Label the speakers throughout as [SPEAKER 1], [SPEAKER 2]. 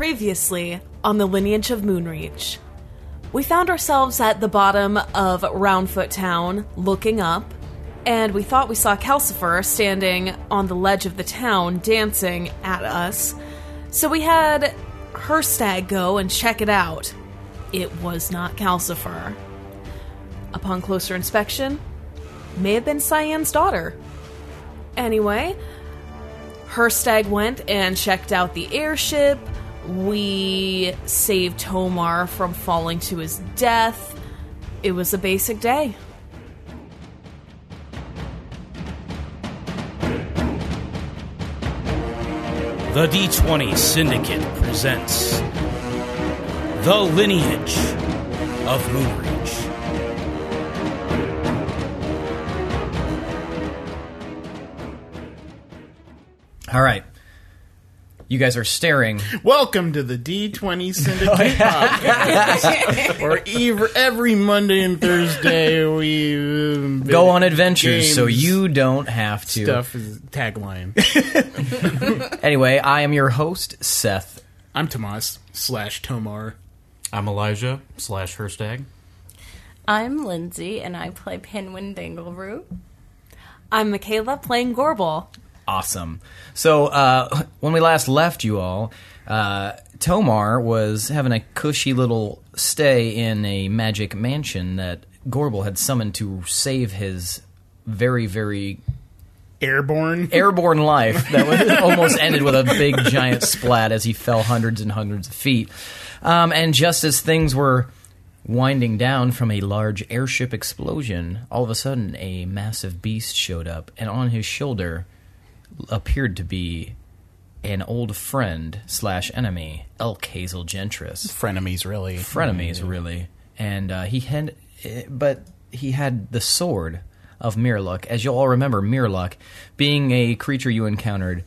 [SPEAKER 1] Previously on the lineage of Moonreach, we found ourselves at the bottom of Roundfoot Town looking up, and we thought we saw Calcifer standing on the ledge of the town dancing at us. So we had her stag go and check it out. It was not Calcifer. Upon closer inspection, may have been Cyan's daughter. Anyway, Herstag went and checked out the airship. We saved Tomar from falling to his death. It was a basic day.
[SPEAKER 2] The D20 Syndicate presents The Lineage of Moonreach.
[SPEAKER 3] All right. You guys are staring.
[SPEAKER 4] Welcome to the D20 Syndicate
[SPEAKER 3] Oh,
[SPEAKER 4] podcast, where ev- every Monday and Thursday we um,
[SPEAKER 3] Go on adventures so
[SPEAKER 4] games,
[SPEAKER 3] you don't have to.
[SPEAKER 4] stuff is tagline.
[SPEAKER 3] Anyway, I am your host, Seth.
[SPEAKER 4] I'm Tomas slash Tomar.
[SPEAKER 5] I'm Elijah slash Herstag.
[SPEAKER 6] I'm Lindsay, and I play Pinwin Dangleroot.
[SPEAKER 1] I'm Michaela playing Gorbel.
[SPEAKER 3] Awesome. So, uh, when we last left you all, uh, Tomar was having a cushy little stay in a magic mansion that Gorbel had summoned to save his very, very
[SPEAKER 4] Airborne.
[SPEAKER 3] airborne life that was, almost ended with a big giant splat as he fell hundreds and hundreds of feet. Um, and just as things were winding down from a large airship explosion, all of a sudden a massive beast showed up, and on his shoulder appeared to be an old friend slash enemy, Elk Hazel Gentris
[SPEAKER 4] Frenemies, really.
[SPEAKER 3] frenemies really and uh, he had eh, but he had the sword of Mirluck as you'll all remember Mirluck being a creature you encountered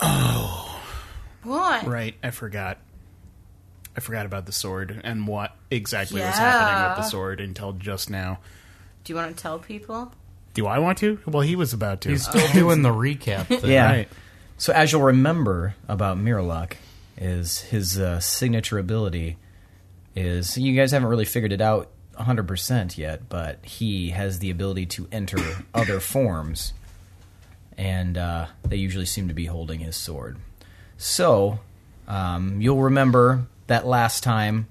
[SPEAKER 6] What?
[SPEAKER 4] Right, I forgot. I forgot about the sword and what exactly was
[SPEAKER 6] Yeah.
[SPEAKER 4] happening with the sword until just now.
[SPEAKER 6] Do you want to tell people?
[SPEAKER 4] Do I want to? Well, he was about to.
[SPEAKER 5] He's still doing the recap. Thing.
[SPEAKER 4] Right.
[SPEAKER 3] so as you'll remember about Mirluck is his uh, signature ability is you guys haven't really figured it out 100% yet but he has the ability to enter other forms and uh, they usually seem to be holding his sword so um, you'll remember that last time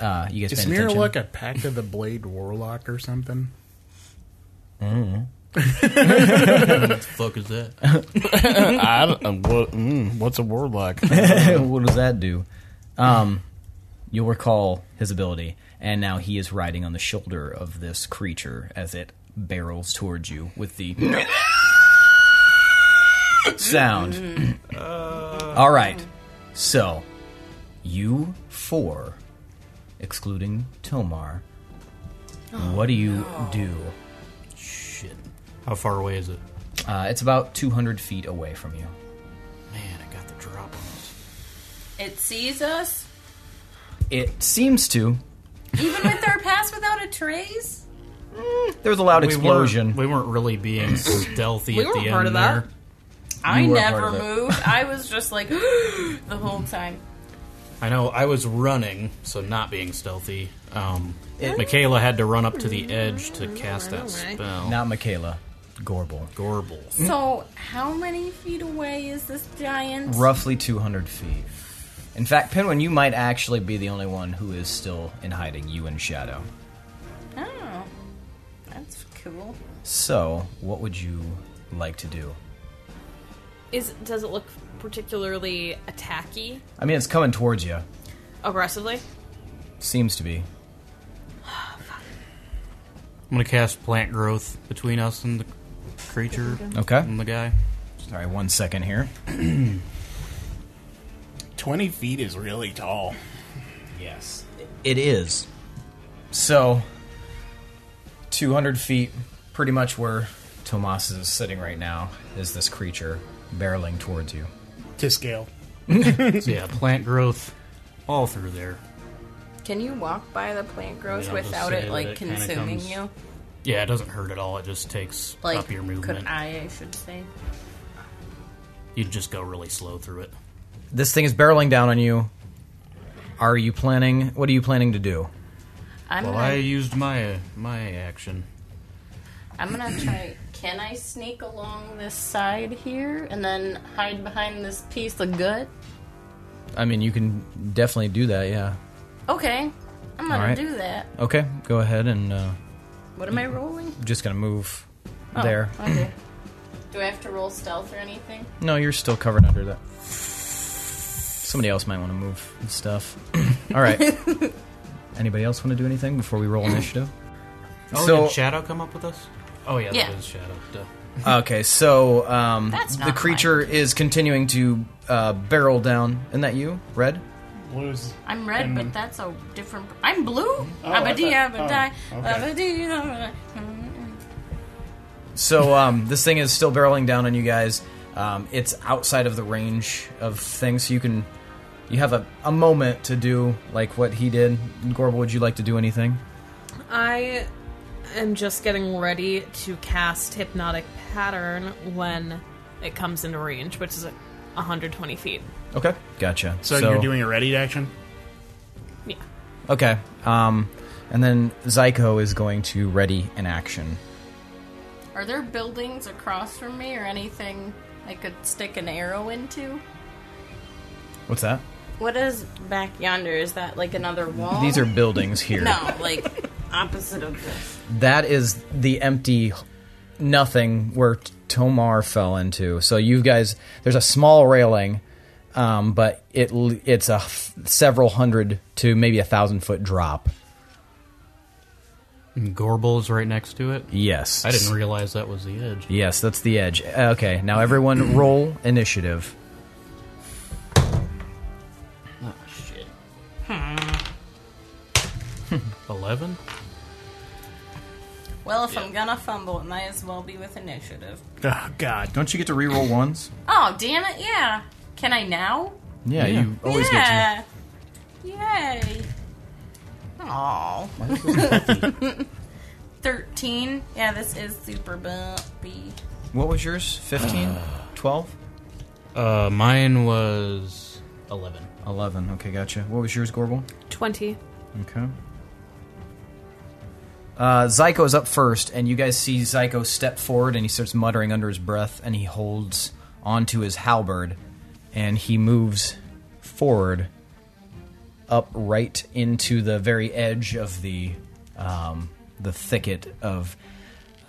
[SPEAKER 3] uh, you guys
[SPEAKER 4] Is
[SPEAKER 3] paying attention?
[SPEAKER 4] Miraluk a Pact of the Blade Warlock or something?
[SPEAKER 5] Fuck is that?
[SPEAKER 4] I don't, uh, what, mm, what's a warlock?
[SPEAKER 3] what does that do? Um, you'll recall his ability, and now he is riding on the shoulder of this creature as it barrels towards you with the sound. All right, so you four, excluding Tomar, what do you do?
[SPEAKER 5] Shit. How far away is it?
[SPEAKER 3] Uh, it's about 200 feet away from you.
[SPEAKER 5] Man, I got the drop on us.
[SPEAKER 6] It sees us,
[SPEAKER 3] It seems to.
[SPEAKER 6] even with our pass without a trace.
[SPEAKER 3] There was a loud explosion.
[SPEAKER 5] We weren't, we weren't really being stealthy at the
[SPEAKER 1] weren't
[SPEAKER 5] end
[SPEAKER 1] part of that.
[SPEAKER 5] there.
[SPEAKER 6] I
[SPEAKER 3] You were
[SPEAKER 6] never
[SPEAKER 3] part of it.
[SPEAKER 6] moved. I was just like the whole time.
[SPEAKER 5] I know I was running, so not being stealthy. Um, Michaela had to run up to the edge to cast that spell.
[SPEAKER 3] Not Michaela, Gorbel.
[SPEAKER 5] Gorble.
[SPEAKER 6] So, how many feet away is this giant?
[SPEAKER 3] roughly 200 feet. In fact, Pinwin, you might actually be the only one who is still in hiding, you and Shadow.
[SPEAKER 6] Oh, that's cool.
[SPEAKER 3] So, what would you like to do?
[SPEAKER 1] Is does it look particularly attacky
[SPEAKER 3] I mean, it's coming towards you.
[SPEAKER 1] aggressively?
[SPEAKER 3] Seems to be.
[SPEAKER 5] I'm gonna cast plant growth between us and the creature
[SPEAKER 3] Okay.
[SPEAKER 5] and the guy.
[SPEAKER 3] Sorry, one second here.
[SPEAKER 4] 20 feet is really tall.
[SPEAKER 3] Yes. It is. So, 200 feet, pretty much where Tomas is sitting right now, is this creature barreling towards you.
[SPEAKER 4] To scale.
[SPEAKER 5] So yeah, plant growth all through there.
[SPEAKER 6] Can you walk by the plant growth
[SPEAKER 5] Yeah, I'll just
[SPEAKER 6] without
[SPEAKER 5] say
[SPEAKER 6] it like
[SPEAKER 5] that it kinda
[SPEAKER 6] consuming
[SPEAKER 5] comes
[SPEAKER 6] you?
[SPEAKER 5] Yeah, it doesn't hurt at all. It just takes
[SPEAKER 6] Like,
[SPEAKER 5] up your
[SPEAKER 6] could
[SPEAKER 5] movement.
[SPEAKER 6] I? I should say.
[SPEAKER 5] You'd just go really slow through it.
[SPEAKER 3] This thing is barreling down on you. Are you planning? What are you planning to do?
[SPEAKER 6] I'm
[SPEAKER 5] Well, I
[SPEAKER 6] gonna,
[SPEAKER 5] used my uh, my action.
[SPEAKER 6] I'm gonna try. Can I sneak along this side here and then hide behind this piece of gut?
[SPEAKER 3] I mean, you can definitely do that. Yeah.
[SPEAKER 6] Okay, I'm gonna
[SPEAKER 3] Alright.
[SPEAKER 6] do that.
[SPEAKER 3] Okay. Go ahead and uh,
[SPEAKER 6] What am I rolling?
[SPEAKER 3] I'm just gonna move
[SPEAKER 6] Oh,
[SPEAKER 3] there.
[SPEAKER 6] Okay. Do I have to roll stealth or anything?
[SPEAKER 3] No, you're still covered under that. Somebody else might want to move stuff. All right. Anybody else want to do anything before we roll initiative?
[SPEAKER 5] Oh,
[SPEAKER 3] So-
[SPEAKER 5] did Shadow come up with this? Oh yeah,
[SPEAKER 6] Yeah.
[SPEAKER 5] that is Shadow. Duh.
[SPEAKER 3] Okay, so um,
[SPEAKER 6] That's
[SPEAKER 3] the
[SPEAKER 6] not
[SPEAKER 3] creature is continuing to uh, barrel down. Isn't that you, Red?
[SPEAKER 4] Blues.
[SPEAKER 6] I'm red, but that's a different. I'm blue.
[SPEAKER 4] I
[SPEAKER 6] Abadi,
[SPEAKER 4] thought-
[SPEAKER 6] abadi,
[SPEAKER 4] oh, okay.
[SPEAKER 6] abadi, abadi.
[SPEAKER 3] So um, this thing is still barreling down on you guys. Um, it's outside of the range of things, so you can you have a, a moment to do like what he did. Gorble, would you like to do anything?
[SPEAKER 1] I am just getting ready to cast Hypnotic Pattern when it comes into range, which is like 120 feet.
[SPEAKER 3] Okay, gotcha.
[SPEAKER 4] So, you're doing a ready action?
[SPEAKER 1] Yeah.
[SPEAKER 3] okay, um, and then Zyko is going to ready an action.
[SPEAKER 6] Are there buildings across from me or anything I could stick an arrow into?
[SPEAKER 3] What's that?
[SPEAKER 6] What is back yonder? Is that like another wall?
[SPEAKER 3] These are buildings here.
[SPEAKER 6] no, like opposite of this.
[SPEAKER 3] That is the empty nothing where Tomar fell into. So you guys, there's a small railing, um, but it l- it's a f- several hundred to maybe a thousand foot drop.
[SPEAKER 5] And Gorble's right next to it.
[SPEAKER 3] Yes,
[SPEAKER 5] I didn't realize that was the edge.
[SPEAKER 3] Yes, that's the edge. Uh, Okay, now everyone roll initiative.
[SPEAKER 5] Hmm. Eleven.
[SPEAKER 6] Well, if I'm gonna fumble, it might as well be with initiative.
[SPEAKER 4] Oh, God.
[SPEAKER 3] Don't you get to reroll ones?
[SPEAKER 6] Oh damn it! Yeah, can I now?
[SPEAKER 3] Yeah, you always get
[SPEAKER 6] yeah. Yay! Aww. Thirteen. Yeah, this is super bumpy.
[SPEAKER 3] to. What was yours? 15? 12?
[SPEAKER 5] Uh, mine was eleven.
[SPEAKER 3] 11. Okay, gotcha. What was yours, Gorble?
[SPEAKER 1] 20.
[SPEAKER 3] Okay. Uh, Zyko's up first, and you guys see Zyko step forward, and he starts muttering under his breath, and he holds onto his halberd, and he moves forward, up right into the very edge of the um, the thicket of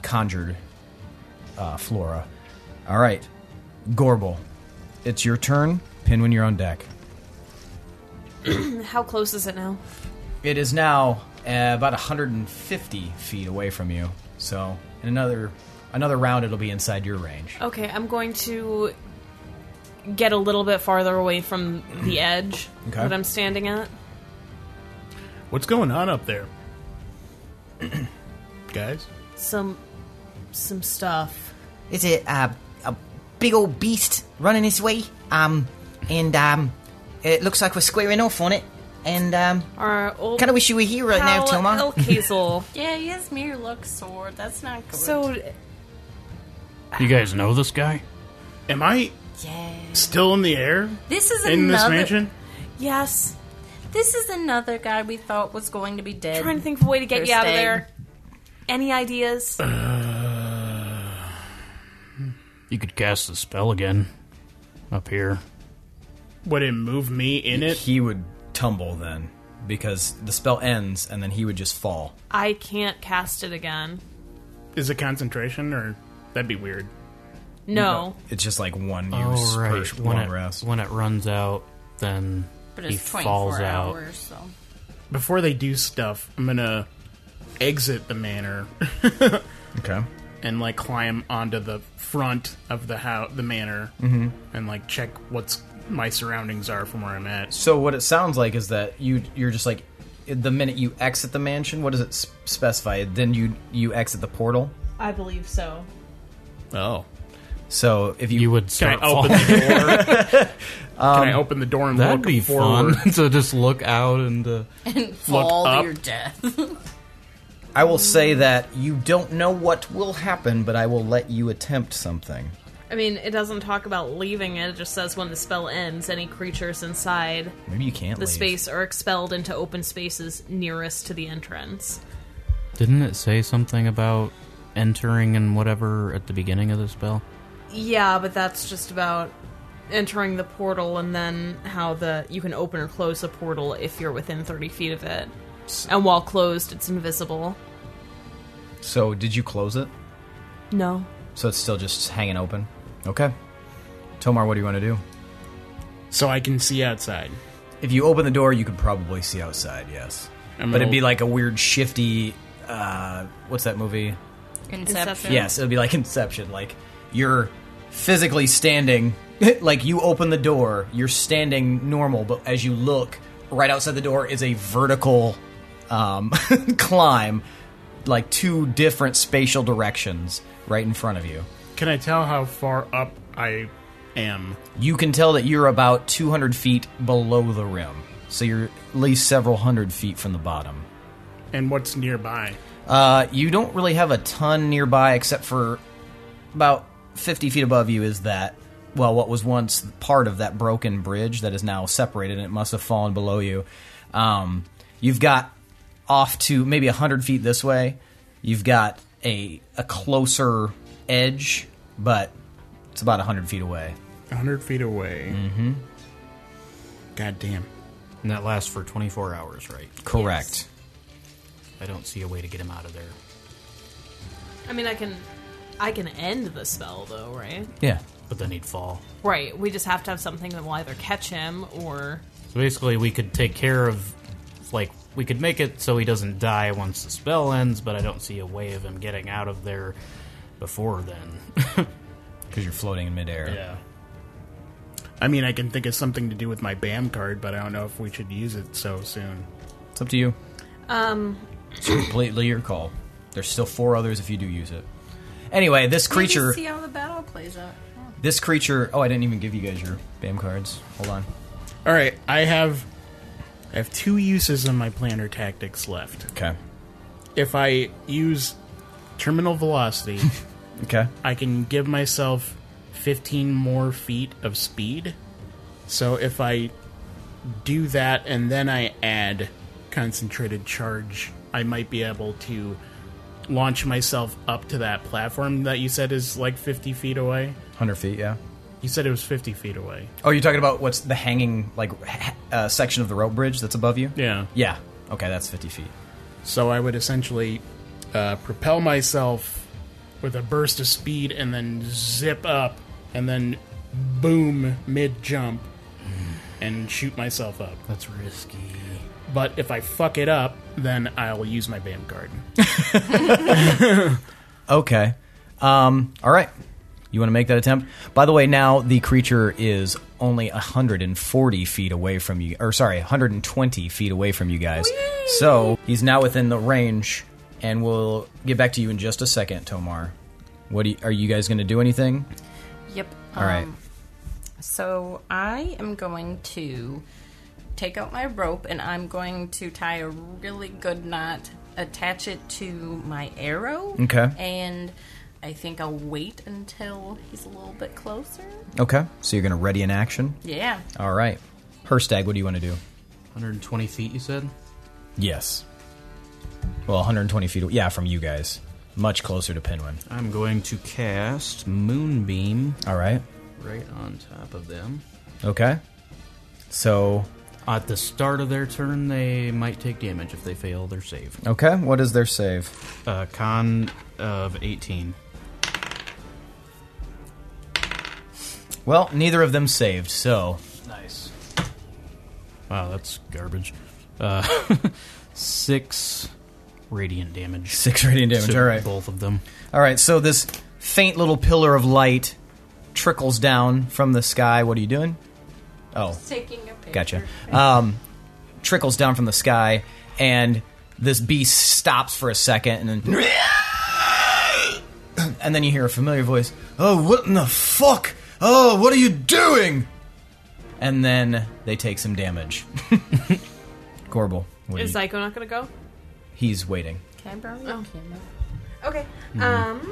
[SPEAKER 3] conjured uh, flora. All right, Gorble, it's your turn. Pin when you're on deck.
[SPEAKER 1] How close is it now?
[SPEAKER 3] It is now uh, about 150 feet away from you. So in another another round, it'll be inside your range.
[SPEAKER 1] Okay, I'm going to get a little bit farther away from the edge
[SPEAKER 3] Okay.
[SPEAKER 1] that I'm standing at.
[SPEAKER 4] What's going on up there? Guys?
[SPEAKER 1] Some some stuff.
[SPEAKER 7] There's a, a, uh, a big old beast running this way. Um, and um, it looks like we're squaring off on it. And um,
[SPEAKER 1] Our old
[SPEAKER 7] kind of wish you were here right now,
[SPEAKER 1] pal
[SPEAKER 7] Tomar.
[SPEAKER 1] Elkazel.
[SPEAKER 6] Yeah, he has mere luck sword. That's not good.
[SPEAKER 1] so
[SPEAKER 5] You guys know this guy?
[SPEAKER 4] Am I
[SPEAKER 6] yeah,
[SPEAKER 4] still in the air?
[SPEAKER 6] this is
[SPEAKER 4] In this
[SPEAKER 6] another.
[SPEAKER 4] mansion?
[SPEAKER 1] yes,
[SPEAKER 6] This is another guy we thought was going to be dead.
[SPEAKER 1] trying to think of a way to get you out of
[SPEAKER 6] Thursday.
[SPEAKER 1] there. Any ideas?
[SPEAKER 5] You could cast the spell again up here.
[SPEAKER 4] Would it move me in it?
[SPEAKER 3] He would tumble then because the spell ends, and then he would just fall.
[SPEAKER 1] I can't cast it again.
[SPEAKER 4] Is it concentration or that'd be weird?
[SPEAKER 1] No.
[SPEAKER 3] It's just like one use per
[SPEAKER 5] When
[SPEAKER 3] one
[SPEAKER 5] it,
[SPEAKER 3] rest.
[SPEAKER 5] when it runs out, then
[SPEAKER 6] but
[SPEAKER 5] he
[SPEAKER 6] it's 24
[SPEAKER 5] falls out.
[SPEAKER 6] hours, so
[SPEAKER 4] Before they do stuff, I'm gonna exit the manor
[SPEAKER 3] Okay.
[SPEAKER 4] and like climb onto the front of the house, the manor, mm-hmm. and like check what's my surroundings are from where I'm at.
[SPEAKER 3] So what it sounds like is that you you're just like the minute you exit the mansion. What does it s- specify? Then you you exit the portal.
[SPEAKER 1] I believe so.
[SPEAKER 4] Oh,
[SPEAKER 3] So if you,
[SPEAKER 5] You would
[SPEAKER 4] can
[SPEAKER 5] start
[SPEAKER 4] I open
[SPEAKER 5] falling.
[SPEAKER 4] the door? can I open the door and
[SPEAKER 5] Um, That'd
[SPEAKER 4] look
[SPEAKER 5] be
[SPEAKER 4] forward?
[SPEAKER 5] fun. so just look out and uh,
[SPEAKER 6] fall
[SPEAKER 4] up.
[SPEAKER 6] to your death.
[SPEAKER 3] I will say that you don't know what will happen, but I will let you attempt something.
[SPEAKER 1] I mean, it doesn't talk about leaving it, it just says when the spell ends, any creatures inside
[SPEAKER 3] Maybe you can't
[SPEAKER 1] the
[SPEAKER 3] leave.
[SPEAKER 1] space are expelled into open spaces nearest to the entrance.
[SPEAKER 5] Didn't it say something about entering and whatever at the beginning of the spell?
[SPEAKER 1] Yeah, but that's just about entering the portal and then how the you can open or close the portal if you're within 30 feet of it. And while closed, it's invisible.
[SPEAKER 3] So did you close it?
[SPEAKER 1] No.
[SPEAKER 3] So it's still just hanging open. Okay. Tomar, what do you want to do?
[SPEAKER 4] So I can see outside.
[SPEAKER 3] If you open the door, you could probably see outside. Yes,
[SPEAKER 4] I'm
[SPEAKER 3] but it'd
[SPEAKER 4] old.
[SPEAKER 3] be like a weird shifty. Uh, what's that movie?
[SPEAKER 1] Inception.
[SPEAKER 3] Yes, it'd be like Inception. Like you're physically standing, like you open the door, you're standing normal, but as you look right outside the door is a vertical um, climb, like two different spatial directions right in front of you.
[SPEAKER 4] Can I tell how far up I am?
[SPEAKER 3] You can tell that you're about 200 feet below the rim, so you're at least several hundred feet from the bottom.
[SPEAKER 4] And what's nearby?
[SPEAKER 3] Uh, you don't really have a ton nearby, except for about 50 feet above you is that, well, what was once part of that broken bridge that is now separated, and it must have fallen below you. Um, you've got off to maybe 100 feet this way, you've got a, a closer edge, but it's about 100 feet away.
[SPEAKER 4] 100 feet away. Mm
[SPEAKER 5] Mm-hmm.
[SPEAKER 4] hmm. God damn.
[SPEAKER 5] And that lasts for 24 hours, right?
[SPEAKER 3] Correct.
[SPEAKER 5] I don't see a way to get him out of there.
[SPEAKER 1] I mean, I can I can end the spell though, right?
[SPEAKER 3] Yeah.
[SPEAKER 5] But then he'd fall.
[SPEAKER 1] Right. We just have to have something that will either catch him or
[SPEAKER 5] So basically, we could take care of, like, we could make it so he doesn't die once the spell ends, but I don't see a way of him getting out of there before then.
[SPEAKER 3] because you're floating in midair.
[SPEAKER 4] I mean, I can think of something to do with my BAM card, but I don't know if we should use it so soon.
[SPEAKER 3] It's up to you. Um, it's completely your call. There's still four others if you do use it. Anyway, this creature,
[SPEAKER 6] see how the battle plays out.
[SPEAKER 3] this creature. Oh, I didn't even give you guys your BAM cards. Hold on.
[SPEAKER 4] All right, I have I have two uses on my planner tactics left.
[SPEAKER 3] Okay.
[SPEAKER 4] If I use terminal velocity,
[SPEAKER 3] Okay.
[SPEAKER 4] I can give myself 15 more feet of speed. So if I do that and then I add concentrated charge, I might be able to launch myself up to that platform that you said is like 50 feet away.
[SPEAKER 3] Hundred feet. Yeah.
[SPEAKER 4] You said it was 50 feet away.
[SPEAKER 3] Oh, you're talking about what's the hanging like h- uh, section of the rope bridge that's above you?
[SPEAKER 4] Yeah.
[SPEAKER 3] Yeah. Okay, that's fifty feet.
[SPEAKER 4] So I would essentially uh, propel myself with a burst of speed and then zip up and then boom mid jump and shoot myself up.
[SPEAKER 5] That's risky.
[SPEAKER 4] But if I fuck it up, then I'll use my BAM card.
[SPEAKER 3] Okay. Um, all right. You want to make that attempt? By the way, now the creature is only 140 feet away from you, or sorry, 120 feet away from you guys. So he's now within the range, and we'll get back to you in just a second, Tomar. What do you, are you guys going to do anything?
[SPEAKER 6] Yep. um,
[SPEAKER 3] All right.
[SPEAKER 6] So I am going to take out my rope and I'm going to tie a really good knot, attach it to my arrow.
[SPEAKER 3] Okay.
[SPEAKER 6] And I think I'll wait until he's a little bit closer.
[SPEAKER 3] Okay. So you're going to ready an action.
[SPEAKER 6] Yeah.
[SPEAKER 3] All right. Herstag, what do you want to do?
[SPEAKER 5] 120 feet, you said?
[SPEAKER 3] Yes. Well, 120 feet. Yeah, from you guys, much closer to Pinwin.
[SPEAKER 5] I'm going to cast Moonbeam
[SPEAKER 3] All right.
[SPEAKER 5] right on top of them.
[SPEAKER 3] Okay. So
[SPEAKER 5] At the start of their turn, they might take damage if they fail their save.
[SPEAKER 3] Okay, what is their save?
[SPEAKER 5] Uh, con of 18.
[SPEAKER 3] Well, neither of them saved, so
[SPEAKER 5] Nice. Wow, that's garbage. Uh, six radiant damage.
[SPEAKER 3] six radiant damage.
[SPEAKER 5] to
[SPEAKER 3] All right,
[SPEAKER 5] Both of them.
[SPEAKER 3] all right. So this faint little pillar of light trickles down from the sky. What are you doing? Oh,
[SPEAKER 6] Taking a picture.
[SPEAKER 3] gotcha. Um, trickles down from the sky, and this beast stops for a second, and then and then you hear a familiar voice. Oh, what in the fuck? Oh, what are you doing? And then they take some damage. Gorbel, what do
[SPEAKER 1] is
[SPEAKER 3] you-
[SPEAKER 1] Zyko not going to go?
[SPEAKER 3] he's waiting.
[SPEAKER 6] Can I borrow your camera?
[SPEAKER 1] Okay. Um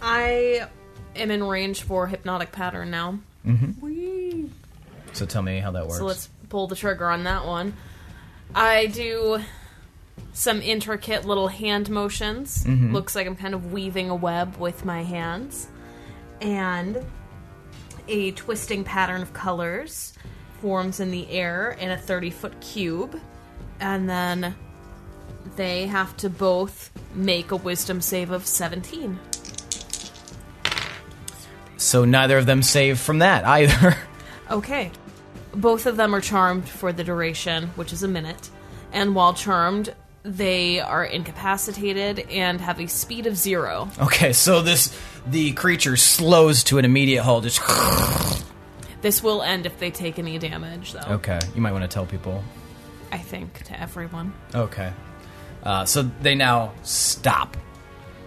[SPEAKER 1] I am in range for hypnotic pattern now.
[SPEAKER 3] So tell me how that works.
[SPEAKER 1] So let's pull the trigger on that one. I do some intricate little hand motions. Looks like I'm kind of weaving a web with my hands. And a twisting pattern of colors forms in the air in a 30 foot cube. And then they have to both make a wisdom save of 17.
[SPEAKER 3] So neither of them save from that either.
[SPEAKER 1] Okay. Both of them are charmed for the duration, which is a minute. And while charmed, they are incapacitated and have a speed of zero.
[SPEAKER 3] okay, so this the creature slows to an immediate halt. Just
[SPEAKER 1] This will end if they take any damage, though.
[SPEAKER 3] okay. You might want to tell people.
[SPEAKER 1] I think to everyone.
[SPEAKER 3] Okay. Uh, so they now stop,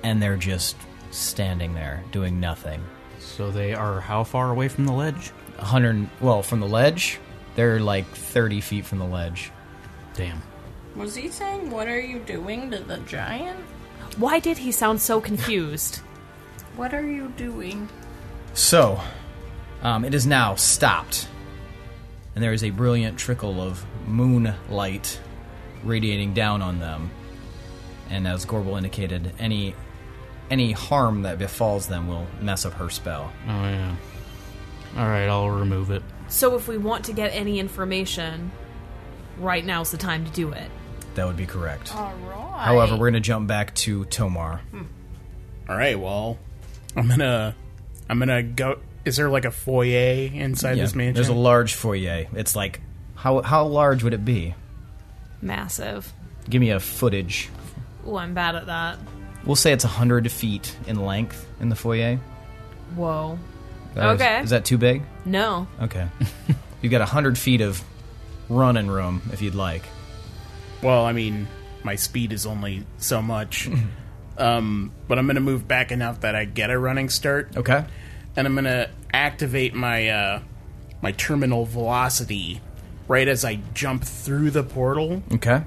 [SPEAKER 3] and they're just standing there doing nothing.
[SPEAKER 5] So they are how far away from the ledge?
[SPEAKER 3] A Hundred well from the ledge, they're like thirty feet from the ledge.
[SPEAKER 5] Damn.
[SPEAKER 6] Was he saying, What are you doing to the giant?
[SPEAKER 1] Why did he sound so confused?
[SPEAKER 6] What are you doing?
[SPEAKER 3] So, um, it is now stopped, and there is a brilliant trickle of moonlight radiating down on them. And as Gorbel indicated, any any harm that befalls them will mess up her spell.
[SPEAKER 5] Oh yeah. All right, I'll remove it.
[SPEAKER 1] so, if we want to get any information, right now's the time to do it.
[SPEAKER 3] That would be correct.
[SPEAKER 6] Alright.
[SPEAKER 3] However, we're going to jump back to Tomar.
[SPEAKER 4] All right, well, I'm gonna, I'm gonna go. Is there like a foyer inside
[SPEAKER 3] Yeah,
[SPEAKER 4] this mansion?
[SPEAKER 3] There's a large foyer. It's like how how large would it be?
[SPEAKER 1] Massive.
[SPEAKER 3] Give me a footage.
[SPEAKER 1] Ooh, I'm bad at that.
[SPEAKER 3] We'll say it's hundred feet in length in the foyer.
[SPEAKER 1] Whoa.
[SPEAKER 3] That is-
[SPEAKER 1] Okay.
[SPEAKER 3] is that too big?
[SPEAKER 1] No.
[SPEAKER 3] Okay. You've got 100 feet of running room if you'd like.
[SPEAKER 4] Well, I mean, my speed is only so much. um, but I'm gonna move back enough that I get a running start,
[SPEAKER 3] Okay.
[SPEAKER 4] and I'm gonna activate my uh, my terminal velocity right as I jump through the portal,
[SPEAKER 3] Okay.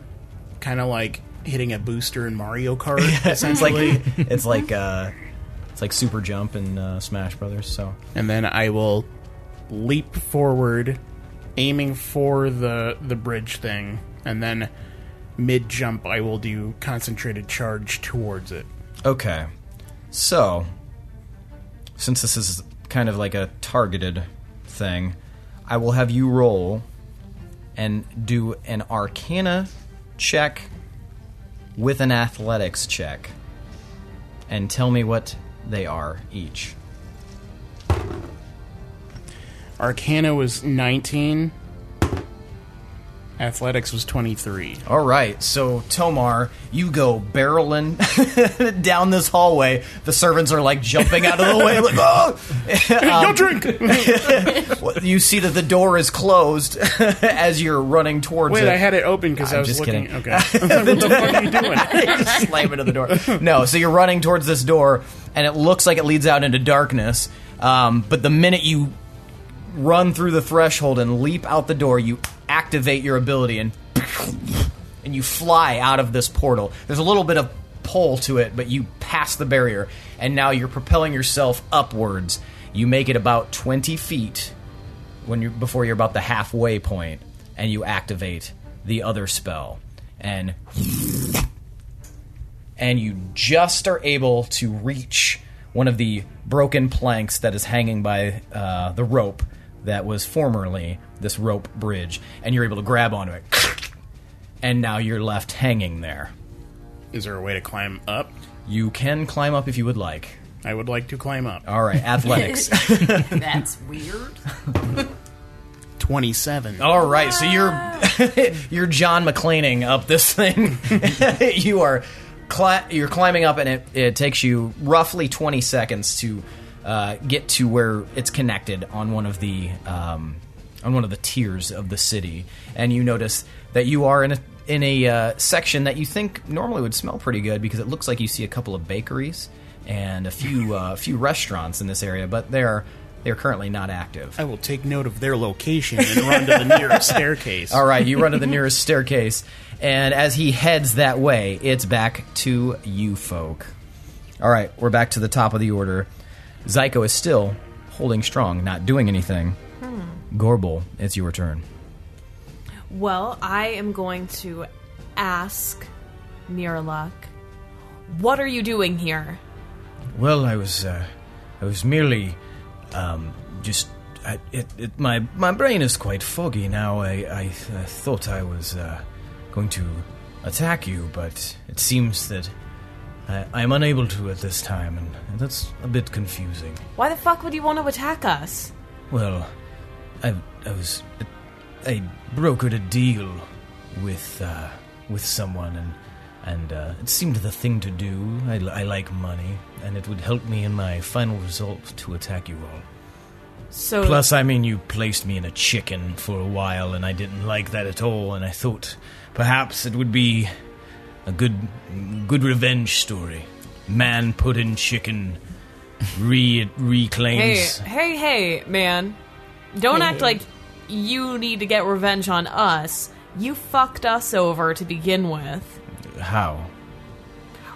[SPEAKER 4] kind of like hitting a booster in Mario Kart.
[SPEAKER 3] It's like
[SPEAKER 4] essentially.
[SPEAKER 3] it's like uh it's like super jump in uh, Smash Brothers, so
[SPEAKER 4] and then I will leap forward, aiming for the the bridge thing, and then mid jump I will do concentrated charge towards it.
[SPEAKER 3] Okay. So, since this is kind of like a targeted thing, I will have you roll and do an arcana check with an athletics check and tell me what they are each.
[SPEAKER 4] Arcana was nineteen. Athletics was twenty three.
[SPEAKER 3] All right, so Tomar, you go barreling down this hallway. The servants are like jumping out of the way, like, oh!
[SPEAKER 4] Don't drink. Wait,
[SPEAKER 3] What- You see that the door is closed as you're running towards it.
[SPEAKER 4] I had it open because I
[SPEAKER 3] I'm
[SPEAKER 4] was
[SPEAKER 3] just
[SPEAKER 4] looking.
[SPEAKER 3] kidding.
[SPEAKER 4] Okay, what the fuck are you doing?
[SPEAKER 3] just slam into the door. No, so you're running towards this door, and it looks like it leads out into darkness. Um, but the minute you run through the threshold and leap out the door, you activate your ability and and you fly out of this portal. There's a little bit of pull to it, but you pass the barrier, and now you're propelling yourself upwards. You make it about 20 feet when you before you're about the halfway point, and you activate the other spell. And and you just are able to reach one of the broken planks that is hanging by uh, the rope that was formerly this rope bridge, and you're able to grab onto it. And now you're left hanging there.
[SPEAKER 4] Is there a way to climb up?
[SPEAKER 3] You can climb up if you would like.
[SPEAKER 4] I would like to climb up.
[SPEAKER 3] All right, athletics.
[SPEAKER 6] That's weird.
[SPEAKER 4] Twenty-seven.
[SPEAKER 3] All right, so you're you're John McClaning up this thing. you are cli- you're climbing up, and it, it takes you roughly 20 seconds to uh, get to where it's connected on one of the um, on one of the tiers of the city, and you notice that you are in a in a uh, section that you think normally would smell pretty good because it looks like you see a couple of bakeries and a few uh, few restaurants in this area, but they're they're currently not active.
[SPEAKER 4] I will take note of their location and run to the nearest staircase.
[SPEAKER 3] All right, you run to the nearest staircase, and as he heads that way, it's back to you folk. All right, we're back to the top of the order. Zyko is still holding strong, not doing anything. Gorbel, it's your turn.
[SPEAKER 1] Well, I am going to ask Miraluk, what are you doing here?
[SPEAKER 3] Well, I was, uh, I was merely, um, just. I, it, it, my my brain is quite foggy now. I I, I thought I was uh, going to attack you, but it seems that I, I'm unable to at this time, and that's a bit confusing.
[SPEAKER 1] Why the fuck would you want to attack us?
[SPEAKER 3] Well, I I was I brokered a deal with uh, with someone, and and uh, it seemed the thing to do. I, I like money, and it would help me in my final result to attack you all.
[SPEAKER 1] So
[SPEAKER 3] Plus, I mean, you placed me in a chicken for a while, and I didn't like that at all. And I thought perhaps it would be a good, good revenge story. Man put in chicken, re
[SPEAKER 1] hey,
[SPEAKER 3] reclaims.
[SPEAKER 1] hey, hey, man. Don't act like you need to get revenge on us. You fucked us over to begin with.
[SPEAKER 3] How?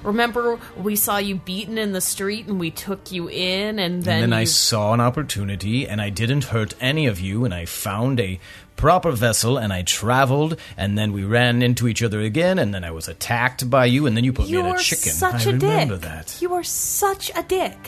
[SPEAKER 1] Remember, we saw you beaten in the street and we took you in, and then,
[SPEAKER 3] and then I
[SPEAKER 1] you-
[SPEAKER 3] saw an opportunity, and I didn't hurt any of you, and I found a proper vessel, and I traveled, and then we ran into each other again, and then I was attacked by you, and then you put
[SPEAKER 1] you
[SPEAKER 3] me in
[SPEAKER 1] are
[SPEAKER 3] a chicken.
[SPEAKER 1] such
[SPEAKER 3] I
[SPEAKER 1] a
[SPEAKER 3] remember
[SPEAKER 1] dick.
[SPEAKER 3] that.
[SPEAKER 1] You are such a dick,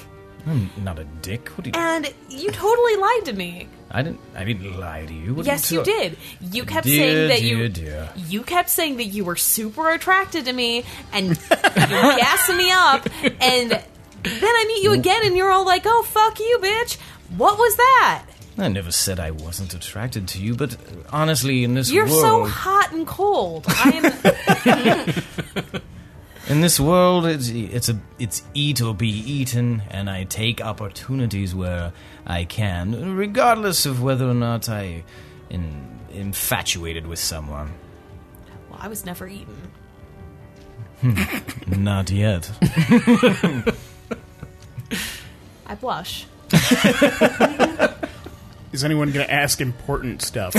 [SPEAKER 3] I'm not a dick. What do you?
[SPEAKER 1] and you totally lied to me.
[SPEAKER 3] I didn't. I didn't lie to you. What
[SPEAKER 1] Yes, you
[SPEAKER 3] ta-
[SPEAKER 1] did. You kept saying
[SPEAKER 3] Dear,
[SPEAKER 1] that
[SPEAKER 3] dear,
[SPEAKER 1] you
[SPEAKER 3] dear.
[SPEAKER 1] you kept saying that you were super attracted to me and you're gassing me up and then I meet you again and you're all like, "Oh fuck you, bitch. What was that?
[SPEAKER 3] I never said I wasn't attracted to you, but honestly, in this
[SPEAKER 1] You're so
[SPEAKER 3] world,
[SPEAKER 1] hot and cold." I
[SPEAKER 3] in this world, it's it's a it's eat or be eaten, and I take opportunities where I can, regardless of whether or not I in, infatuated with someone.
[SPEAKER 1] am Well, I was never eaten.
[SPEAKER 3] Not yet.
[SPEAKER 1] I blush.
[SPEAKER 4] Is anyone going to ask important stuff?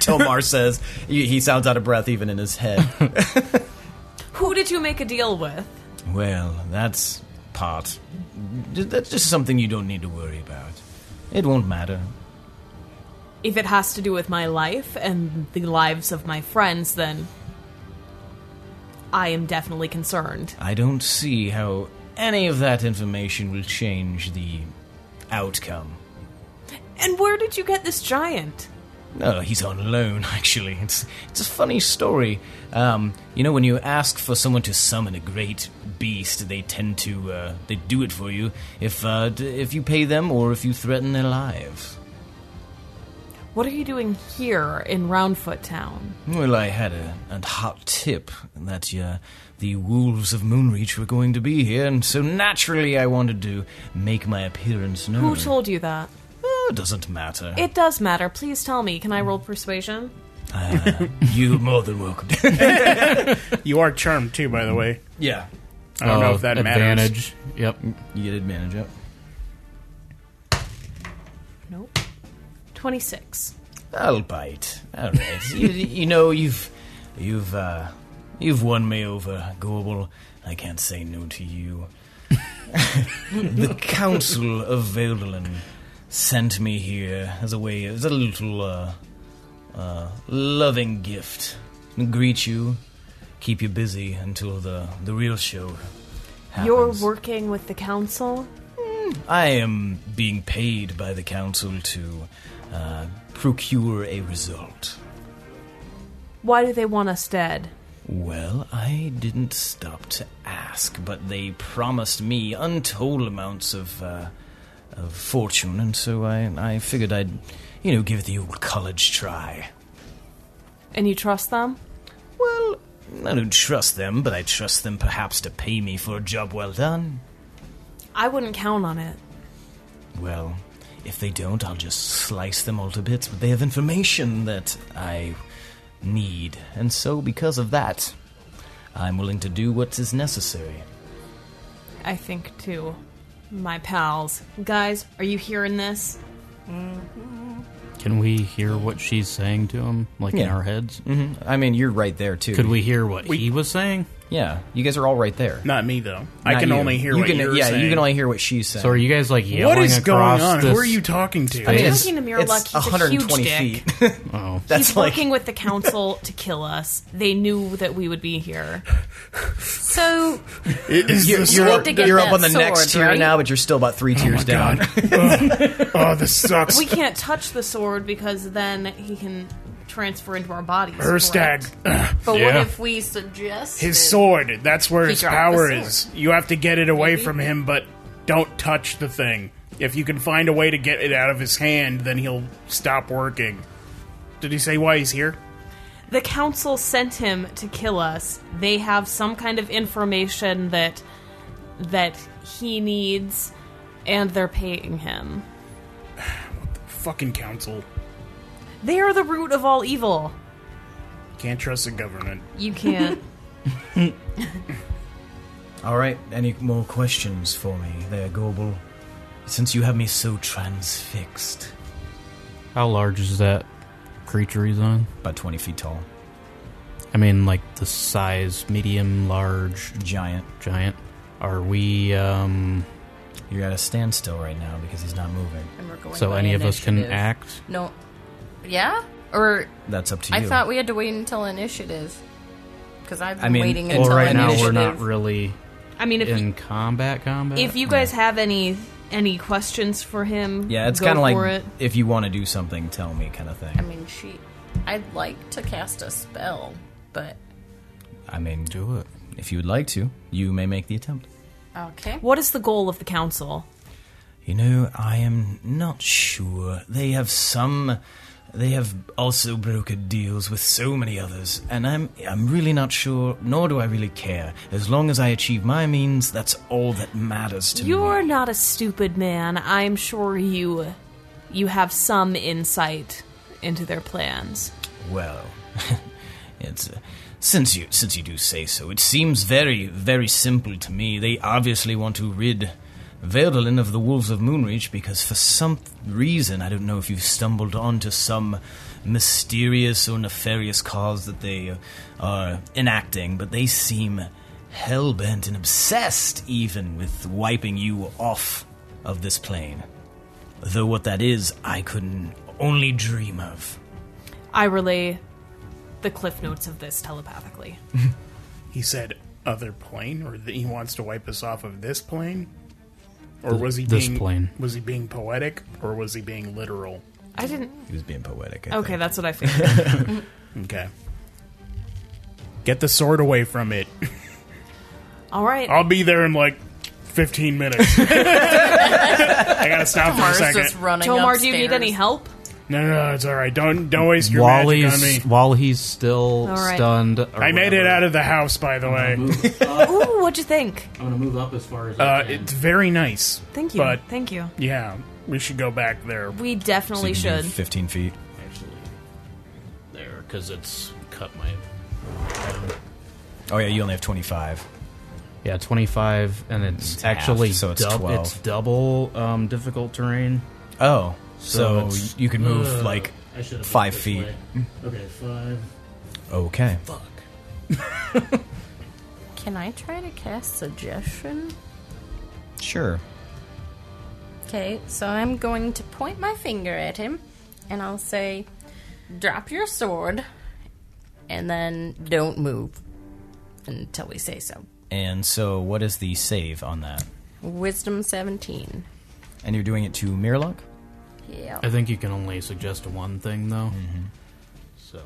[SPEAKER 3] Tomar says he he sounds out of breath even in his head.
[SPEAKER 1] Who did you make a deal with?
[SPEAKER 3] Well, that's part. That's just something you don't need to worry about. It won't matter.
[SPEAKER 1] If it has to do with my life and the lives of my friends, then I am definitely concerned.
[SPEAKER 3] I don't see how any of that information will change the outcome.
[SPEAKER 1] And where did you get this giant?
[SPEAKER 3] No, he's on loan, actually. It's, it's a funny story. Um, you know, when you ask for someone to summon a great beast, they tend to uh, they do it for you if, uh, d- if you pay them or if you threaten their lives.
[SPEAKER 1] What are you doing here in Roundfoot Town?
[SPEAKER 3] Well, I had a, a hot tip that uh, the wolves of Moonreach were going to be here, and so naturally I wanted to make my appearance known.
[SPEAKER 1] Who told you that?
[SPEAKER 3] Oh, doesn't matter.
[SPEAKER 1] It does matter. Please tell me. Can I roll persuasion?
[SPEAKER 3] you more than welcome.
[SPEAKER 4] you are charmed too, by the way.
[SPEAKER 3] yeah,
[SPEAKER 4] I don't know if that matters.
[SPEAKER 5] Oh, Uh, advantage. Yep.
[SPEAKER 3] you get advantage. Yep.
[SPEAKER 1] Nope. 26.
[SPEAKER 3] I'll bite. All right. you, you know you've you've uh, you've won me over, Gorbel. I can't say no to you. the Council of Veldolin sent me here as a way, as a little uh, uh, loving gift. Greet you, keep you busy until the the real show. Happens.
[SPEAKER 1] You're working with the council?
[SPEAKER 3] I am being paid by the council to uh, procure a result.
[SPEAKER 1] Why do they want us dead?
[SPEAKER 3] Well, I didn't stop to ask, but they promised me untold amounts of uh, of fortune, and so I I figured I'd you know give it the old college try.
[SPEAKER 1] And you trust them?
[SPEAKER 3] Well, I don't trust them, but I trust them perhaps to pay me for a job well done.
[SPEAKER 1] I wouldn't count on it.
[SPEAKER 3] Well, if they don't, I'll just slice them all to bits, but they have information that I need, and so because of that, I'm willing to do what is necessary.
[SPEAKER 1] I think, too. My pals. Guys, are you hearing this?
[SPEAKER 5] Can we hear what she's saying to him, like in
[SPEAKER 3] Yeah. Mm-hmm.
[SPEAKER 5] our heads?
[SPEAKER 3] I mean, you're right there too.
[SPEAKER 5] Could we hear what he was saying?
[SPEAKER 3] Yeah, you guys are all right there.
[SPEAKER 4] Not me though. I
[SPEAKER 3] Not
[SPEAKER 4] can
[SPEAKER 3] you.
[SPEAKER 4] only hear
[SPEAKER 3] you
[SPEAKER 4] what
[SPEAKER 3] can,
[SPEAKER 4] you're
[SPEAKER 3] yeah,
[SPEAKER 4] saying.
[SPEAKER 3] you can only hear what she's saying.
[SPEAKER 5] So are you guys like yelling
[SPEAKER 4] What is
[SPEAKER 5] across
[SPEAKER 4] going on?
[SPEAKER 5] This?
[SPEAKER 4] Who are you talking to?
[SPEAKER 1] I'm
[SPEAKER 3] It's-
[SPEAKER 1] talking to Mirror
[SPEAKER 3] it's
[SPEAKER 1] Luck. He's a huge
[SPEAKER 3] 120
[SPEAKER 1] dick.
[SPEAKER 3] feet.
[SPEAKER 5] Oh,
[SPEAKER 3] That's
[SPEAKER 1] He's
[SPEAKER 3] like
[SPEAKER 1] working with the council to kill us. They knew that we would be here.
[SPEAKER 6] So
[SPEAKER 4] It is
[SPEAKER 3] you're,
[SPEAKER 4] the
[SPEAKER 3] you're
[SPEAKER 6] need
[SPEAKER 3] up,
[SPEAKER 4] sword-
[SPEAKER 6] to get
[SPEAKER 3] you're
[SPEAKER 6] that
[SPEAKER 3] up on the next
[SPEAKER 6] sword,
[SPEAKER 3] tier
[SPEAKER 6] right?
[SPEAKER 3] now, but you're still about three tiers down.
[SPEAKER 4] oh, this sucks.
[SPEAKER 1] We can't touch the sword because then he can transfer into our bodies.
[SPEAKER 4] Herstag,
[SPEAKER 1] correct?
[SPEAKER 6] But
[SPEAKER 5] Yeah.
[SPEAKER 6] what if we suggest
[SPEAKER 4] his sword. That's where
[SPEAKER 6] He
[SPEAKER 4] his
[SPEAKER 6] dropped
[SPEAKER 4] power
[SPEAKER 6] the sword.
[SPEAKER 4] is. You have to get it away
[SPEAKER 6] Maybe.
[SPEAKER 4] from him, but don't touch the thing. If you can find a way to get it out of his hand, then he'll stop working. Did he say why he's here?
[SPEAKER 1] The council sent him to kill us. They have some kind of information that that he needs, and they're paying him.
[SPEAKER 4] Fucking council.
[SPEAKER 1] They are the root of all evil.
[SPEAKER 4] Can't trust the government.
[SPEAKER 1] You can't.
[SPEAKER 3] All right. Any more questions for me, there, Goble? Since you have me so transfixed,
[SPEAKER 5] how large is that creature he's on?
[SPEAKER 3] about twenty feet tall,
[SPEAKER 5] I mean, like the size, medium, large,
[SPEAKER 3] giant.
[SPEAKER 5] giant. Are we? um
[SPEAKER 3] You're at a standstill right now because he's not moving.
[SPEAKER 6] And we're going
[SPEAKER 5] So
[SPEAKER 6] by
[SPEAKER 5] any of us can
[SPEAKER 6] initiative.
[SPEAKER 5] act.
[SPEAKER 6] No. Yeah? Or
[SPEAKER 3] That's up to
[SPEAKER 6] I
[SPEAKER 3] you.
[SPEAKER 6] thought we had to wait until initiative. Because I've been
[SPEAKER 3] mean,
[SPEAKER 6] waiting
[SPEAKER 3] well,
[SPEAKER 5] Well,
[SPEAKER 6] until
[SPEAKER 5] right now
[SPEAKER 6] initiative.
[SPEAKER 5] we're not really
[SPEAKER 1] I mean, if
[SPEAKER 5] in
[SPEAKER 1] you,
[SPEAKER 5] combat. Combat.
[SPEAKER 1] if you guys have any any questions for him,
[SPEAKER 3] yeah, it's
[SPEAKER 1] go
[SPEAKER 3] kind of like
[SPEAKER 1] for it.
[SPEAKER 3] if you want to do something, tell me, kind of
[SPEAKER 6] I
[SPEAKER 3] thing.
[SPEAKER 6] mean, she. I'd like to cast a spell, but.
[SPEAKER 3] I mean,
[SPEAKER 5] do it.
[SPEAKER 3] if you would like to, you may make the attempt.
[SPEAKER 6] Okay.
[SPEAKER 1] What is the goal of the council?
[SPEAKER 3] You know, I am not sure. They have some. They have also brokered deals with so many others, and I'm I'm really not sure. Nor do I really care. As long as I achieve my means, that's all that matters to
[SPEAKER 1] You're
[SPEAKER 3] me.
[SPEAKER 1] not a stupid man. I'm sure you you have some insight into their plans.
[SPEAKER 3] Well, it's uh, since you since you do say so. It seems very very simple to me. They obviously want to rid Verdolin of the Wolves of Moonreach because for some reason I don't know if you've stumbled onto some mysterious or nefarious cause that they uh, are enacting, but they seem hell bent and obsessed even with wiping you off of this plane. Though what that is, I couldn't only dream of.
[SPEAKER 1] I relay the cliff notes of this telepathically.
[SPEAKER 4] He said other plane, or that he wants to wipe us off of this plane. Or was he
[SPEAKER 5] this
[SPEAKER 4] being,
[SPEAKER 5] plane.
[SPEAKER 4] Was he being poetic, or was he being literal?
[SPEAKER 1] I didn't.
[SPEAKER 3] He was being poetic. I
[SPEAKER 1] Okay,
[SPEAKER 3] think.
[SPEAKER 1] that's what I figured.
[SPEAKER 4] Okay. Get the sword away from it.
[SPEAKER 1] All right.
[SPEAKER 4] I'll be there in like 15 minutes. I gotta stop for a
[SPEAKER 6] Mars
[SPEAKER 4] second.
[SPEAKER 6] just running
[SPEAKER 1] Tomar, do you need
[SPEAKER 6] upstairs.
[SPEAKER 1] any help?
[SPEAKER 4] no, no, no, it's all right. Don't don't waste your
[SPEAKER 5] while
[SPEAKER 4] magic on
[SPEAKER 5] he's
[SPEAKER 4] me.
[SPEAKER 5] while he's still
[SPEAKER 1] All right.
[SPEAKER 5] stunned. or
[SPEAKER 4] I made it
[SPEAKER 5] whatever,
[SPEAKER 4] out of the house, by the way.
[SPEAKER 1] Ooh, what'd you think?
[SPEAKER 5] I'm gonna move up as far as.
[SPEAKER 4] Uh, it's very nice.
[SPEAKER 1] Thank you.
[SPEAKER 4] But
[SPEAKER 1] Thank you.
[SPEAKER 4] yeah, we should go back there.
[SPEAKER 1] We definitely
[SPEAKER 3] You can do
[SPEAKER 1] should.
[SPEAKER 3] 15 feet.
[SPEAKER 5] actually there because it's cut my.
[SPEAKER 3] Oh, yeah, you only have 25.
[SPEAKER 5] Yeah, 25, and it's,
[SPEAKER 3] half,
[SPEAKER 5] actually
[SPEAKER 3] so it's
[SPEAKER 5] dub-
[SPEAKER 3] 12.
[SPEAKER 5] it's double um, difficult terrain.
[SPEAKER 3] Oh, so,
[SPEAKER 5] So it's-
[SPEAKER 3] you can move,
[SPEAKER 5] Ugh,
[SPEAKER 3] like,
[SPEAKER 5] I should've looked
[SPEAKER 3] five
[SPEAKER 5] this
[SPEAKER 3] feet.
[SPEAKER 5] way. Okay, five.
[SPEAKER 3] okay.
[SPEAKER 6] Can I try to cast suggestion?
[SPEAKER 3] Sure.
[SPEAKER 6] Okay, so I'm going to point my finger at him and I'll say, drop your sword and then don't move until we say so.
[SPEAKER 3] And so what is the save on that?
[SPEAKER 6] Wisdom 17.
[SPEAKER 3] And you're doing it to Mirlock?
[SPEAKER 6] Yeah.
[SPEAKER 5] I think you can only suggest one thing though. So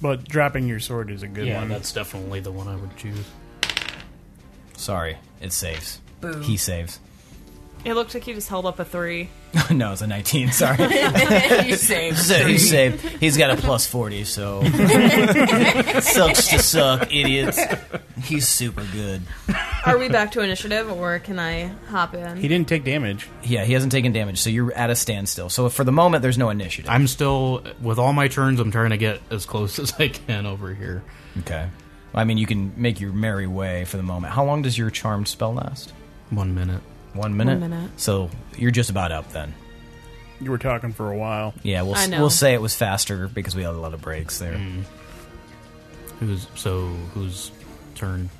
[SPEAKER 4] But dropping your sword is a good
[SPEAKER 5] yeah,
[SPEAKER 4] one.
[SPEAKER 5] that's definitely the one I would choose.
[SPEAKER 3] Sorry, it saves. He saves.
[SPEAKER 1] It looked like you just held up a three.
[SPEAKER 3] no, it's a 19, sorry.
[SPEAKER 6] you saved.
[SPEAKER 3] so he saved. He's got a plus 40, so. Sucks to suck, idiots. He's super good.
[SPEAKER 1] Are we back to initiative, or can I hop
[SPEAKER 4] he
[SPEAKER 1] in?
[SPEAKER 4] didn't take damage.
[SPEAKER 3] Yeah, he hasn't taken damage, so you're at a standstill. So for the moment, there's no initiative.
[SPEAKER 5] I'm still with all my turns. I'm trying to get as close as I can over here.
[SPEAKER 3] Okay. Well, I mean, you can make your merry way for the moment. How long does your charmed spell last?
[SPEAKER 5] One minute.
[SPEAKER 3] One minute.
[SPEAKER 1] minute.
[SPEAKER 3] So you're just about up then.
[SPEAKER 4] You were talking for a while.
[SPEAKER 3] Yeah, we'll
[SPEAKER 1] I know.
[SPEAKER 3] we'll say it was faster
[SPEAKER 5] Mm.
[SPEAKER 3] because we had a lot of breaks there.
[SPEAKER 5] Who's so? Whose turn?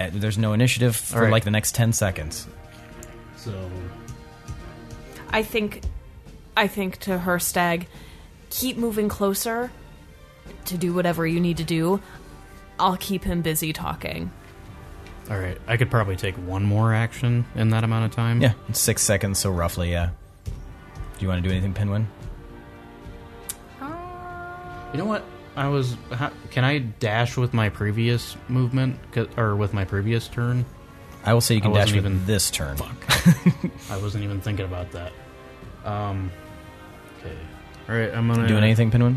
[SPEAKER 3] Uh, There's no initiative for
[SPEAKER 5] All right.
[SPEAKER 3] like the next ten seconds.
[SPEAKER 5] So
[SPEAKER 1] I think, I think to her stag, keep moving closer to do whatever you need to do. I'll keep him busy talking.
[SPEAKER 5] all right, I could probably take one more action in that amount of time.
[SPEAKER 3] Yeah, it's six seconds, so roughly. Yeah. Do you want to do anything, Pinwin?
[SPEAKER 5] You know what? I was. How, can I dash with my previous movement 'Cause- or with my previous turn?
[SPEAKER 3] I will say you can
[SPEAKER 5] I
[SPEAKER 3] dash
[SPEAKER 5] wasn't
[SPEAKER 3] with
[SPEAKER 5] even-
[SPEAKER 3] this turn.
[SPEAKER 5] I wasn't even thinking about that. Um. Okay. All right, I'm gonna
[SPEAKER 3] Doing anything, Pinwin?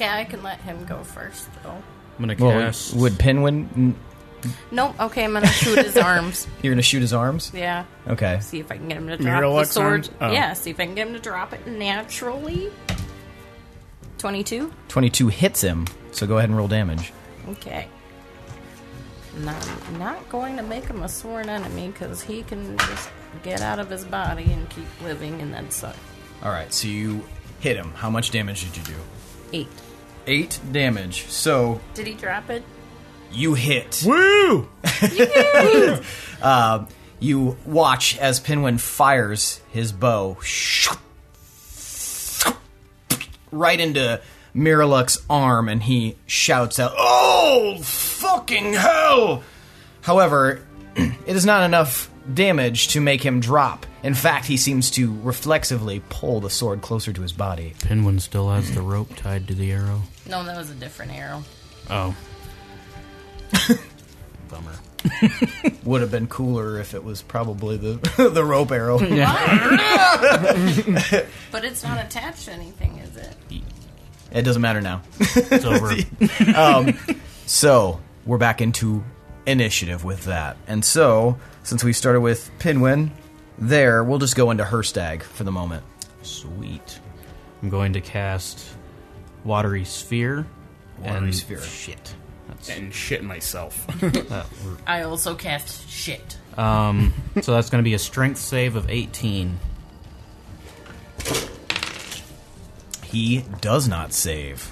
[SPEAKER 6] Yeah, I can let him go first, though.
[SPEAKER 5] I'm gonna
[SPEAKER 3] Well,
[SPEAKER 5] cast.
[SPEAKER 3] would Pinwin?
[SPEAKER 6] Nope, okay, I'm gonna shoot his arms.
[SPEAKER 3] You're gonna shoot his arms?
[SPEAKER 6] Yeah.
[SPEAKER 3] Okay.
[SPEAKER 6] See if I can get him to drop the
[SPEAKER 4] Miralax
[SPEAKER 6] sword.
[SPEAKER 4] arms? Oh.
[SPEAKER 6] Yeah, see if I can get him to drop it naturally. 22?
[SPEAKER 3] Twenty-two hits him, so go ahead and roll damage.
[SPEAKER 6] Okay. And I'm not going to make him a sworn enemy because he can just get out of his body and keep living, and that sucks.
[SPEAKER 3] All right, so you hit him. How much damage did you do?
[SPEAKER 6] Eight.
[SPEAKER 3] Eight damage. So
[SPEAKER 6] Did he drop it?
[SPEAKER 3] you hit. Uh,
[SPEAKER 4] Woo!
[SPEAKER 3] You watch as Pinwin fires his bow right into Miraluk's arm, and he shouts out, "Oh, fucking hell!" However, it is not enough damage to make him drop. In fact, he seems to reflexively pull the sword closer to his body.
[SPEAKER 5] Pinwin still has the rope tied to the arrow.
[SPEAKER 6] No, that was a different arrow.
[SPEAKER 5] Oh. Bummer.
[SPEAKER 3] Would have been cooler if it was probably the the rope arrow.
[SPEAKER 6] But it's not attached to anything, is it?
[SPEAKER 3] It doesn't matter now.
[SPEAKER 5] It's over.
[SPEAKER 3] So we're back into initiative with that. And so, since we started with Pinwin, there, we'll just go into her stag for the moment.
[SPEAKER 5] Sweet. I'm going to cast Watery Sphere.
[SPEAKER 3] Watery
[SPEAKER 5] and-
[SPEAKER 3] Sphere.
[SPEAKER 5] Shit.
[SPEAKER 4] And shit myself.
[SPEAKER 6] I also cast shit.
[SPEAKER 5] Um, so that's going to be a strength save of 18.
[SPEAKER 3] He does not save.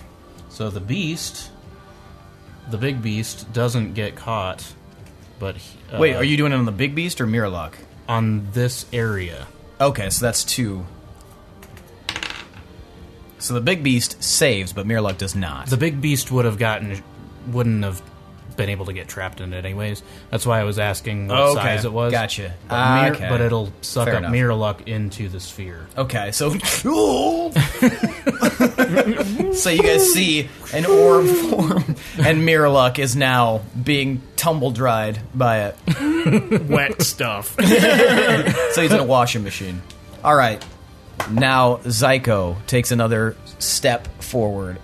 [SPEAKER 5] So the beast, the big beast, doesn't get caught, but he- uh,
[SPEAKER 3] Wait, are you doing it on the big beast or Miralok?
[SPEAKER 5] on this area?
[SPEAKER 3] Okay, so that's two. So the big beast saves, but Miralok does not.
[SPEAKER 5] The big beast would have gotten, wouldn't have been able to get trapped in it anyways. That's why I was asking what
[SPEAKER 3] Okay,
[SPEAKER 5] size it was.
[SPEAKER 3] gotcha.
[SPEAKER 5] But,
[SPEAKER 3] Ah,
[SPEAKER 5] Mir-
[SPEAKER 3] okay.
[SPEAKER 5] but it'll suck
[SPEAKER 3] Fair
[SPEAKER 5] up
[SPEAKER 3] enough.
[SPEAKER 5] mirror luck into the sphere.
[SPEAKER 3] Okay, so so you guys see an orb form, and Miraluk is now being tumble dried by it.
[SPEAKER 4] Wet stuff.
[SPEAKER 3] So he's in a washing machine. All right. Now Zyko takes another step forward.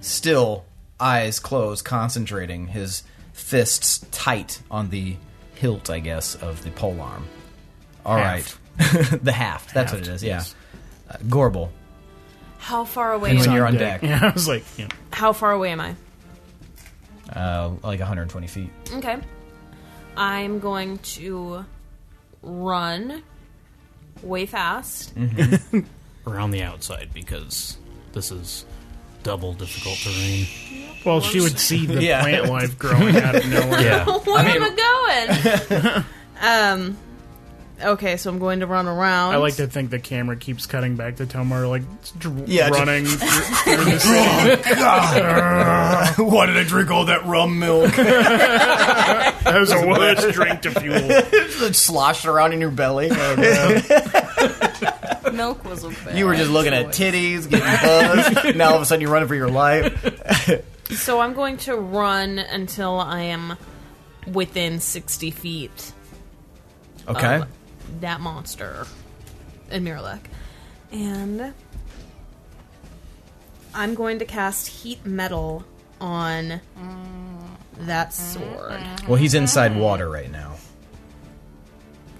[SPEAKER 3] Still, eyes closed, concentrating, his fists tight on the hilt, I guess, of the polearm. All right,
[SPEAKER 4] Haft.
[SPEAKER 3] the haft. That's what it is, yeah. Uh, Gorbel,
[SPEAKER 1] How far away?
[SPEAKER 3] when
[SPEAKER 1] Am,
[SPEAKER 3] you're on deck.
[SPEAKER 4] Yeah, I was like, yeah.
[SPEAKER 1] how far away am I?
[SPEAKER 3] Uh, like 120 feet.
[SPEAKER 1] Okay. I'm going to run way fast.
[SPEAKER 5] Around the outside because this is double difficult terrain.
[SPEAKER 4] Well, she would see the
[SPEAKER 3] Yeah.
[SPEAKER 4] plant life growing out of nowhere.
[SPEAKER 5] Yeah.
[SPEAKER 1] Where am I going? um. Okay, so I'm going to run around.
[SPEAKER 4] I like to think the camera keeps cutting back to Tomar, like dr-
[SPEAKER 3] Yeah, just-
[SPEAKER 4] running through, through the city.
[SPEAKER 3] Why did I drink all that rum milk?
[SPEAKER 4] That was a worst drink to fuel.
[SPEAKER 3] sloshed around in your belly.
[SPEAKER 6] Milk was a bad
[SPEAKER 3] You were just looking at
[SPEAKER 6] choice.
[SPEAKER 3] titties, getting buzzed. now all of a sudden you're running for your life.
[SPEAKER 1] So I'm going to run until I am within 60 feet
[SPEAKER 3] Okay.
[SPEAKER 1] of that monster in Miralek. And I'm going to cast Heat Metal on that sword.
[SPEAKER 3] well, he's inside water right now.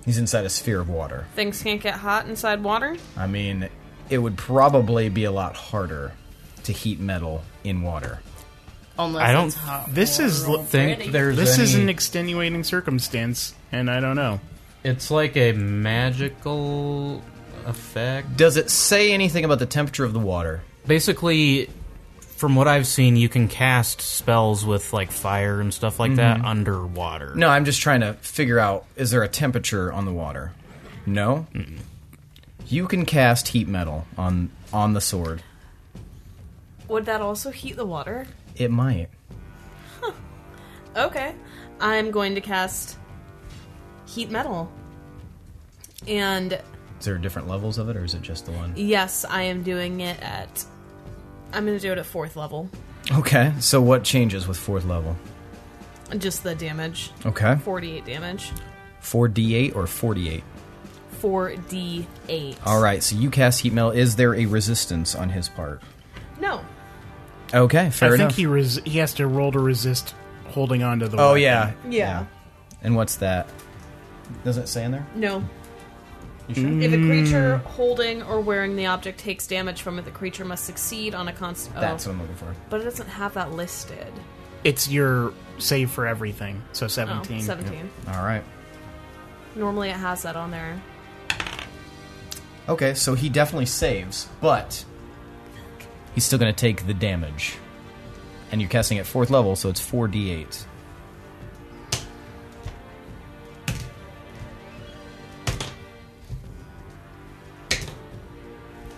[SPEAKER 3] He's inside a sphere of water.
[SPEAKER 1] Things can't get hot inside water.
[SPEAKER 3] I mean, it would probably be a lot harder to heat metal in water.
[SPEAKER 6] Unless
[SPEAKER 5] I don't
[SPEAKER 6] it's hot.
[SPEAKER 4] This is l-
[SPEAKER 5] Think there's
[SPEAKER 4] this is
[SPEAKER 5] any-
[SPEAKER 4] an extenuating circumstance, and I don't know.
[SPEAKER 5] It's like a magical effect.
[SPEAKER 3] Does it say anything about the temperature of the water?
[SPEAKER 5] Basically, from what I've seen, you can cast spells with like fire and stuff like that underwater.
[SPEAKER 3] No, I'm just trying to figure out is there a temperature on the water? No. You can cast heat metal on on the sword.
[SPEAKER 1] Would that also heat the water?
[SPEAKER 3] It might.
[SPEAKER 1] Okay. I'm going to cast heat metal. And
[SPEAKER 3] Is there different levels of it, or is it just the one?
[SPEAKER 1] yes, I am doing it at I'm going to do it at 4th level.
[SPEAKER 3] Okay. So what changes with fourth level?
[SPEAKER 1] Just the damage.
[SPEAKER 3] Okay.
[SPEAKER 1] 48 damage.
[SPEAKER 3] Four D eight or forty eight.
[SPEAKER 1] 4d8.
[SPEAKER 3] All right. So you cast heat metal. Is there a resistance on his part?
[SPEAKER 1] No.
[SPEAKER 3] Okay. Fair
[SPEAKER 4] I think
[SPEAKER 3] enough.
[SPEAKER 4] he res- he has to roll to resist holding on to the.
[SPEAKER 3] oh
[SPEAKER 4] weapon.
[SPEAKER 3] yeah.
[SPEAKER 1] Yeah.
[SPEAKER 3] And what's that? Does it say in there?
[SPEAKER 1] No. If a
[SPEAKER 3] Mm.
[SPEAKER 1] creature holding or wearing the object takes damage from it, the creature must succeed on a constant.
[SPEAKER 3] That's what I'm looking for.
[SPEAKER 1] But it doesn't have that listed.
[SPEAKER 4] It's your save for everything. So
[SPEAKER 1] Oh,
[SPEAKER 4] 17.
[SPEAKER 1] 17.
[SPEAKER 3] All right.
[SPEAKER 1] Normally it has that on there.
[SPEAKER 3] Okay, so he definitely saves, but he's still going to take the damage. And you're casting at fourth level, so it's 4d8.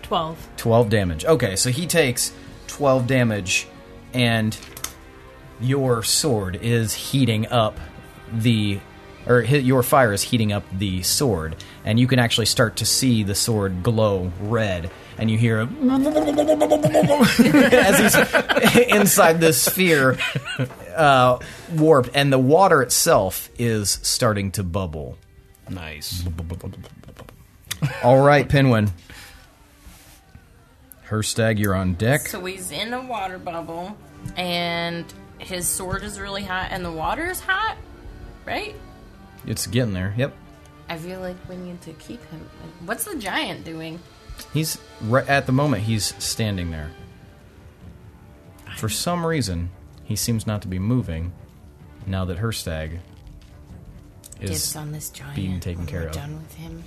[SPEAKER 1] Twelve.
[SPEAKER 3] 12 damage. Okay, so he takes 12 damage, and your sword is heating up the. Or hi- your fire is heating up the sword, and you can actually start to see the sword glow red, and you hear a as he's inside this sphere, uh, warped, and the water itself is starting to bubble.
[SPEAKER 5] Nice.
[SPEAKER 3] All right, Penguin. Herstag, you're on deck.
[SPEAKER 6] So he's in a water bubble, and his sword is really hot, and the water is hot, right?
[SPEAKER 3] It's getting there. Yep.
[SPEAKER 6] I feel like we need to keep him. What's the giant doing?
[SPEAKER 3] He's right at the moment he's standing there. For some reason, he seems not to be moving now that Herstag
[SPEAKER 6] Dibs
[SPEAKER 3] is
[SPEAKER 6] on this giant.
[SPEAKER 3] being taken
[SPEAKER 6] when
[SPEAKER 3] care
[SPEAKER 6] we're
[SPEAKER 3] of.
[SPEAKER 6] Done with him.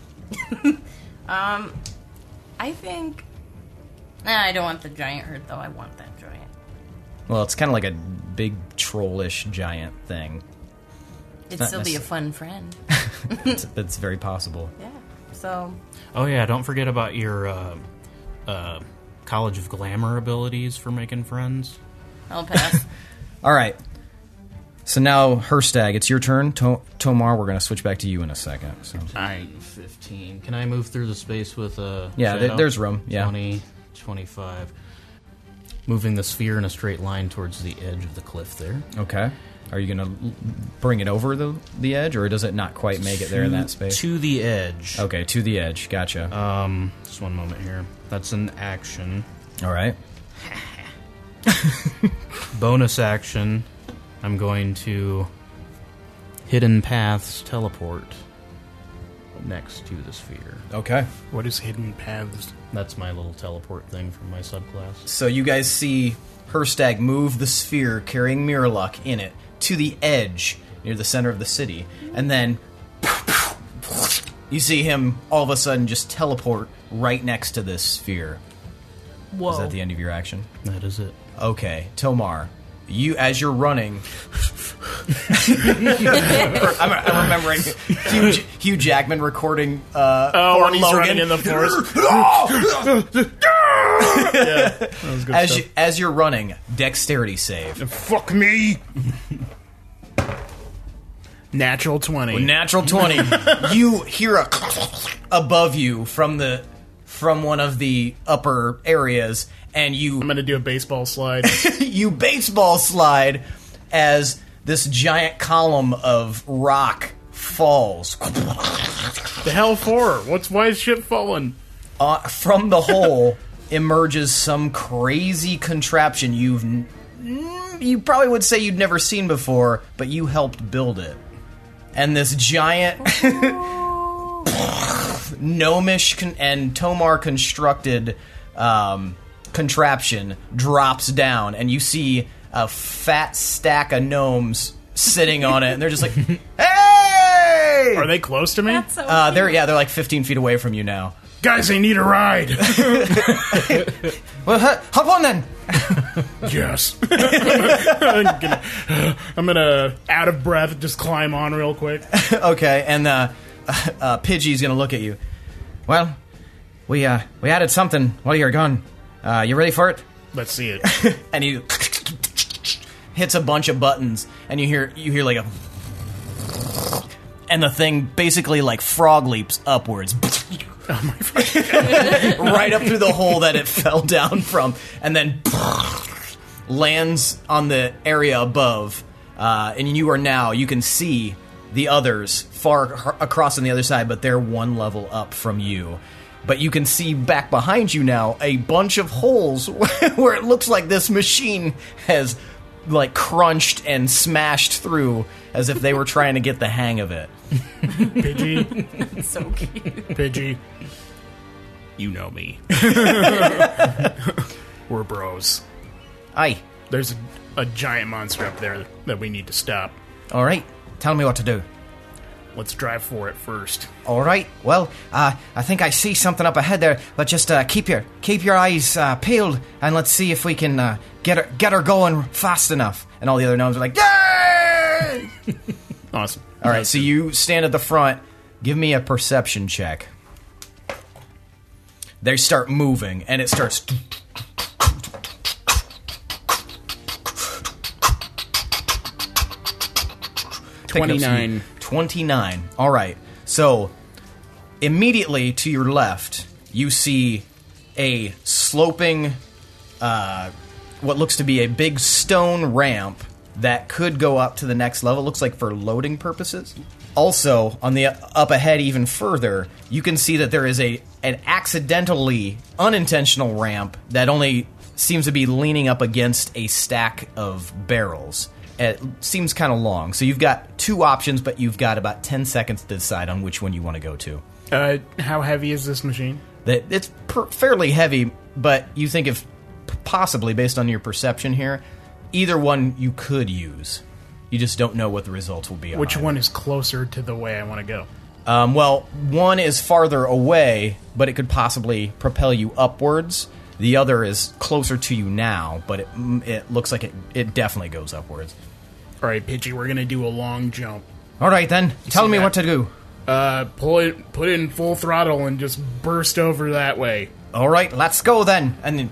[SPEAKER 6] um, I think. Nah, I don't want the giant hurt though. I want that giant.
[SPEAKER 3] well, it's kind of like a big trollish giant thing.
[SPEAKER 6] It'd
[SPEAKER 3] Not
[SPEAKER 6] still be a
[SPEAKER 3] necessar-
[SPEAKER 6] fun friend.
[SPEAKER 3] It's, that's very possible.
[SPEAKER 6] yeah. So
[SPEAKER 5] Oh yeah, don't forget about your uh, uh, College of Glamour abilities for making friends.
[SPEAKER 6] I'll pass.
[SPEAKER 3] All right. So now Herstag, it's your turn. To- Tomar, we're going to switch back to you in a second. So.
[SPEAKER 5] I 15. Can I move through the space with a
[SPEAKER 3] Yeah,
[SPEAKER 5] shadow?
[SPEAKER 3] there- there's room, yeah.
[SPEAKER 5] 20, 25. Moving the sphere in a straight line towards the edge of the cliff there.
[SPEAKER 3] Okay. Are you going to bring it over the the edge, or does it not quite make it there in that space? Oh.
[SPEAKER 5] To the edge.
[SPEAKER 3] Okay, to the edge. Gotcha.
[SPEAKER 5] Um, just one moment here. That's an action.
[SPEAKER 3] All right.
[SPEAKER 5] Bonus action. I'm going to hidden paths teleport next to the sphere.
[SPEAKER 3] Okay.
[SPEAKER 4] What is hidden paths?
[SPEAKER 5] That's my little teleport thing from my subclass.
[SPEAKER 3] So you guys see Herstag move the sphere carrying Miraluk in it to the edge near the center of the city, and then you see him all of a sudden just teleport right next to this sphere.
[SPEAKER 1] Whoa.
[SPEAKER 3] Is that the end of your action?
[SPEAKER 5] That is it.
[SPEAKER 3] Okay, Tomar. You, as you're running, I'm, I'm remembering Hugh, J- Hugh Jackman recording. Uh,
[SPEAKER 4] Oh,
[SPEAKER 3] Thor
[SPEAKER 4] when he's
[SPEAKER 3] Logan.
[SPEAKER 4] running in the forest.
[SPEAKER 3] as you, as you're running, dexterity save.
[SPEAKER 4] Fuck me! Natural 20.
[SPEAKER 3] Natural twenty. you hear a above you from the from one of the upper areas, and you
[SPEAKER 4] I'm gonna do a baseball slide.
[SPEAKER 3] you baseball slide as this giant column of rock falls
[SPEAKER 4] the hell for? What's why is shit falling?
[SPEAKER 3] uh, from the hole emerges some crazy contraption you've n- mm, you probably would say you'd never seen before, but you helped build it. And this giant gnomish con- and Tomar constructed um, contraption drops down, and you see a fat stack of gnomes sitting on it, and they're just like, "Hey!"
[SPEAKER 4] Are they close to me?
[SPEAKER 6] so
[SPEAKER 3] uh, they're yeah, they're like 15 feet away from you now.
[SPEAKER 4] Guys, I need a ride.
[SPEAKER 3] Well, hu- hop on then.
[SPEAKER 4] yes. I'm, gonna, I'm gonna, out of breath, just climb on real quick.
[SPEAKER 3] okay, and uh, uh, Pidgey's gonna look at you. Well, we uh, we added something while you were gone. Uh, you ready for it?
[SPEAKER 4] Let's see it.
[SPEAKER 3] And he hits a bunch of buttons, and you hear you hear like a, and the thing basically like frog leaps upwards. right up through the hole that it fell down from, and then lands on the area above. Uh, and you are now, you can see the others far ac- across on the other side, but they're one level up from you. But you can see back behind you now a bunch of holes where it looks like this machine has like crunched and smashed through as if they were trying to get the hang of it.
[SPEAKER 4] Pidgey,
[SPEAKER 6] so cute.
[SPEAKER 4] Pidgey, you know me. We're bros.
[SPEAKER 3] Aye.
[SPEAKER 4] There's a, a giant monster up there that we need to stop.
[SPEAKER 3] All right. Tell me what to do.
[SPEAKER 4] Let's drive for it first.
[SPEAKER 7] All right. Well, uh, I think I see something up ahead there, but just uh, keep your keep your eyes uh, peeled, and let's see if we can uh, get her get her going fast enough.
[SPEAKER 3] And all the other gnomes are like, Yay!
[SPEAKER 4] Awesome.
[SPEAKER 3] All right, so you stand at the front. Give me a perception check. They start moving, and it starts. picking up speed.
[SPEAKER 4] 29.
[SPEAKER 3] 29. All right. So immediately to your left, you see a sloping, uh, what looks to be a big stone ramp that could go up to the next level. Looks like for loading purposes. Also, on the up ahead, even further, you can see that there is a an accidentally unintentional ramp that only seems to be leaning up against a stack of barrels. It seems kind of long. So you've got two options, but you've got about 10 seconds to decide on which one you want to go to.
[SPEAKER 4] Uh, how heavy is this machine?
[SPEAKER 3] That It's per- fairly heavy, but you think if p- possibly, based on your perception here, either one you could use. You just don't know what the results will be. on
[SPEAKER 4] Which
[SPEAKER 3] either.
[SPEAKER 4] one is closer to the way I want to go?
[SPEAKER 3] Um, well, one is farther away, but it could possibly propel you upwards. The other is closer to you now, but it, mm, it looks like it, it definitely goes upwards.
[SPEAKER 4] All right, Pidgey, we're gonna do a long jump.
[SPEAKER 3] All right, then. Tell
[SPEAKER 4] see
[SPEAKER 3] me
[SPEAKER 4] that?
[SPEAKER 3] what to do.
[SPEAKER 4] Uh, pull it, put it in full throttle, and just burst over that way.
[SPEAKER 3] All right, let's go then. And then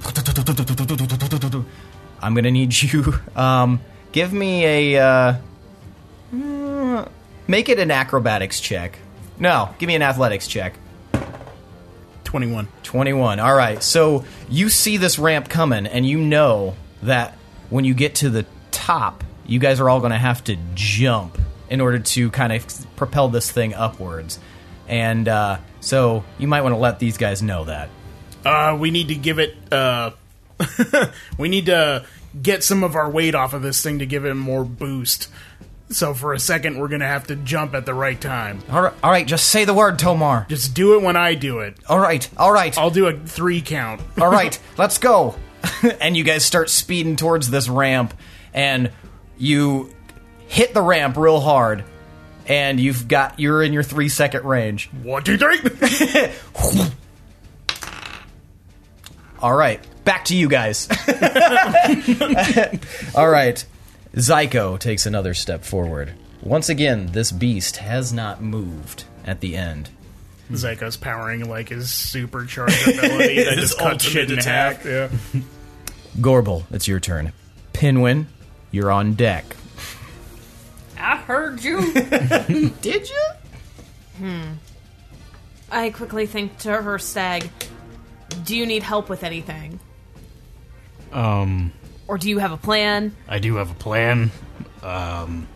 [SPEAKER 3] I'm gonna need you. Um, give me a uh, mm, make it an acrobatics check. No, give me an athletics check.
[SPEAKER 4] Twenty-one.
[SPEAKER 3] 21. All right. So you see this ramp coming, and you know that when you get to the top, you guys are all going to have to jump in order to kind of propel this thing upwards. And uh, so you might want to let these guys know that.
[SPEAKER 4] Uh, we need to give it. Uh, we need to get some of our weight off of this thing to give it more boost. So for a second, we're gonna have to jump at the right time.
[SPEAKER 3] All right. All right. Just say the word, Tomar.
[SPEAKER 4] Just do it when I do it.
[SPEAKER 3] All right. All right.
[SPEAKER 4] I'll do a three count.
[SPEAKER 3] all right, let's go. and you guys start speeding towards this ramp, and you hit the ramp real hard, and you've got you're in your three second range.
[SPEAKER 4] One, two, three.
[SPEAKER 3] All right, back to you guys. all right, Zyko takes another step forward. Once again, this beast has not moved at the end.
[SPEAKER 4] Zyko's powering like his supercharged ability that just cuts shit in half. Yeah.
[SPEAKER 3] Gorble, it's your turn. Pinwin, you're on deck.
[SPEAKER 6] I heard you.
[SPEAKER 3] Did you?
[SPEAKER 1] I quickly think to her stag, do you need help with anything?
[SPEAKER 5] Um,
[SPEAKER 1] Or do you have a plan?
[SPEAKER 3] Mm-hmm.
[SPEAKER 5] I do have a plan. Um,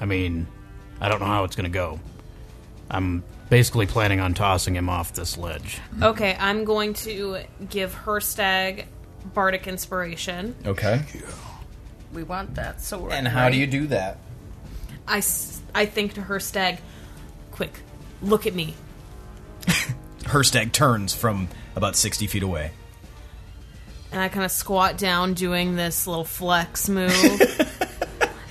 [SPEAKER 5] I mean, I don't know how it's gonna go. I'm basically planning on tossing him off this ledge.
[SPEAKER 1] Okay, I'm going to give her stag bardic inspiration.
[SPEAKER 3] Okay.
[SPEAKER 6] we want that sword.
[SPEAKER 3] And how do you do that?
[SPEAKER 1] I, s- I think to her stag, quick, look at me.
[SPEAKER 3] Herstag turns from about 60 feet away.
[SPEAKER 1] And I kind of squat down doing this little flex move.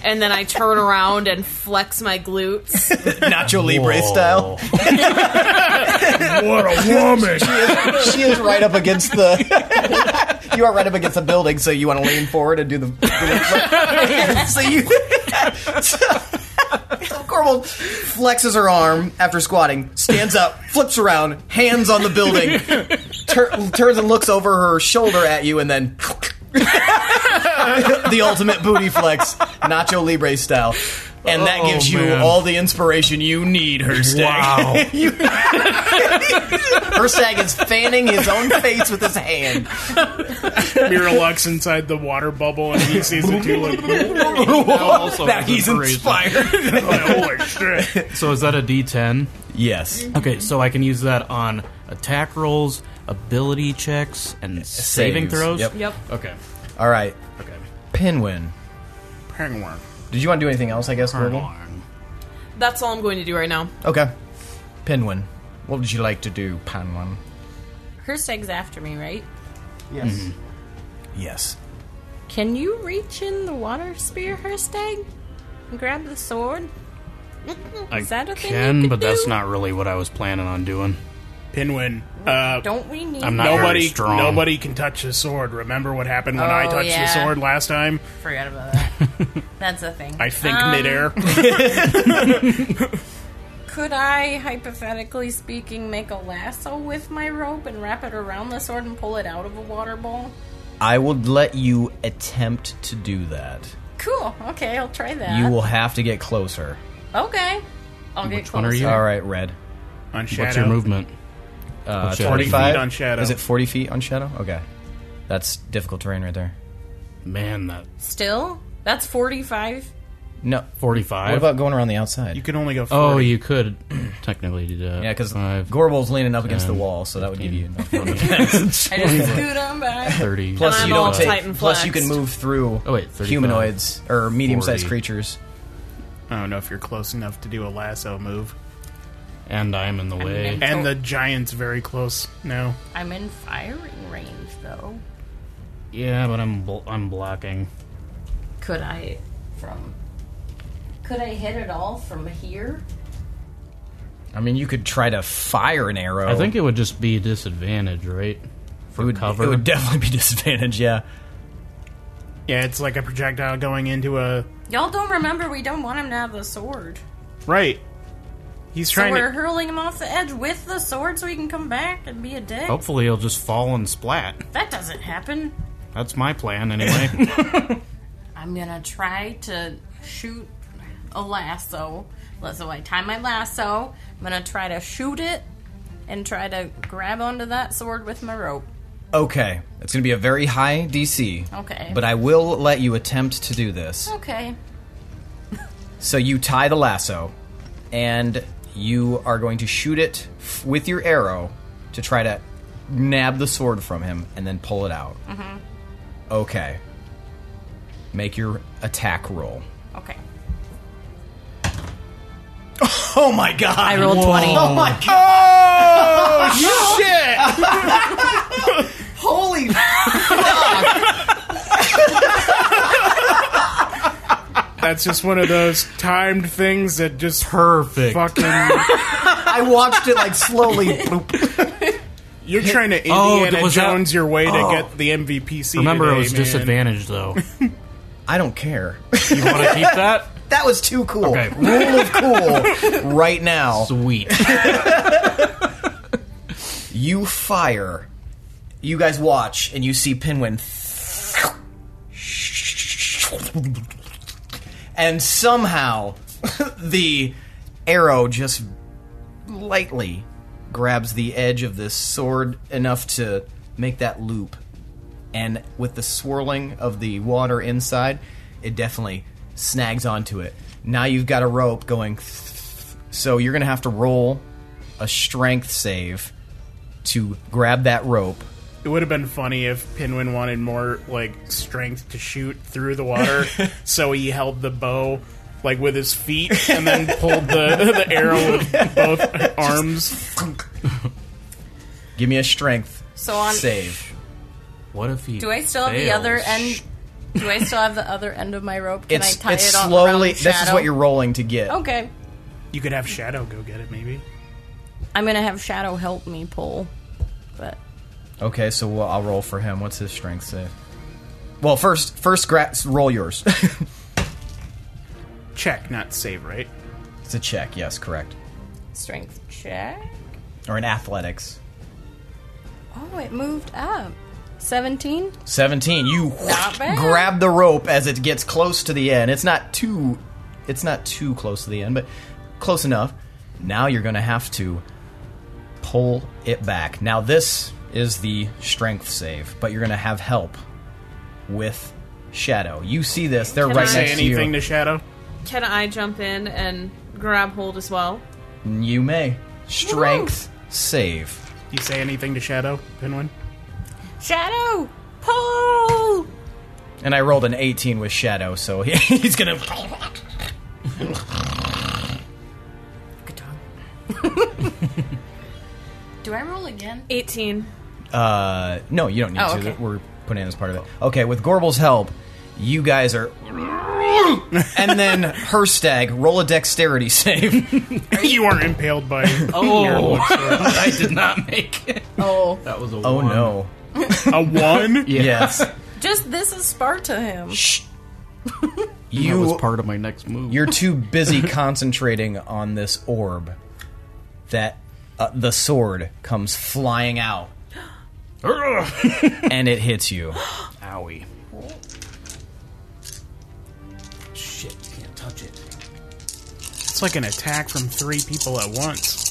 [SPEAKER 1] and then I turn around and flex my glutes.
[SPEAKER 3] Nacho Libre
[SPEAKER 5] Whoa.
[SPEAKER 3] style.
[SPEAKER 4] What a woman!
[SPEAKER 3] she is right up against the
[SPEAKER 7] you are right up against a building, so you want to lean forward and do the. Do the so you. so Corval flexes her arm after squatting, stands up, flips around, hands on the building, tur- turns and looks over her shoulder at you, and then. the ultimate booty flex, Nacho Libre style. And that
[SPEAKER 5] Oh,
[SPEAKER 7] gives you
[SPEAKER 5] man.
[SPEAKER 7] all the inspiration you need, her stag.
[SPEAKER 5] Wow.
[SPEAKER 7] Her stag is fanning his own face with his hand.
[SPEAKER 4] Miralux inside the water bubble, and he sees the two like,
[SPEAKER 5] also
[SPEAKER 7] Now
[SPEAKER 5] has
[SPEAKER 7] he's
[SPEAKER 5] inspiration.
[SPEAKER 7] inspired.
[SPEAKER 4] holy shit.
[SPEAKER 5] So is that a D10?
[SPEAKER 3] Yes.
[SPEAKER 5] Okay, so I can use that on attack rolls, ability checks, and saving
[SPEAKER 3] Saves.
[SPEAKER 5] throws.
[SPEAKER 3] Yep.
[SPEAKER 1] Yep.
[SPEAKER 5] Okay.
[SPEAKER 7] All right,
[SPEAKER 5] Okay.
[SPEAKER 7] Pinwin.
[SPEAKER 4] Penguin.
[SPEAKER 7] Did you want to do anything else? I guess. Corval?
[SPEAKER 1] That's all I'm going to do right now.
[SPEAKER 7] Okay. Pinwin, what would you like to do, Panwin?
[SPEAKER 6] Her seg's after me, right?
[SPEAKER 7] Yes. Yes.
[SPEAKER 6] Can you reach in the water, spear her stag, and grab the sword?
[SPEAKER 5] I
[SPEAKER 6] Is that a thing you
[SPEAKER 5] can,
[SPEAKER 6] could
[SPEAKER 5] but that's
[SPEAKER 6] do?
[SPEAKER 5] not really what I was planning on doing.
[SPEAKER 4] Penguin. Uh,
[SPEAKER 6] Don't we need?
[SPEAKER 5] I'm not very
[SPEAKER 4] nobody,
[SPEAKER 5] strong.
[SPEAKER 4] nobody can touch his sword. Remember what happened when I
[SPEAKER 6] Oh,
[SPEAKER 4] touched the
[SPEAKER 6] yeah.
[SPEAKER 4] sword last time?
[SPEAKER 6] Forgot about that. That's a thing.
[SPEAKER 4] I think
[SPEAKER 6] Um,
[SPEAKER 4] midair.
[SPEAKER 6] Could I, hypothetically speaking, make a lasso with my rope and wrap it around the sword and pull it out of a water bowl?
[SPEAKER 3] I would let you attempt to do that.
[SPEAKER 6] Cool. Okay, I'll try that.
[SPEAKER 3] You will have to get closer.
[SPEAKER 6] Okay. I'll get
[SPEAKER 5] Which one are you?
[SPEAKER 6] closer.
[SPEAKER 3] All right, Red.
[SPEAKER 4] on shadow.
[SPEAKER 5] What's your movement?
[SPEAKER 3] Uh,
[SPEAKER 5] Shadow.
[SPEAKER 3] 25?
[SPEAKER 4] 40 feet on shadow.
[SPEAKER 3] Is it 40 feet on shadow? Okay. That's difficult terrain right there.
[SPEAKER 5] Man, that
[SPEAKER 6] Still? That's 45?
[SPEAKER 3] No.
[SPEAKER 5] 45.
[SPEAKER 3] What about going around the outside?
[SPEAKER 4] You can only go 40.
[SPEAKER 5] oh, you could technically do that.
[SPEAKER 3] yeah, because
[SPEAKER 5] Five,
[SPEAKER 3] Gorbol's leaning up against
[SPEAKER 5] ten,
[SPEAKER 3] the wall, so that would give you enough.
[SPEAKER 6] I just scoot on by.
[SPEAKER 5] 30.
[SPEAKER 3] Plus,
[SPEAKER 1] I'm
[SPEAKER 3] you don't
[SPEAKER 1] all
[SPEAKER 3] take.
[SPEAKER 1] tight and
[SPEAKER 3] plus, you can
[SPEAKER 1] flexed.
[SPEAKER 3] move through
[SPEAKER 5] Oh, wait, 35.
[SPEAKER 3] humanoids or medium-sized
[SPEAKER 5] 40.
[SPEAKER 3] creatures.
[SPEAKER 4] I don't know if you're close enough to do a lasso move.
[SPEAKER 5] and I'm in the way.
[SPEAKER 4] And the giant's very close now.
[SPEAKER 6] I'm in firing range, though.
[SPEAKER 5] Yeah, but I'm bl- I'm blocking.
[SPEAKER 6] Could I from. Could I hit it all from here?
[SPEAKER 3] I mean, you could try to fire an arrow.
[SPEAKER 5] I think it would just be disadvantage, right? For
[SPEAKER 3] it would,
[SPEAKER 5] cover.
[SPEAKER 3] It would definitely be disadvantage. Yeah.
[SPEAKER 4] Yeah, it's like a projectile going into a.
[SPEAKER 6] Y'all don't remember we don't want him to have the sword.
[SPEAKER 4] Right. He's
[SPEAKER 6] So
[SPEAKER 4] trying
[SPEAKER 6] we're
[SPEAKER 4] to.
[SPEAKER 6] hurling him off the edge with the sword so he can come back and be a dick.
[SPEAKER 3] Oh.
[SPEAKER 5] Hopefully, it'll just fall and splat.
[SPEAKER 6] That doesn't happen.
[SPEAKER 5] That's my plan, anyway.
[SPEAKER 6] I'm gonna try to shoot a lasso. So I tie my lasso. I'm gonna try to shoot it and try to grab onto that sword with my rope.
[SPEAKER 3] Okay, it's going to be a very high DC.
[SPEAKER 6] Okay. Oh.
[SPEAKER 3] But I will let you attempt to do this.
[SPEAKER 6] Okay.
[SPEAKER 3] So you tie the lasso, and you are going to shoot it f- with your arrow to try to nab the sword from him and then pull it out. Mm-hmm. Okay. Make your attack roll.
[SPEAKER 6] Okay.
[SPEAKER 3] Oh my god! I
[SPEAKER 1] rolled 20.
[SPEAKER 3] Oh my god!
[SPEAKER 4] Oh, shit!
[SPEAKER 3] Holy!
[SPEAKER 4] That's just one of those timed things that just
[SPEAKER 5] Perfect.
[SPEAKER 4] fucking.
[SPEAKER 3] I watched it like slowly. Boop.
[SPEAKER 4] You're trying to
[SPEAKER 5] Oh,
[SPEAKER 4] Indiana
[SPEAKER 5] was that-
[SPEAKER 4] Jones your way to
[SPEAKER 5] Oh.
[SPEAKER 4] get the MVP seed.
[SPEAKER 5] Remember,
[SPEAKER 4] today,
[SPEAKER 5] it was
[SPEAKER 4] man.
[SPEAKER 5] disadvantage, though.
[SPEAKER 3] I don't care.
[SPEAKER 5] You want to keep that?
[SPEAKER 3] That was too cool.
[SPEAKER 5] Okay.
[SPEAKER 3] Rule of cool. Right now.
[SPEAKER 5] Sweet.
[SPEAKER 3] You fire. You guys watch, and you see Pinwin. And somehow, the arrow just lightly grabs the edge of this sword enough to make that loop. And with the swirling of the water inside, it definitely snags onto it. Now you've got a rope going. So you're going to have to roll a strength save to grab that rope.
[SPEAKER 4] It would have been funny if Pinwin wanted more like strength to shoot through the water, so he held the bow like with his feet and then pulled the, the arrow with both arms.
[SPEAKER 3] Give me a strength
[SPEAKER 6] So on.
[SPEAKER 3] save.
[SPEAKER 5] What if he?
[SPEAKER 6] Do I still have the
[SPEAKER 5] fails?
[SPEAKER 6] other end? Do I still have the other end of my rope? Can
[SPEAKER 3] It's
[SPEAKER 6] I tie
[SPEAKER 3] it's
[SPEAKER 6] it on
[SPEAKER 3] slowly.
[SPEAKER 6] around
[SPEAKER 3] This is
[SPEAKER 6] Shadow?
[SPEAKER 3] what you're rolling to get.
[SPEAKER 6] Okay.
[SPEAKER 4] You could have Shadow go get it, maybe.
[SPEAKER 6] I'm gonna have Shadow help me pull, but
[SPEAKER 3] Okay, so we'll, I'll roll for him. What's his strength save? Well, first, first gra- roll yours.
[SPEAKER 4] Check, not save, right?
[SPEAKER 3] it's a check. Yes, correct.
[SPEAKER 6] Strength check.
[SPEAKER 3] Or an athletics.
[SPEAKER 6] Oh, it moved up. 17?
[SPEAKER 3] 17 you
[SPEAKER 6] Not bad.
[SPEAKER 3] grab the rope as it gets close to the end it's not too it's not too close to the end but close enough now you're gonna have to pull it back now this is the strength save but you're gonna have help with shadow you see this they're right
[SPEAKER 1] I-
[SPEAKER 4] Say
[SPEAKER 3] next to you
[SPEAKER 4] anything to Shadow?
[SPEAKER 1] Can I jump in and grab hold as well?
[SPEAKER 3] you may strength save
[SPEAKER 4] You say anything to Shadow, Pinwin?
[SPEAKER 6] Shadow! Pull!
[SPEAKER 3] and i rolled an 18 with shadow so he, he's gonna
[SPEAKER 6] Good dog. Do I roll again?
[SPEAKER 1] 18.
[SPEAKER 3] Uh, no, you don't need
[SPEAKER 6] Oh,
[SPEAKER 3] to.
[SPEAKER 6] okay.
[SPEAKER 3] We're putting in as part of it. Okay, with Gorbel's help, you guys are. and then Herstag, roll a dexterity save.
[SPEAKER 4] you are impaled by.
[SPEAKER 5] Oh, I did not make it.
[SPEAKER 6] Oh.
[SPEAKER 5] That was a
[SPEAKER 3] Oh no.
[SPEAKER 4] A one?
[SPEAKER 3] Yes.
[SPEAKER 6] Just this is Sparta
[SPEAKER 5] That
[SPEAKER 6] him.
[SPEAKER 5] was
[SPEAKER 3] You,
[SPEAKER 5] part of my next move.
[SPEAKER 3] you're too busy concentrating on this orb that uh, the sword comes flying out and it hits you.
[SPEAKER 5] Owie. Shit, can't touch it.
[SPEAKER 4] It's like an attack from three people at once.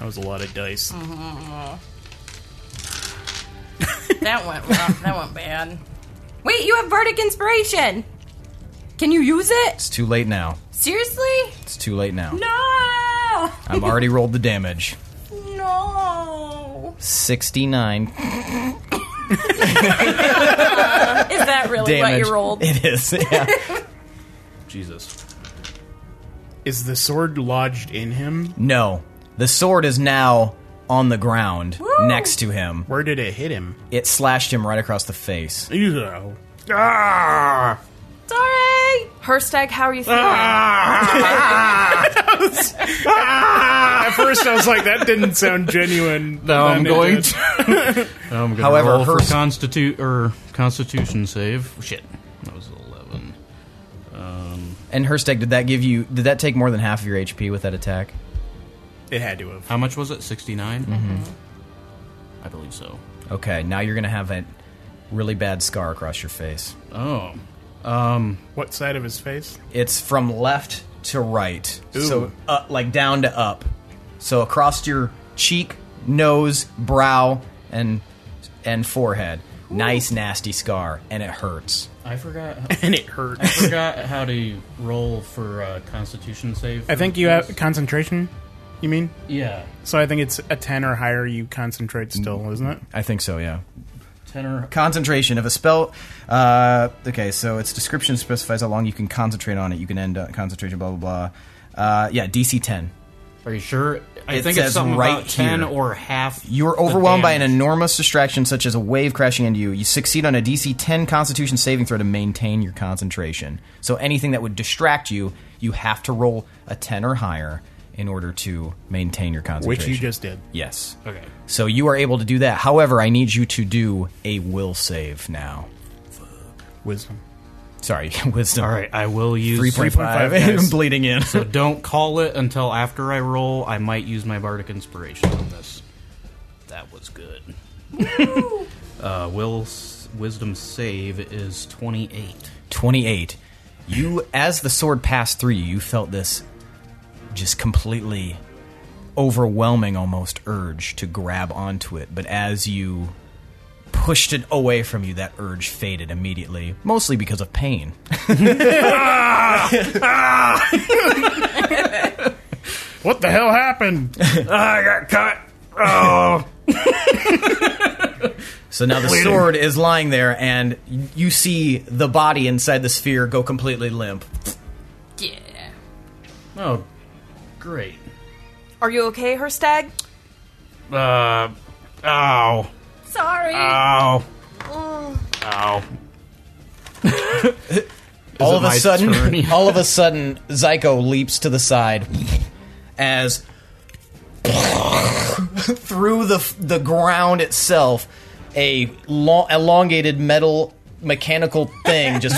[SPEAKER 4] That was a lot of dice.
[SPEAKER 6] That went rough. that went bad. Wait, you have Bardic Inspiration! Can you use it?
[SPEAKER 3] It's too late now.
[SPEAKER 6] Seriously?
[SPEAKER 3] It's too late now.
[SPEAKER 6] No!
[SPEAKER 3] I've already rolled the damage.
[SPEAKER 6] No!
[SPEAKER 3] 69
[SPEAKER 6] Is that really
[SPEAKER 3] damage.
[SPEAKER 6] what you rolled?
[SPEAKER 3] It is. Yeah.
[SPEAKER 5] Jesus.
[SPEAKER 4] Is the sword lodged in him?
[SPEAKER 3] No. The sword is now on the ground next to him.
[SPEAKER 4] Where did it hit him?
[SPEAKER 3] It slashed him right across the face.
[SPEAKER 4] Ew. Ah!
[SPEAKER 6] Sorry!
[SPEAKER 1] Herstag, how are you feeling?
[SPEAKER 3] Ah.
[SPEAKER 4] At first, I was like, that didn't sound genuine.
[SPEAKER 5] Now I'm
[SPEAKER 4] Then it
[SPEAKER 5] going
[SPEAKER 4] did.
[SPEAKER 5] to. Now I'm gonna
[SPEAKER 3] However,
[SPEAKER 5] roll for
[SPEAKER 3] her-
[SPEAKER 5] constitu- or Constitution save. Shit, that was eleven.
[SPEAKER 3] And Hersteg, did that give you? Did that take more than half of your HP with that attack?
[SPEAKER 4] It had to have.
[SPEAKER 5] How much was it? 69? Mm-hmm. I believe so.
[SPEAKER 3] Okay, now you're gonna have a really bad scar across your face.
[SPEAKER 5] Oh.
[SPEAKER 4] What side of his face?
[SPEAKER 3] It's from left to right,
[SPEAKER 4] Ooh.
[SPEAKER 3] so uh, like down to up. So across your cheek, nose, brow, and and forehead. Nice nasty scar, and it hurts.
[SPEAKER 5] I forgot
[SPEAKER 4] And it hurt.
[SPEAKER 5] I forgot how to roll for uh, Constitution save.
[SPEAKER 4] I think you have concentration. You mean?
[SPEAKER 5] Yeah.
[SPEAKER 4] So I think it's a ten or higher. You concentrate still, isn't it?
[SPEAKER 5] Mm.
[SPEAKER 3] I think so. Yeah.
[SPEAKER 5] Tenor.
[SPEAKER 3] concentration of a spell. Uh, okay, so its description specifies how long you can concentrate on it. You can end uh, concentration, blah blah blah. Uh, yeah, DC ten.
[SPEAKER 5] Are you sure? I
[SPEAKER 3] It
[SPEAKER 5] think it's
[SPEAKER 3] says
[SPEAKER 5] something
[SPEAKER 3] right
[SPEAKER 5] about 10
[SPEAKER 3] here.
[SPEAKER 5] or half.
[SPEAKER 3] You are
[SPEAKER 5] the
[SPEAKER 3] overwhelmed by an
[SPEAKER 5] damage.
[SPEAKER 3] enormous distraction, such as a wave crashing into you. You succeed on a DC 10 Constitution saving throw to maintain your concentration. So anything that would distract you, you have to roll a 10 or higher in order to maintain your
[SPEAKER 4] Which
[SPEAKER 3] concentration.
[SPEAKER 4] you just did.
[SPEAKER 3] yes.
[SPEAKER 5] Okay.
[SPEAKER 3] So you are able to do that. However, I need you to do a will save now.
[SPEAKER 4] Wisdom.
[SPEAKER 3] Sorry, wisdom.
[SPEAKER 5] All right, I will use.
[SPEAKER 3] Three point five.
[SPEAKER 4] guys.
[SPEAKER 3] bleeding in.
[SPEAKER 5] So don't call it until after I roll. I might use my bardic inspiration on this. That was good. uh, Will's wisdom save is twenty-eight.
[SPEAKER 3] 28. You, as the sword passed through you, you felt this just completely overwhelming almost urge to grab onto it. But as you pushed it away from you, that urge faded immediately, mostly because of pain.
[SPEAKER 4] What the hell happened? Ah,
[SPEAKER 5] I got caught.
[SPEAKER 4] Oh.
[SPEAKER 3] So now the sword is lying there, and you see the body inside the sphere go completely limp.
[SPEAKER 6] Yeah.
[SPEAKER 5] Oh, great.
[SPEAKER 1] Are you okay, Herstag?
[SPEAKER 5] Uh, ow,
[SPEAKER 6] Sorry!
[SPEAKER 3] Ah.
[SPEAKER 5] ow, ow.
[SPEAKER 3] all
[SPEAKER 5] it
[SPEAKER 3] of a
[SPEAKER 5] my
[SPEAKER 3] sudden,
[SPEAKER 5] turn?
[SPEAKER 3] all of a sudden, Zyko leaps to the side as through the f- the ground itself, a long, elongated metal mechanical thing just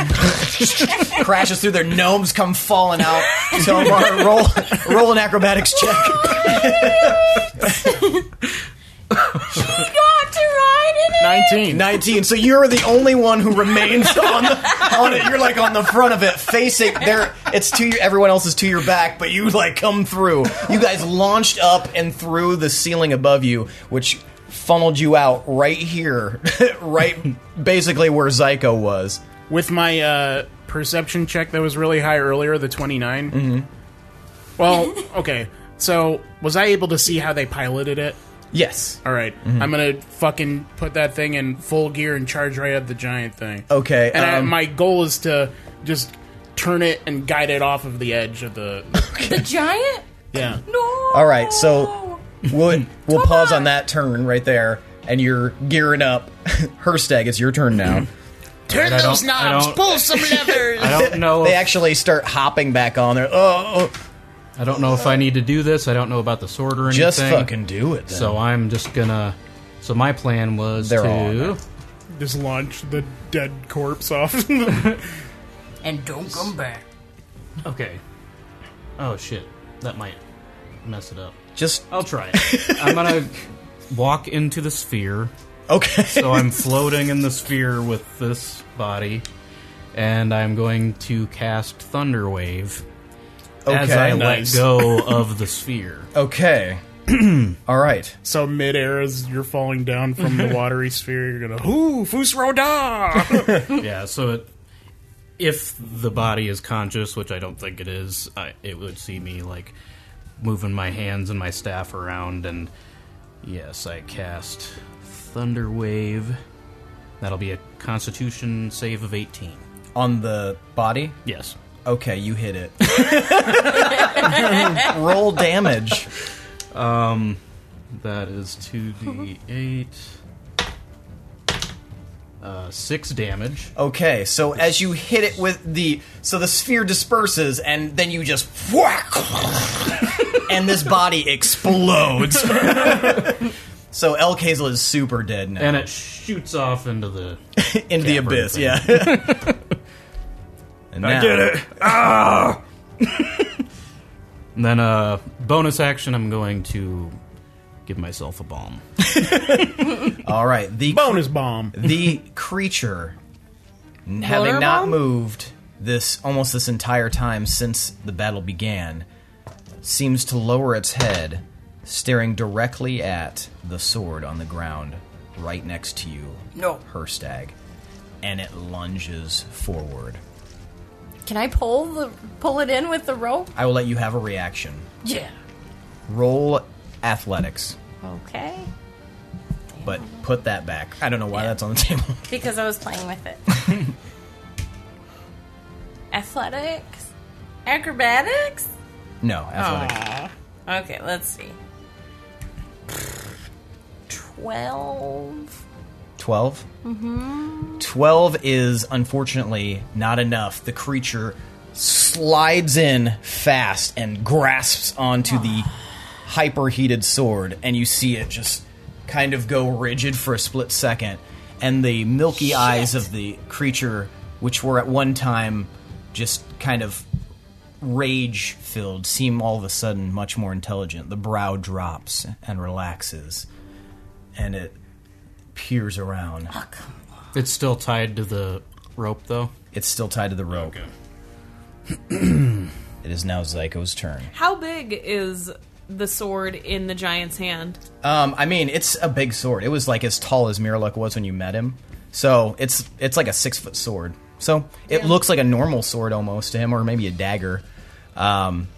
[SPEAKER 3] crashes through their gnomes come falling out so Mara, roll roll an acrobatics check
[SPEAKER 6] He got to ride in it.
[SPEAKER 4] 19.
[SPEAKER 3] 19 so you're the only one who remains on, the, on it you're like on the front of it facing there it's to your everyone else is to your back but you like come through you guys launched up and through the ceiling above you which funneled you out right here right basically where zyko was
[SPEAKER 4] With my uh, perception check that was really high earlier, the 29. Well, okay. So, was I able to see how they piloted it?
[SPEAKER 3] yes
[SPEAKER 4] All right. I'm gonna fucking put that thing in full gear and charge right at the giant thing.
[SPEAKER 3] Okay,
[SPEAKER 4] And I,
[SPEAKER 3] um,
[SPEAKER 4] my goal is to just turn it and guide it off of the edge of the.
[SPEAKER 6] The giant?
[SPEAKER 4] yeah.
[SPEAKER 6] No.
[SPEAKER 3] All right, so we'll we'll pause on that turn right there, and you're gearing up. Herstag, it's your turn now.
[SPEAKER 4] Turn
[SPEAKER 5] I those don't- I knobs, don't- pull
[SPEAKER 4] some levers.
[SPEAKER 5] I don't know.
[SPEAKER 3] They
[SPEAKER 5] if-
[SPEAKER 3] actually start hopping back on there. Oh, oh,
[SPEAKER 5] I don't know if I need to do this. I don't know about the sword or anything.
[SPEAKER 3] just fucking do it. Then.
[SPEAKER 5] So uh, I'm just gonna. So my plan was
[SPEAKER 3] They're all on
[SPEAKER 5] to.
[SPEAKER 3] it.
[SPEAKER 4] Just launch the dead corpse off.
[SPEAKER 6] And don't come back.
[SPEAKER 5] Okay. Oh shit, that might mess it up.
[SPEAKER 3] just
[SPEAKER 5] I'll try it. I'm gonna walk into the sphere.
[SPEAKER 3] okay.
[SPEAKER 5] So I'm floating in the sphere with this body, and I'm going to cast Thunder Wave as
[SPEAKER 3] Okay,
[SPEAKER 5] I
[SPEAKER 4] nice.
[SPEAKER 5] let go of the sphere.
[SPEAKER 3] Okay. All right.
[SPEAKER 4] so midair as you're falling down from the watery sphere, you're gonna hoo fusroda.
[SPEAKER 5] Yeah, so it, if the body is conscious, which I don't think it is, I, it would see me like moving my hands and my staff around, and yes, I cast Thunder Wave. That'll be a Constitution save of 18.
[SPEAKER 3] On the body.
[SPEAKER 5] Yes.
[SPEAKER 3] Okay, you hit it. Roll damage.
[SPEAKER 5] That is 2d8. Uh, six damage.
[SPEAKER 3] Okay, so as you hit it with the so the sphere disperses and then you just whack and this body explodes. so El Kazel is super dead now.
[SPEAKER 5] And it shoots off into the.
[SPEAKER 3] into the
[SPEAKER 5] Cavern
[SPEAKER 3] abyss,
[SPEAKER 5] thing.
[SPEAKER 3] yeah. and now, I did it.
[SPEAKER 5] And then, uh, bonus action, I'm going to give myself a bomb.
[SPEAKER 3] All right, the
[SPEAKER 4] Bonus bomb.
[SPEAKER 3] the creature having not moved this almost this entire time since the battle began seems to lower its head staring directly at the sword on the ground right next to you no her stag and it lunges forward
[SPEAKER 6] Can I pull the pull it in with the rope?
[SPEAKER 3] i will let you have a reaction
[SPEAKER 6] Yeah.
[SPEAKER 3] roll athletics
[SPEAKER 6] Okay.
[SPEAKER 3] but put that back i don't know why that's on the table
[SPEAKER 6] Because I was playing with it. Athletics? Acrobatics?
[SPEAKER 3] no athletics
[SPEAKER 6] Okay, let's see. 12.
[SPEAKER 3] 12 12 is unfortunately not enough the creature slides in fast and grasps onto the hyperheated sword and you see it just kind of go rigid for a split second and the milky eyes of the creature which were at one time just kind of rage filled seem all of a sudden much more intelligent the brow drops and relaxes and it peers around
[SPEAKER 5] It's still tied to the rope, though.
[SPEAKER 3] It's still tied to the rope. it is now Zyko's turn.
[SPEAKER 1] How big is the sword in the giant's hand?
[SPEAKER 3] Um, I mean, it's a big sword. It was like as tall as Miraluk was when you met him. So it's it's like a six foot sword. So it looks like a normal sword almost to him, or maybe a dagger. Um,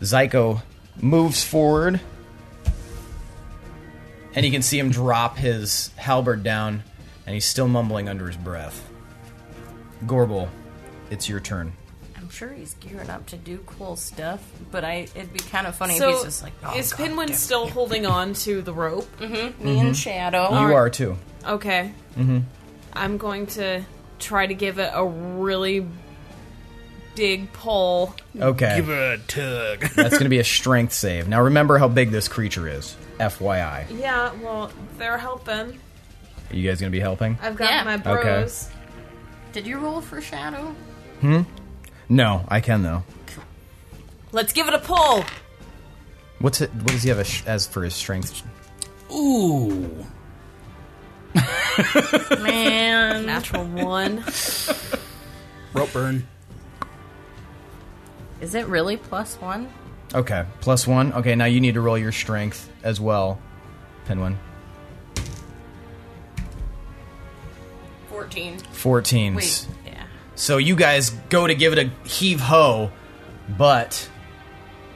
[SPEAKER 3] Zyko moves forward, and you can see him drop his halberd down, and he's still mumbling under his breath. Gorbel, it's your turn.
[SPEAKER 6] I'm sure he's gearing up to do cool stuff, but I it'd be kind of funny
[SPEAKER 1] so
[SPEAKER 6] if he's just like, oh,
[SPEAKER 1] is
[SPEAKER 6] God
[SPEAKER 1] Pinwin
[SPEAKER 6] damn it."
[SPEAKER 1] still holding on to the rope?
[SPEAKER 6] me and Shadow?
[SPEAKER 3] You are too.
[SPEAKER 1] Okay. Mm-hmm. I'm going to try to give it a really big pull.
[SPEAKER 3] Okay.
[SPEAKER 4] Give her a tug.
[SPEAKER 3] That's going to be a strength save. Now remember how big this creature is. FYI.
[SPEAKER 1] Yeah, well, they're helping.
[SPEAKER 3] Are you guys going to be helping?
[SPEAKER 1] I've got
[SPEAKER 6] Yeah.
[SPEAKER 1] my
[SPEAKER 3] Okay.
[SPEAKER 1] bros.
[SPEAKER 6] Did you roll for shadow?
[SPEAKER 3] No, I can though.
[SPEAKER 1] Let's give it a pull.
[SPEAKER 3] What's it? What does he have as, as for his strength?
[SPEAKER 5] Ooh.
[SPEAKER 6] Man.
[SPEAKER 1] Natural one.
[SPEAKER 4] Rope burn.
[SPEAKER 6] Is it really plus one?
[SPEAKER 3] Okay, plus one. Okay, now you need to roll your strength as well, Pinwin.
[SPEAKER 6] 14.
[SPEAKER 3] 14s.
[SPEAKER 6] Wait. Yeah.
[SPEAKER 3] So you guys go to give it a heave ho, but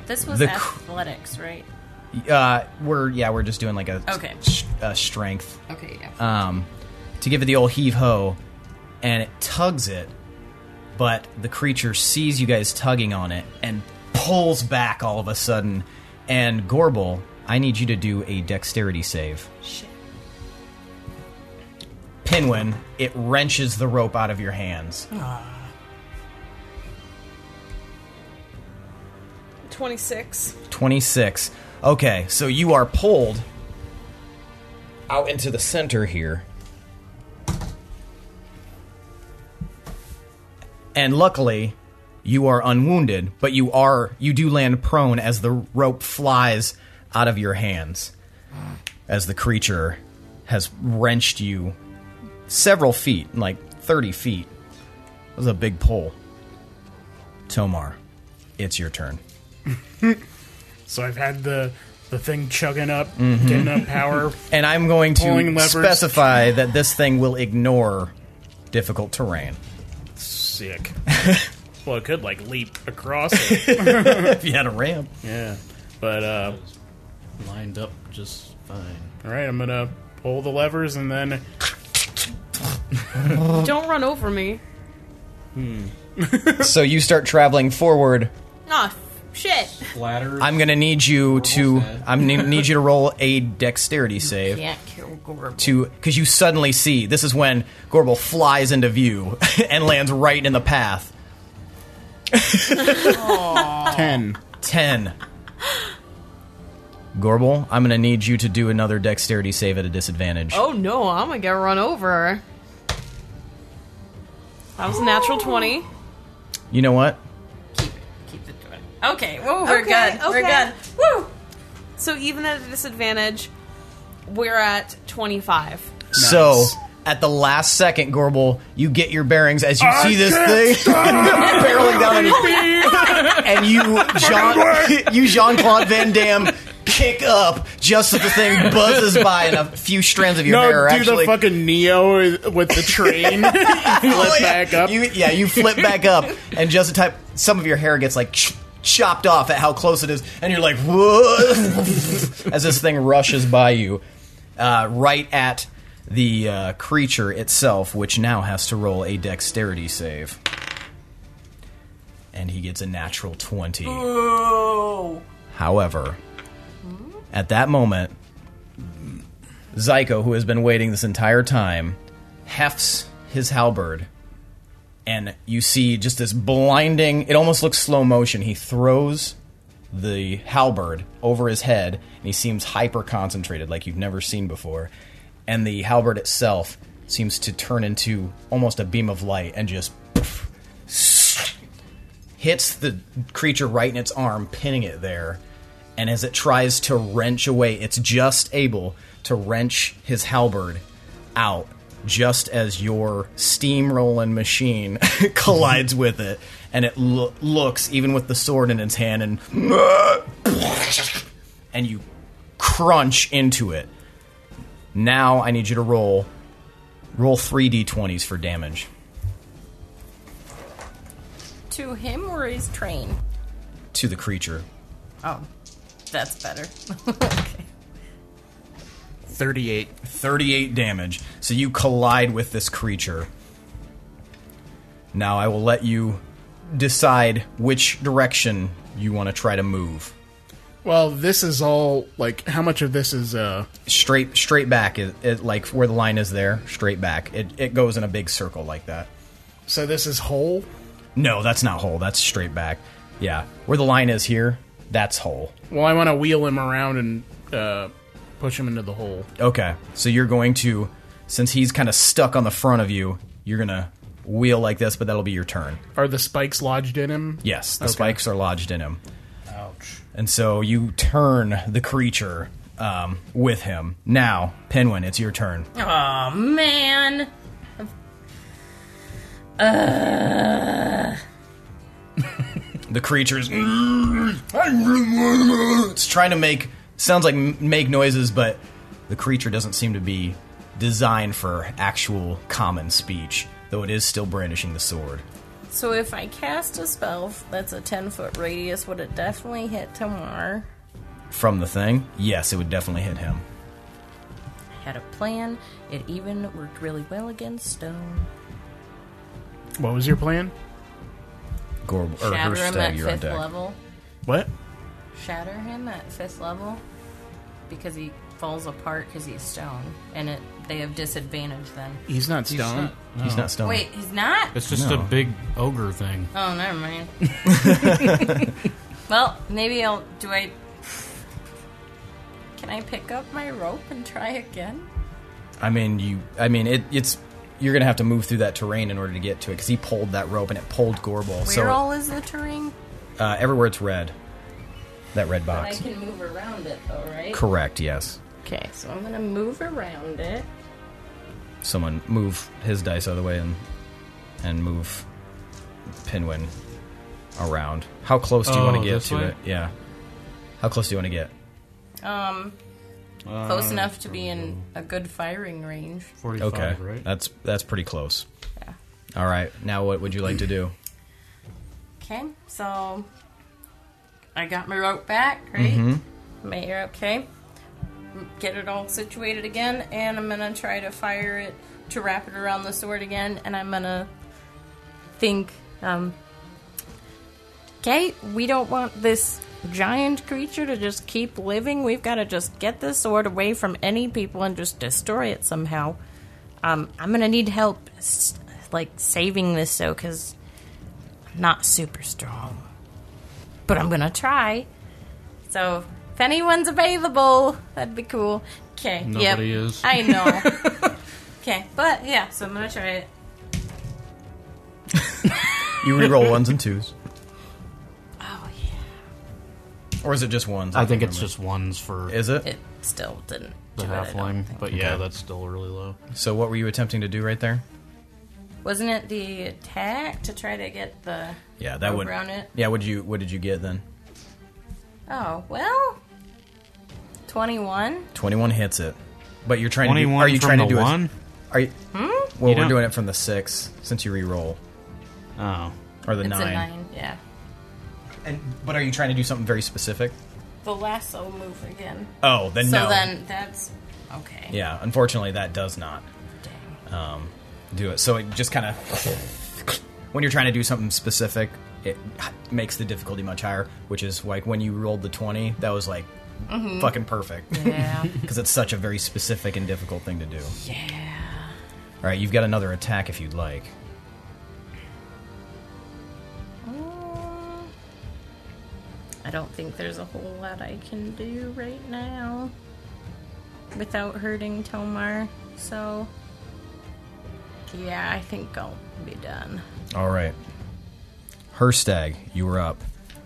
[SPEAKER 6] This was
[SPEAKER 3] The cr-
[SPEAKER 6] athletics, right?
[SPEAKER 3] uh, we're yeah we're just doing like a
[SPEAKER 6] Okay.
[SPEAKER 3] s- a strength
[SPEAKER 6] Okay, yeah.
[SPEAKER 3] um, to give it the old heave ho, and it tugs it, but the creature sees you guys tugging on it and pulls back all of a sudden. And Gorble, I need you to do a dexterity save.
[SPEAKER 1] Shit.
[SPEAKER 3] Pinwin, it wrenches the rope out of your hands.
[SPEAKER 1] 26.
[SPEAKER 3] 26. Okay, so you are pulled out into the center here. And luckily, you are unwounded, but you are you do land prone as the rope flies out of your hands as the creature has wrenched you several feet, like 30 feet. That was a big pull. Tomar, it's your turn.
[SPEAKER 4] So I've had the the thing chugging up,
[SPEAKER 5] Mm-hmm.
[SPEAKER 4] getting up power.
[SPEAKER 3] And I'm going to
[SPEAKER 4] Pulling levers.
[SPEAKER 3] specify that this thing will ignore difficult terrain.
[SPEAKER 4] Sick. well, it could like leap across it.
[SPEAKER 3] If you had a ramp.
[SPEAKER 4] yeah. But uh,
[SPEAKER 5] Lined up just fine.
[SPEAKER 4] all right, I'm gonna pull the levers and then
[SPEAKER 1] Don't run over me.
[SPEAKER 3] so you start traveling forward.
[SPEAKER 1] Ah, shit.
[SPEAKER 5] Splatter.
[SPEAKER 3] I'm going to need you to
[SPEAKER 5] sad.
[SPEAKER 3] I'm going to need you to roll a dexterity save.
[SPEAKER 6] Can't kill Gorb.
[SPEAKER 3] to because you suddenly see this is when Gorbel flies into view and lands right in the path.
[SPEAKER 4] ten.
[SPEAKER 3] Ten. Gorbel, I'm gonna need you to do another dexterity save at a disadvantage.
[SPEAKER 1] Oh no, I'm gonna get run over. That was a natural 20.
[SPEAKER 3] You know what?
[SPEAKER 6] Keep it going. Okay, whoa, we're
[SPEAKER 1] Okay,
[SPEAKER 6] good. We're
[SPEAKER 1] okay.
[SPEAKER 6] good. Woo!
[SPEAKER 1] So even at a disadvantage, we're at 25.
[SPEAKER 3] So at the last second, Gorbel, you get your bearings as you see this thing barreling down on you, and you Jean you Jean Claude Van Damme kick up just as the thing buzzes by, and a few strands of your hair are
[SPEAKER 4] No, do
[SPEAKER 3] actually
[SPEAKER 4] the fucking Neo with the train. Flip
[SPEAKER 3] Oh, yeah.
[SPEAKER 4] back up.
[SPEAKER 3] You, yeah, you flip back up, and just a type some of your hair gets like. ch- Chopped off at how close it is, and you're like, "Whoa!" as this thing rushes by you, uh, right at the uh, creature itself, which now has to roll a dexterity save, and he gets a natural twenty. However, at that moment, Zyko, who has been waiting this entire time, hefts his halberd, and you see just this blinding. It almost looks slow motion. He throws the halberd over his head, and he seems hyper concentrated, like you've never seen before. And the halberd itself seems to turn into almost a beam of light and just hits the creature right in its arm, pinning it there. And as it tries to wrench away, it's just able to wrench his halberd out just as your steamrolling machine collides with it. And it lo- looks, even with the sword in its hand, and. And you crunch into it. Now I need you to roll. Roll 3d20s for damage.
[SPEAKER 6] To him or his train?
[SPEAKER 3] to the creature.
[SPEAKER 6] Oh, that's better.
[SPEAKER 4] 38.
[SPEAKER 3] 38 damage. So you collide with this creature. Now I will let you decide which direction you want to try to move.
[SPEAKER 4] Well, this is all like how much of this is uh
[SPEAKER 3] Straight straight back is it, like where the line is there, straight back. It it goes in a big circle like that.
[SPEAKER 4] so this is whole?
[SPEAKER 3] No, that's not hole. That's straight back. Yeah, where the line is here, that's hole.
[SPEAKER 4] Well, I want to wheel him around and uh, push him into the hole.
[SPEAKER 3] Okay, so you're going to, since he's kind of stuck on the front of you, you're gonna wheel like this, but that'll be your turn.
[SPEAKER 4] Are the spikes lodged in him?
[SPEAKER 3] Yes, the spikes are lodged in him. Ouch. And so you turn the creature um, with him. Now, Penguin, it's your turn.
[SPEAKER 6] Man.
[SPEAKER 3] The creature's it's trying to make sounds like m- make noises, but the creature doesn't seem to be designed for actual common speech, though it is still brandishing the sword.
[SPEAKER 6] So if I cast a spell that's a 10 foot radius, would it definitely hit Tamar?
[SPEAKER 3] From the thing, yes, it would definitely hit him.
[SPEAKER 6] I had a plan. It even worked really well against stone.
[SPEAKER 4] What was your plan?
[SPEAKER 3] Gore or
[SPEAKER 6] Shatter him
[SPEAKER 3] Herstag,
[SPEAKER 6] at
[SPEAKER 3] you're on
[SPEAKER 6] fifth
[SPEAKER 3] deck.
[SPEAKER 6] level.
[SPEAKER 4] What?
[SPEAKER 6] Shatter him at fifth level because he falls apart because he's stone, and it they have disadvantage then.
[SPEAKER 4] He's not
[SPEAKER 5] He's
[SPEAKER 4] stone.
[SPEAKER 5] not- no.
[SPEAKER 3] He's not stoned.
[SPEAKER 6] Wait, he's not.
[SPEAKER 5] It's just a
[SPEAKER 3] No.
[SPEAKER 5] big ogre thing.
[SPEAKER 6] Oh, never mind. well, maybe I'll. Do I. Can I pick up my rope and try again?
[SPEAKER 3] I mean, you. I mean, it, it's. You're gonna have to move through that terrain in order to get to it because he pulled that rope and it pulled Gorbol.
[SPEAKER 6] Where
[SPEAKER 3] So
[SPEAKER 6] all is the terrain?
[SPEAKER 3] uh, everywhere it's red, that red
[SPEAKER 6] I
[SPEAKER 3] box.
[SPEAKER 6] can move around it though, right?
[SPEAKER 3] Correct. Yes.
[SPEAKER 6] Okay, so I'm gonna move around it.
[SPEAKER 3] Someone move his dice out of the way and and move Pinwin around. How close do you want
[SPEAKER 5] Oh,
[SPEAKER 3] to get
[SPEAKER 5] this
[SPEAKER 3] to
[SPEAKER 5] way?
[SPEAKER 3] it? Yeah. How close do you want to get?
[SPEAKER 6] Um, close enough to be in a good firing range.
[SPEAKER 5] 45,
[SPEAKER 3] Okay.
[SPEAKER 5] right?
[SPEAKER 3] That's that's pretty close. All right. Now, what would you like to do?
[SPEAKER 6] Okay, so I got my rope back, right? My air okay. Get it all situated again, and I'm gonna try to fire it to wrap it around the sword again, and I'm gonna think, um, okay, we don't want this giant creature to just keep living. We've got to just get this sword away from any people and just destroy it somehow. Um, I'm gonna need help, s- like saving this though, because not super strong. But I'm gonna try. So if anyone's available, that'd be cool. Okay.
[SPEAKER 5] Nobody
[SPEAKER 6] yep.
[SPEAKER 5] is.
[SPEAKER 6] I know. okay, but yeah, so I'm gonna try it.
[SPEAKER 3] You reroll ones and twos,
[SPEAKER 6] Oh
[SPEAKER 3] or is it just ones?
[SPEAKER 5] I think
[SPEAKER 3] can't
[SPEAKER 5] it's
[SPEAKER 3] remember.
[SPEAKER 5] just ones for
[SPEAKER 3] Is it?
[SPEAKER 6] yeah. It still didn't.
[SPEAKER 5] the
[SPEAKER 6] do it, I don't
[SPEAKER 5] halfling,
[SPEAKER 6] think.
[SPEAKER 5] but yeah,
[SPEAKER 3] Okay.
[SPEAKER 5] that's still really low.
[SPEAKER 3] So, what were you attempting to do right there?
[SPEAKER 6] Wasn't it the attack to try to get the?
[SPEAKER 3] Yeah, that
[SPEAKER 6] Rope
[SPEAKER 3] would.
[SPEAKER 6] around it?
[SPEAKER 3] Yeah, would you? What did you get then?
[SPEAKER 6] Oh well. Twenty-one.
[SPEAKER 3] Twenty-one hits it, but you're trying. to do,
[SPEAKER 5] 21
[SPEAKER 3] Are you
[SPEAKER 5] from
[SPEAKER 3] trying to
[SPEAKER 5] the
[SPEAKER 3] do? a-
[SPEAKER 5] one?
[SPEAKER 3] are you?
[SPEAKER 6] Hmm?
[SPEAKER 3] Well,
[SPEAKER 5] You
[SPEAKER 3] we're
[SPEAKER 5] don't-
[SPEAKER 3] doing it from the six since you re-roll
[SPEAKER 5] Oh.
[SPEAKER 3] or the
[SPEAKER 6] It's
[SPEAKER 3] nine.
[SPEAKER 6] a nine. Yeah.
[SPEAKER 3] And, but are you trying to do something very specific?
[SPEAKER 6] The lasso move again.
[SPEAKER 3] Oh, then
[SPEAKER 6] so
[SPEAKER 3] no.
[SPEAKER 6] then that's okay.
[SPEAKER 3] yeah, unfortunately, that does not
[SPEAKER 6] Dang.
[SPEAKER 3] do it. So it just kind of when you're trying to do something specific, it makes the difficulty much higher. Which is like when you rolled the twenty, that was like fucking perfect.
[SPEAKER 6] Mm-hmm. Yeah.
[SPEAKER 3] because it's such a very specific and difficult thing to do. Yeah. All right, you've got another attack if you'd like.
[SPEAKER 6] I don't think there's a whole lot I can do right now without hurting Tomar. So, yeah, I think I'll be done.
[SPEAKER 3] All right. Herstag, you were up.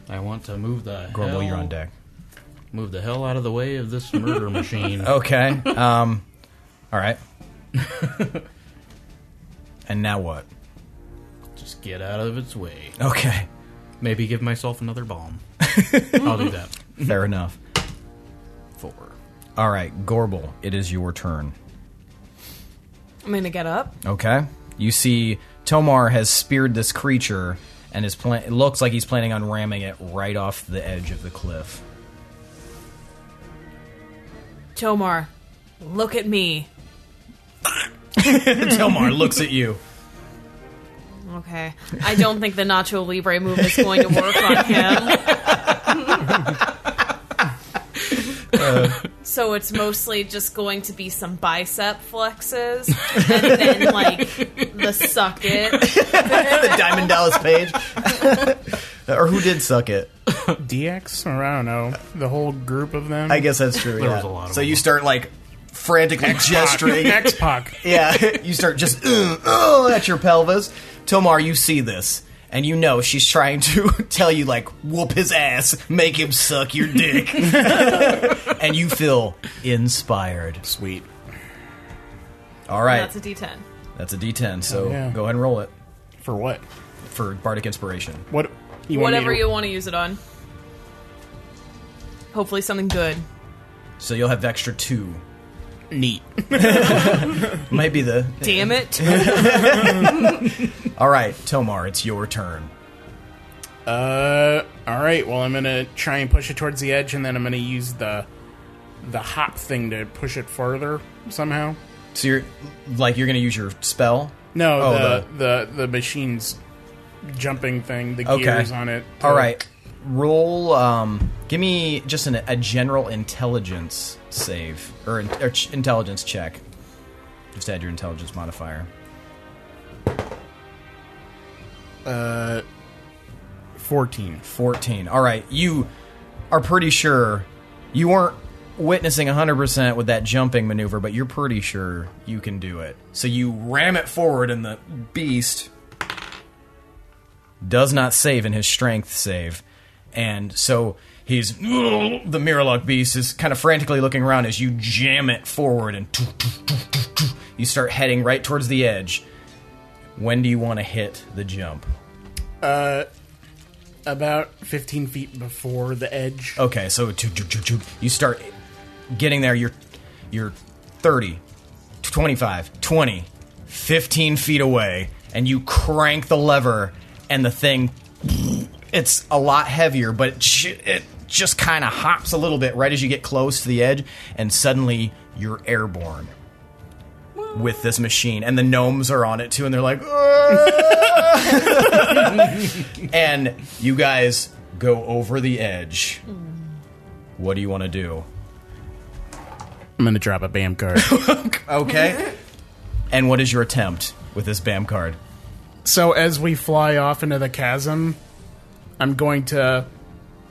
[SPEAKER 5] I want to move the hell,
[SPEAKER 3] Grumble, you're on deck.
[SPEAKER 5] Move the hell out of the way of this murder machine.
[SPEAKER 1] Oh.
[SPEAKER 3] Okay. Um. All right. and now what?
[SPEAKER 5] Just get out of its way.
[SPEAKER 3] Okay.
[SPEAKER 5] Maybe give myself another bomb. I'll do that.
[SPEAKER 3] Fair enough.
[SPEAKER 5] Four.
[SPEAKER 3] All right, Gorble, it is your turn.
[SPEAKER 1] I'm gonna get up.
[SPEAKER 3] Okay. You see, Tomar has speared this creature and is plan- it looks like he's planning on ramming it right off the edge of the cliff.
[SPEAKER 1] Tomar, look at me.
[SPEAKER 3] Tomar looks at you.
[SPEAKER 1] Okay. I don't think the Nacho Libre move is going to work on him. So it's mostly just going to be some bicep flexes and then like the suck it.
[SPEAKER 3] the Diamond Dallas page, or who did suck it?
[SPEAKER 4] DX? Or I don't know. The whole group of them?
[SPEAKER 3] I guess that's true.
[SPEAKER 5] There
[SPEAKER 3] yeah.
[SPEAKER 5] was a lot of
[SPEAKER 3] so you
[SPEAKER 5] them.
[SPEAKER 3] start like frantically gesturing.
[SPEAKER 4] X Pac.
[SPEAKER 3] yeah, you start just "Ugh, oh at your pelvis. Tomar, you see this, and you know she's trying to tell you like whoop his ass, make him suck your dick, and you feel inspired.
[SPEAKER 4] Sweet.
[SPEAKER 3] All right,
[SPEAKER 1] That's a D10.
[SPEAKER 3] that's a D10. So
[SPEAKER 4] Oh, yeah.
[SPEAKER 3] go ahead and roll it
[SPEAKER 4] For what?
[SPEAKER 3] for bardic inspiration.
[SPEAKER 4] What? You want me
[SPEAKER 1] Whatever
[SPEAKER 4] to-
[SPEAKER 1] you want to use it on. Hopefully something good.
[SPEAKER 3] So you'll have extra two.
[SPEAKER 4] Neat.
[SPEAKER 3] Might be the
[SPEAKER 1] Damn it.
[SPEAKER 3] all right, Tomar. It's your turn.
[SPEAKER 4] Uh, all right. Well, I'm gonna try and push it towards the edge, and then I'm gonna use the the hop thing to push it farther somehow.
[SPEAKER 3] So you're like you're gonna use your spell.
[SPEAKER 4] No,
[SPEAKER 3] Oh,
[SPEAKER 4] the, the the machine's jumping thing, the
[SPEAKER 3] Okay.
[SPEAKER 4] gears on it.
[SPEAKER 3] All right, roll. Um, give me just an, a general intelligence save or, in- or ch- intelligence check. Just add your intelligence modifier.
[SPEAKER 4] Fourteen.
[SPEAKER 3] Fourteen. All right, you are pretty sure you weren't witnessing 100% with that jumping maneuver, but you're pretty sure you can do it. So you ram it forward, and the beast does not save in his strength save. And so he's. The Miralok beast is kind of frantically looking around as you jam it forward and you start heading right towards the edge. When do you want to hit the jump?
[SPEAKER 4] About fifteen feet before the edge.
[SPEAKER 3] Okay, so choo- choo- choo- choo. you start getting there. You're you're 30, 25, 20, 15 feet away, and you crank the lever, and the thing it's a lot heavier, but it, ju- it just kind of hops a little bit right as you get close to the edge, and suddenly you're airborne with this machine, and the gnomes are on it too, and they're like. "Ah!" and you guys go over the edge. What do you want to do?
[SPEAKER 4] I'm gonna drop a BAM card.
[SPEAKER 3] Okay. and what is your attempt with this BAM card?
[SPEAKER 4] so as we fly off into the chasm, I'm going to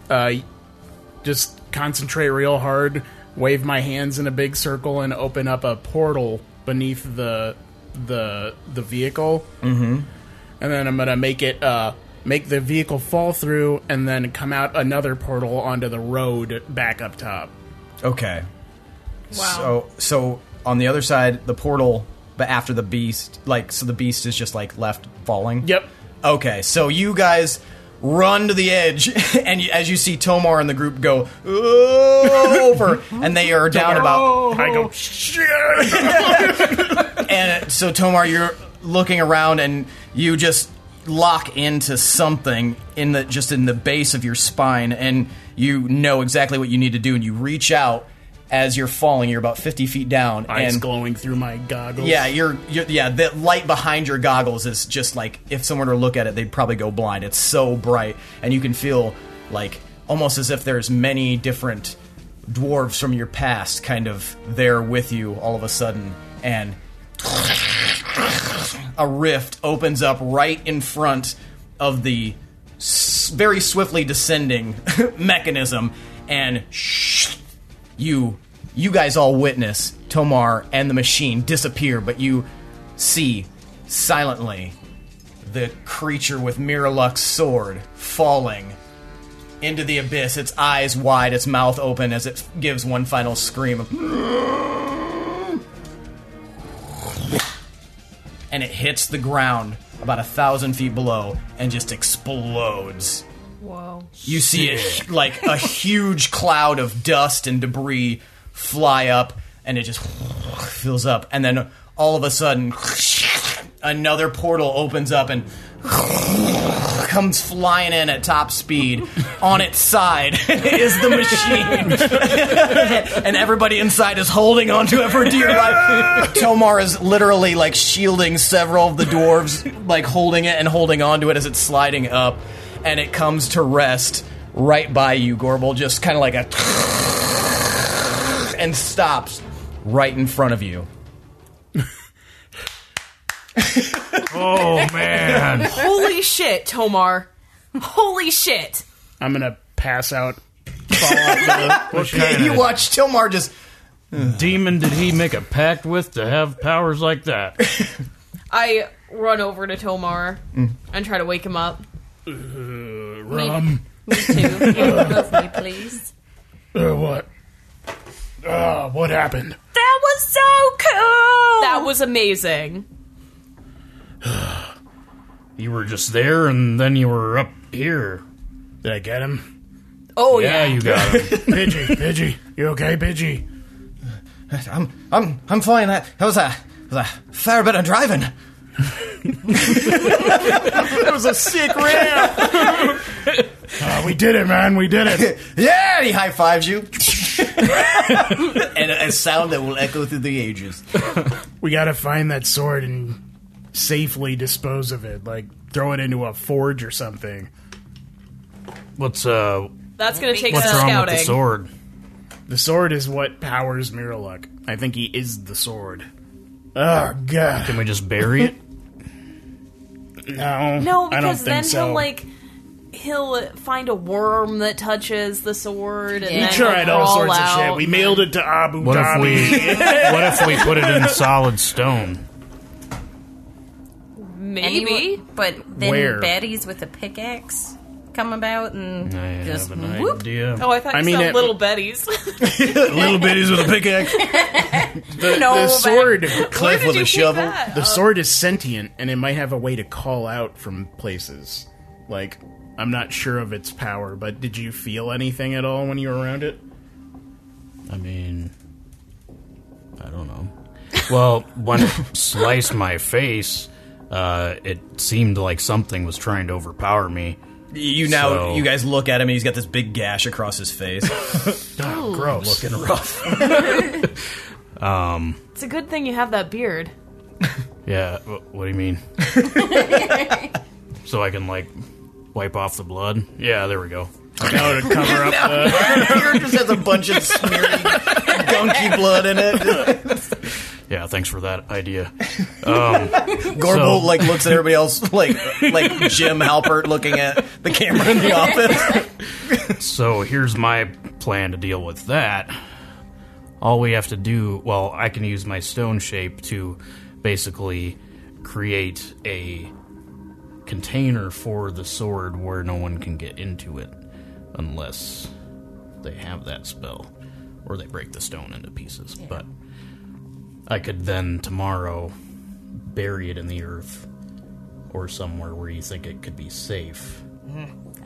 [SPEAKER 4] uh, just concentrate real hard, wave my hands in a big circle, and open up a portal beneath the the the vehicle. Mm-hmm. And then I'm gonna make it uh, make the vehicle fall through, and then come out another portal onto the road back up top.
[SPEAKER 3] Okay. So so on the other side, the portal, but after the beast, like so the beast is just like left falling.
[SPEAKER 4] Yep.
[SPEAKER 3] Okay, so you guys run to the edge, and you, as you see Tomar and the group go "Oh," over, and they are down about.
[SPEAKER 4] I go shit.
[SPEAKER 3] And uh, so Tomar, you're looking around, and you just lock into something in the just in the base of your spine, and you know exactly what you need to do, and you reach out as you're falling. You're about 50 feet down,
[SPEAKER 4] Eyes
[SPEAKER 3] and
[SPEAKER 4] glowing through my goggles.
[SPEAKER 3] yeah, you're, you're yeah. The light behind your goggles is just like if someone were to look at it, they'd probably go blind. It's so bright, and you can feel like almost as if there's many different dwarves from your past kind of there with you all of a sudden, and a rift opens up right in front of the s- very swiftly descending mechanism, and you you guys all witness Tomar and the machine disappear, but you see silently the creature with Miraluk's sword falling into the abyss, its eyes wide, its mouth open as it gives one final scream of and it hits the ground about a thousand feet below and just explodes.
[SPEAKER 1] Whoa.
[SPEAKER 3] You see a, like a huge cloud of dust and debris fly up, and it just fills up, and then all of a sudden, another portal opens up and comes flying in at top speed. On its side is the machine, and everybody inside is holding onto it for dear life. Tomar is literally like shielding several of the dwarves, like holding it and holding onto it as it's sliding up, and it comes to rest right by you, Gorbel, just kind of like a. and stops right in front of you.
[SPEAKER 5] Oh man!
[SPEAKER 1] Holy shit, Tomar. Holy shit.
[SPEAKER 4] I'm gonna pass out. Fall out the bush.
[SPEAKER 5] Kinda
[SPEAKER 3] you watch Tilmar just
[SPEAKER 5] demon did he make a pact with to have powers like that?
[SPEAKER 1] I run over to Tomar and try to wake him up.
[SPEAKER 4] Uh, Rum.
[SPEAKER 6] Me too. You both me, please.
[SPEAKER 4] Uh, what? Uh, what happened?
[SPEAKER 6] That was so cool.
[SPEAKER 1] That was amazing.
[SPEAKER 5] You were just there, and then you were up here.
[SPEAKER 4] Did I get him?
[SPEAKER 1] Oh yeah.
[SPEAKER 5] Yeah, you got him.
[SPEAKER 4] Pidgey, Pidgey, you okay, Pidgey?
[SPEAKER 7] I'm I'm I'm fine. That that was a was a fair bit of driving.
[SPEAKER 4] That was a sick ramp. uh, we did it, man. We did it.
[SPEAKER 3] yeah, and he high fives you, and a a sound that will echo through the ages.
[SPEAKER 4] We gotta find that sword and safely dispose of it. Like throw it into a forge or something.
[SPEAKER 5] What's uh?
[SPEAKER 1] That's gonna take
[SPEAKER 5] What's
[SPEAKER 1] some
[SPEAKER 5] wrong
[SPEAKER 1] scouting.
[SPEAKER 5] with the sword?
[SPEAKER 4] The sword is what powers Miraluk. I think he is the sword. Oh god.
[SPEAKER 5] Can we just bury it?
[SPEAKER 4] No.
[SPEAKER 1] No,
[SPEAKER 4] I don't
[SPEAKER 1] because
[SPEAKER 4] think
[SPEAKER 1] then
[SPEAKER 4] so.
[SPEAKER 1] he'll like he'll find a worm that touches the sword and
[SPEAKER 6] We
[SPEAKER 1] then
[SPEAKER 4] we tried
[SPEAKER 1] he'll
[SPEAKER 4] all
[SPEAKER 1] crawl
[SPEAKER 4] sorts
[SPEAKER 1] out.
[SPEAKER 4] of shit. We mailed it to Abu
[SPEAKER 5] What if
[SPEAKER 4] Dhabi.
[SPEAKER 5] we? What if we put it in solid stone?
[SPEAKER 1] Maybe.
[SPEAKER 6] Anyway, but then
[SPEAKER 4] Where?
[SPEAKER 6] baddies with a pickaxe come about and
[SPEAKER 5] I
[SPEAKER 6] just
[SPEAKER 5] have an
[SPEAKER 6] whoop.
[SPEAKER 5] idea.
[SPEAKER 1] Oh, I thought you
[SPEAKER 4] I mean,
[SPEAKER 1] said
[SPEAKER 4] it-
[SPEAKER 1] Little Betty's.
[SPEAKER 5] Little bitties with a pickaxe.
[SPEAKER 4] the,
[SPEAKER 1] No,
[SPEAKER 4] the
[SPEAKER 1] but-
[SPEAKER 4] sword
[SPEAKER 1] Where
[SPEAKER 3] Cliff
[SPEAKER 1] did
[SPEAKER 3] with
[SPEAKER 1] you
[SPEAKER 3] a
[SPEAKER 1] pick
[SPEAKER 3] shovel.
[SPEAKER 1] that? Uh,
[SPEAKER 4] the sword is sentient and it might have a way to call out from places. Like I'm not sure of its power, but did you feel anything at all when you were around it?
[SPEAKER 5] I mean, I don't know. Well, when it sliced my face, uh, it seemed like something was trying to overpower me.
[SPEAKER 3] You now,
[SPEAKER 5] So-
[SPEAKER 3] you guys look at him, and he's got this big gash across his face.
[SPEAKER 4] Gross. Looking
[SPEAKER 1] it's a good thing you have that beard.
[SPEAKER 5] Yeah, wh- what do you mean? so I can, like, wipe off the blood? Yeah, there we go.
[SPEAKER 4] no, to cover up the
[SPEAKER 3] Eric just has a bunch of smeary, gunky blood in it.
[SPEAKER 5] Yeah, thanks for that idea.
[SPEAKER 3] Gorbo
[SPEAKER 5] So-
[SPEAKER 3] like looks at everybody else like like Jim Halpert looking at the camera in the office.
[SPEAKER 5] So here's my plan to deal with that. All we have to do, well, I can use my stone shape to basically create a container for the sword where no one can get into it unless they have that spell or they break the stone into pieces. But I could then tomorrow bury it in the earth or somewhere where you think it could be safe.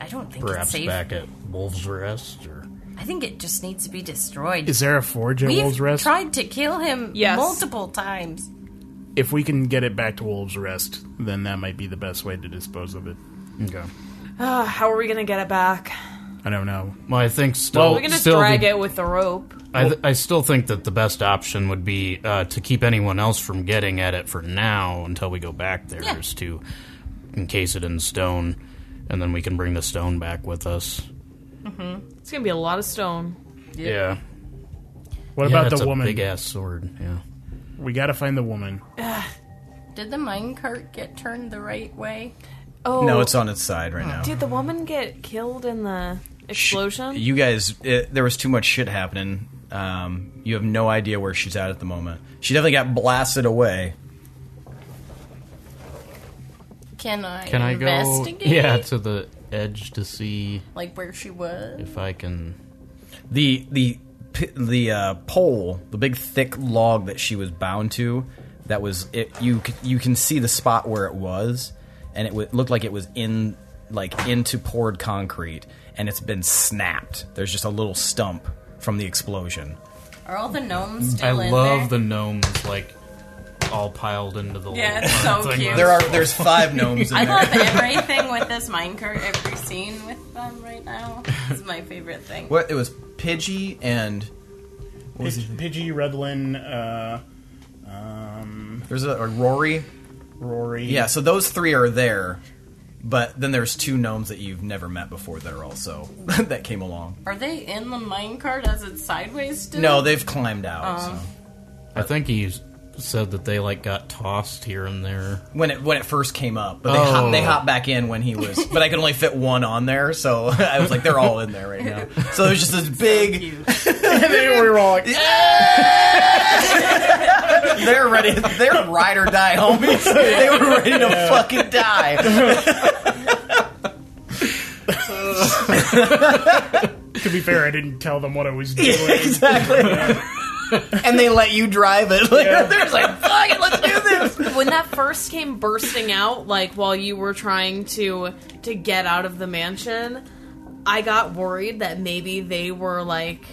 [SPEAKER 6] I don't think it's
[SPEAKER 5] Perhaps
[SPEAKER 6] safe.
[SPEAKER 5] back at Wolves Rest or.
[SPEAKER 6] I think it just needs to be destroyed.
[SPEAKER 4] Is there a forge at
[SPEAKER 6] We've
[SPEAKER 4] Wolves Rest?
[SPEAKER 6] tried to kill him
[SPEAKER 1] Yes.
[SPEAKER 6] multiple times.
[SPEAKER 4] if we can get it back to Wolves Rest, then that might be the best way to dispose of it.
[SPEAKER 5] Okay.
[SPEAKER 1] Uh, how are we gonna get it back?
[SPEAKER 4] I don't know.
[SPEAKER 5] Well, I think still,
[SPEAKER 1] We're gonna
[SPEAKER 5] still
[SPEAKER 1] drag
[SPEAKER 5] the-
[SPEAKER 1] it with the rope.
[SPEAKER 5] I, th- I still think that the best option would be uh, to keep anyone else from getting at it for now until we go back there is
[SPEAKER 6] Yeah.
[SPEAKER 5] to encase it in stone, and then we can bring the stone back with us.
[SPEAKER 1] It's gonna be a lot of stone.
[SPEAKER 5] Yeah.
[SPEAKER 4] What
[SPEAKER 5] Yeah,
[SPEAKER 4] about
[SPEAKER 5] that's
[SPEAKER 4] the
[SPEAKER 5] a
[SPEAKER 4] woman?
[SPEAKER 5] Big ass sword. Yeah.
[SPEAKER 4] we gotta find the woman.
[SPEAKER 6] Did the minecart get turned the right way?
[SPEAKER 1] Oh
[SPEAKER 3] No, it's on its side right now.
[SPEAKER 1] Did the woman get killed in the
[SPEAKER 3] Sh-
[SPEAKER 1] explosion?
[SPEAKER 3] You guys, it, there was too much shit happening. Um, you have no idea where she's at at the moment. She definitely got blasted away.
[SPEAKER 6] Can I
[SPEAKER 5] Can I go?
[SPEAKER 6] investigate?
[SPEAKER 5] Yeah, to the edge to see
[SPEAKER 6] Like where she was?
[SPEAKER 5] if I can.
[SPEAKER 3] the the p- the uh, pole, the big thick log that she was bound to, that was it. You c- you can see the spot where it was, and it w- looked like it was in like into poured concrete, and it's been snapped. There's just a little stump from the explosion.
[SPEAKER 6] Are all the gnomes
[SPEAKER 5] I
[SPEAKER 6] still in
[SPEAKER 5] love the
[SPEAKER 6] there?
[SPEAKER 5] gnomes like all piled into the.
[SPEAKER 6] Yeah,
[SPEAKER 5] little
[SPEAKER 6] it's so
[SPEAKER 5] thing.
[SPEAKER 6] cute.
[SPEAKER 3] There are there's five gnomes
[SPEAKER 6] I
[SPEAKER 3] in
[SPEAKER 6] love
[SPEAKER 3] there.
[SPEAKER 6] everything with this minecart, every scene with them right now. This is my favorite thing.
[SPEAKER 3] What it was, Pidgey and what was his name?
[SPEAKER 4] Pidgey, Redlin, uh, um,
[SPEAKER 3] there's a, a Rory.
[SPEAKER 4] Rory.
[SPEAKER 3] Yeah, so those three are there. But then there's two gnomes that you've never met before that are also that came along.
[SPEAKER 6] Are they in the minecart as it's sideways still?
[SPEAKER 3] No, they've climbed out.
[SPEAKER 6] Oh.
[SPEAKER 3] so.
[SPEAKER 5] I think he s- said that they like got tossed here and there.
[SPEAKER 3] when it when it first came up, but they hop
[SPEAKER 5] Oh.
[SPEAKER 3] they hop back in when he was. But I could only fit one on there, so I was like, they're all in there right now. So there's just this big.
[SPEAKER 4] they were all
[SPEAKER 3] They're ready. They're ride or die, homies. They were ready to fucking die.
[SPEAKER 4] to be fair, I didn't tell them what I was doing.
[SPEAKER 3] Exactly. And they let you drive it. Like, They're just like, fuck it, let's do this.
[SPEAKER 1] when that first came bursting out, like while you were trying to to get out of the mansion, I got worried that maybe they were like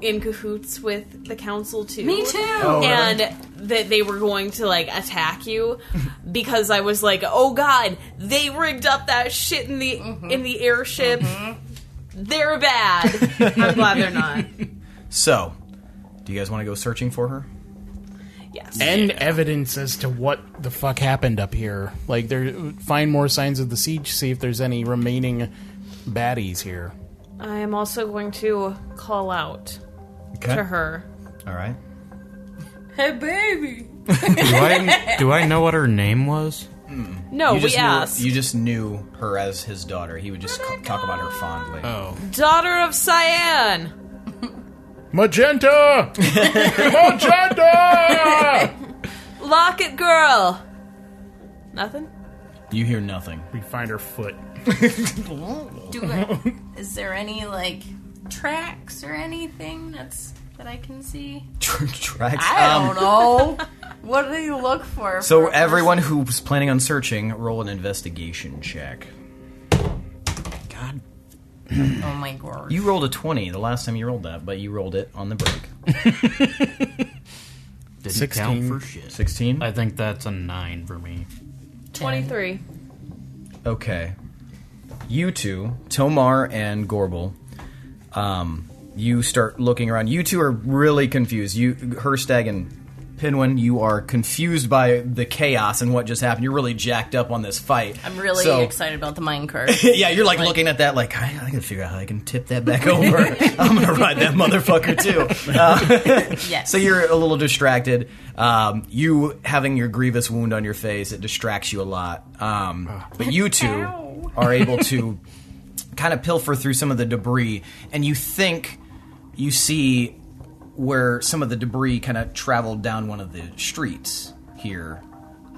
[SPEAKER 1] in cahoots with the council too.
[SPEAKER 6] Me too. Oh,
[SPEAKER 1] and that they were going to like attack you because I was like, "Oh god, they rigged up that shit in the in the airship. They're bad." I'm glad they're not.
[SPEAKER 3] So, do you guys want to go searching for her?
[SPEAKER 1] Yes.
[SPEAKER 4] and evidence as to what the fuck happened up here. Like, there, find more signs of the siege. See if there's any remaining baddies here.
[SPEAKER 1] I am also going to call out
[SPEAKER 3] Okay.
[SPEAKER 1] to her.
[SPEAKER 3] All right.
[SPEAKER 6] Hey, baby.
[SPEAKER 5] Do I do I know what her name was?
[SPEAKER 1] No,
[SPEAKER 3] You
[SPEAKER 1] Oh, we
[SPEAKER 3] just,
[SPEAKER 1] asked.
[SPEAKER 3] knew, you just knew her as his daughter. He would just c- talk about her fondly.
[SPEAKER 1] Daughter of Cyan.
[SPEAKER 4] Magenta! Magenta!
[SPEAKER 1] Lock it, girl. Nothing.
[SPEAKER 3] You hear nothing.
[SPEAKER 4] we find her foot.
[SPEAKER 6] Do I, is there any like tracks or anything that's that I can see?
[SPEAKER 3] Tracks.
[SPEAKER 6] I
[SPEAKER 3] Um,
[SPEAKER 6] don't know. what do you look for?
[SPEAKER 3] So
[SPEAKER 6] for a
[SPEAKER 3] everyone who's planning on searching, roll an investigation check.
[SPEAKER 5] God,
[SPEAKER 6] person? Oh my god.
[SPEAKER 3] You rolled a twenty the last time you rolled that, but you rolled it on the break.
[SPEAKER 5] didn't
[SPEAKER 4] 16.
[SPEAKER 5] count for shit.
[SPEAKER 3] Sixteen.
[SPEAKER 5] I think that's a nine for me.
[SPEAKER 1] Twenty-three.
[SPEAKER 3] Okay. You two, Tomar and Gorbel, um, you start looking around. You two are really confused. You, Herstag and Pinwin, you are confused by the chaos and what just happened. You're really jacked up on this fight.
[SPEAKER 6] I'm really
[SPEAKER 3] So-
[SPEAKER 6] excited about the minecart.
[SPEAKER 3] Yeah, you're like, looking at that, like I, I gotta figure out how I can tip that back over. I'm gonna ride that motherfucker too. Uh,
[SPEAKER 6] yes.
[SPEAKER 3] So you're a little distracted. Um, you having your grievous wound on your face, it distracts you a lot. Um, but you two are able to kind of pilfer through some of the debris, and you think you see where some of the debris kind of traveled down one of the streets here.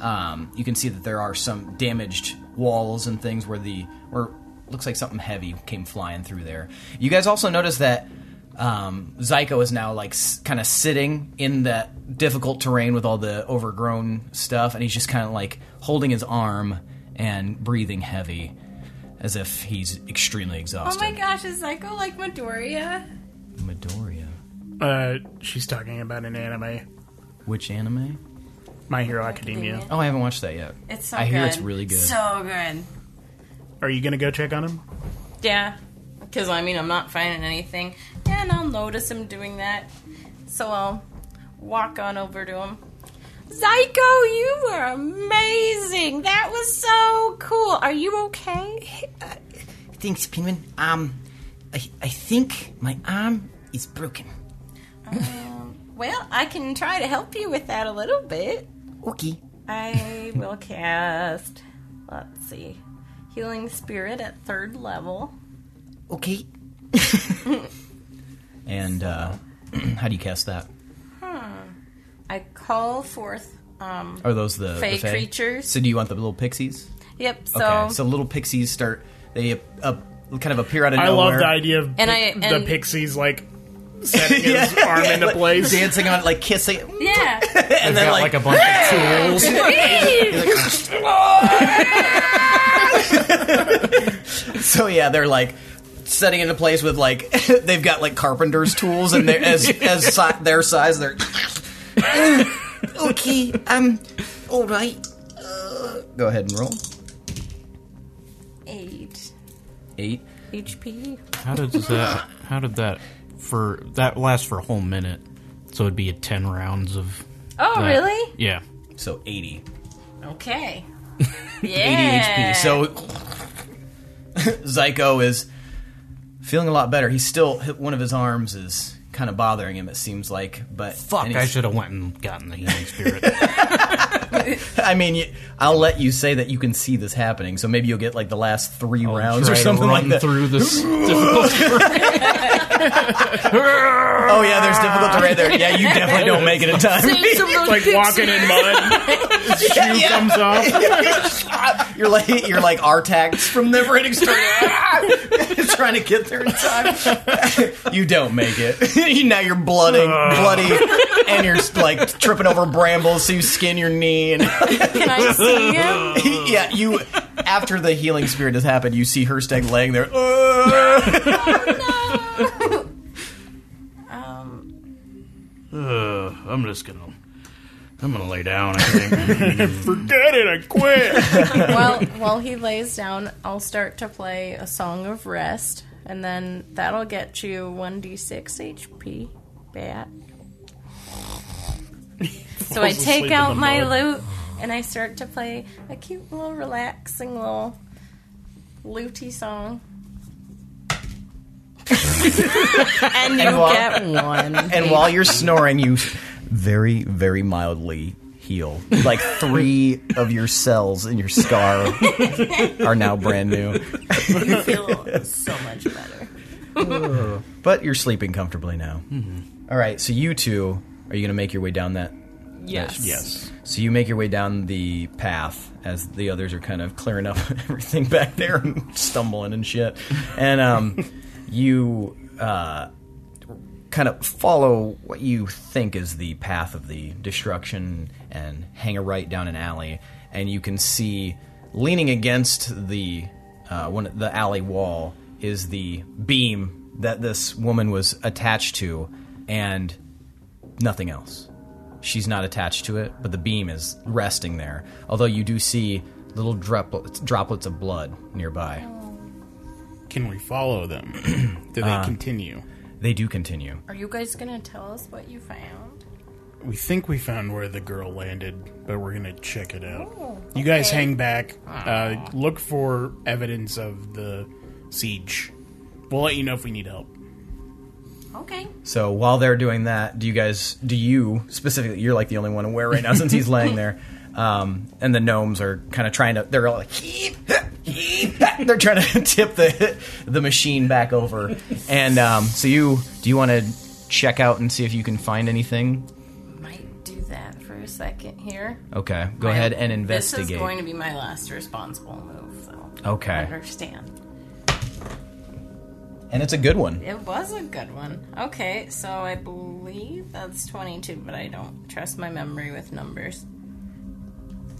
[SPEAKER 3] Um, you can see that there are some damaged walls and things where the where looks like something heavy came flying through there. You guys also notice that um, Zyko is now like s- kind of sitting in that difficult terrain with all the overgrown stuff, and he's just kind of like holding his arm and breathing heavy, as if he's extremely
[SPEAKER 6] oh
[SPEAKER 3] exhausted.
[SPEAKER 6] my gosh, is Psycho like Midoriya?
[SPEAKER 3] Midoriya,
[SPEAKER 4] Uh, she's talking about an anime,
[SPEAKER 3] which anime?
[SPEAKER 4] My Hero Academia.
[SPEAKER 3] Oh, I haven't watched that yet.
[SPEAKER 6] It's so
[SPEAKER 3] I
[SPEAKER 6] good.
[SPEAKER 3] hear it's really good.
[SPEAKER 6] So good.
[SPEAKER 4] Are you gonna go check on him?
[SPEAKER 6] Yeah. Because, I mean, I'm not finding anything. And I'll notice him doing that. So I'll walk on over to him. Zyko, you were amazing. That was so cool. Are you okay?
[SPEAKER 7] Thanks, Pinwin. Um, I, I think my arm is broken.
[SPEAKER 6] Well, I can try to help you with that a little bit.
[SPEAKER 7] Okay.
[SPEAKER 6] I will cast. Let's see. Healing Spirit at third level.
[SPEAKER 7] Okay.
[SPEAKER 3] And uh, how do you cast that?
[SPEAKER 6] I call forth. Um,
[SPEAKER 3] Are those the
[SPEAKER 6] Fey
[SPEAKER 3] the
[SPEAKER 6] creatures.
[SPEAKER 3] So do you want the little pixies?
[SPEAKER 6] yep, so.
[SPEAKER 3] okay, so little pixies start. They uh, kind of appear out of
[SPEAKER 4] I
[SPEAKER 3] nowhere.
[SPEAKER 4] love the idea of
[SPEAKER 6] And I-
[SPEAKER 4] the
[SPEAKER 6] and-
[SPEAKER 4] pixies like setting his arm into
[SPEAKER 3] like,
[SPEAKER 4] place.
[SPEAKER 3] dancing on it, like kissing.
[SPEAKER 6] yeah.
[SPEAKER 5] And then like, a bunch of tools.
[SPEAKER 3] So yeah, they're like setting into place with like they've got like carpenter's tools and they're as as si- their size they're
[SPEAKER 7] Okay. Um, all right.
[SPEAKER 3] uh, go ahead and roll
[SPEAKER 6] Eight
[SPEAKER 3] eight.
[SPEAKER 6] HP.
[SPEAKER 5] How did that? How did that for that last for a whole minute? So it'd be a ten rounds of.
[SPEAKER 6] Oh,
[SPEAKER 5] that.
[SPEAKER 6] really?
[SPEAKER 5] Yeah.
[SPEAKER 3] So eighty.
[SPEAKER 6] Okay.
[SPEAKER 3] 80
[SPEAKER 6] Yeah.
[SPEAKER 3] HP. So Zyko is feeling a lot better. He's still one of his arms is kind of bothering him. It seems like, but
[SPEAKER 5] Fuck,
[SPEAKER 3] and
[SPEAKER 5] I
[SPEAKER 3] he's-
[SPEAKER 5] should have went and gotten the healing spirit.
[SPEAKER 3] I mean, you- I'll let you say that you can see this happening, so maybe you'll get like the last three rounds
[SPEAKER 5] Try
[SPEAKER 3] or
[SPEAKER 5] to
[SPEAKER 3] something
[SPEAKER 5] run
[SPEAKER 3] like that.
[SPEAKER 5] through this difficult
[SPEAKER 3] Oh yeah, there's difficult terrain there. Yeah, you definitely don't make it in time.
[SPEAKER 4] like walking in mud. His shoe comes off.
[SPEAKER 3] You're like you're like Artax from Never Ending Story, trying to get there in time. you don't make it. You- now you're blooding, bloody, and you're like tripping over brambles, so you skin your knee. And
[SPEAKER 6] Can I see him?
[SPEAKER 3] yeah, you. After the healing spirit has happened, you see Hersteg laying there.
[SPEAKER 5] Uh, I'm just gonna, I'm gonna lay down. I think.
[SPEAKER 4] Forget it, I quit.
[SPEAKER 6] While while he lays down, I'll start to play a song of rest, and then that'll get you one d six HP back. So I
[SPEAKER 4] Falls
[SPEAKER 6] take
[SPEAKER 4] asleep
[SPEAKER 6] out
[SPEAKER 4] in the
[SPEAKER 6] my
[SPEAKER 4] mud.
[SPEAKER 6] lute and I start to play a cute little relaxing little lutey song. and you
[SPEAKER 3] while-
[SPEAKER 6] get one.
[SPEAKER 3] And while you're snoring, you very, very mildly heal. Like three of your cells in your scar are now brand new.
[SPEAKER 6] you feel so much better.
[SPEAKER 3] But you're sleeping comfortably now. All right, so you two are you going to make your way down that?
[SPEAKER 1] Yes.
[SPEAKER 5] yes.
[SPEAKER 3] So you make your way down the path as the others are kind of clearing up everything back there and stumbling and shit. And um, you uh, kind of follow what you think is the path of the destruction and hang a right down an alley, and you can see leaning against the uh, one the alley wall is the beam that this woman was attached to, and nothing else. She's not attached to it, but the beam is resting there. Although you do see little droplets, droplets of blood nearby.
[SPEAKER 4] Can we follow them? Do they
[SPEAKER 3] Uh,
[SPEAKER 4] continue?
[SPEAKER 3] They do continue.
[SPEAKER 6] Are you guys gonna tell us what you found?
[SPEAKER 4] We think we found where the girl landed, but we're gonna check it out. you guys hang back. Uh, look for evidence of the siege. We'll let you know if we need help.
[SPEAKER 6] Okay.
[SPEAKER 3] So while they're doing that, do you guys, do you specifically, you're like the only one aware right now since he's laying there. Um, and the gnomes are kind of trying to, they're all like, they're trying to tip the the machine back over. And um, so you, do you want to check out and see if you can find anything?
[SPEAKER 6] Might do that for a second here.
[SPEAKER 3] Okay, go ahead and investigate.
[SPEAKER 6] This is going to be my last responsible move, though.
[SPEAKER 3] Okay.
[SPEAKER 6] Understand.
[SPEAKER 3] and it's a good one.
[SPEAKER 6] It was a good one. Okay, so I believe that's 22, but I don't trust my memory with numbers.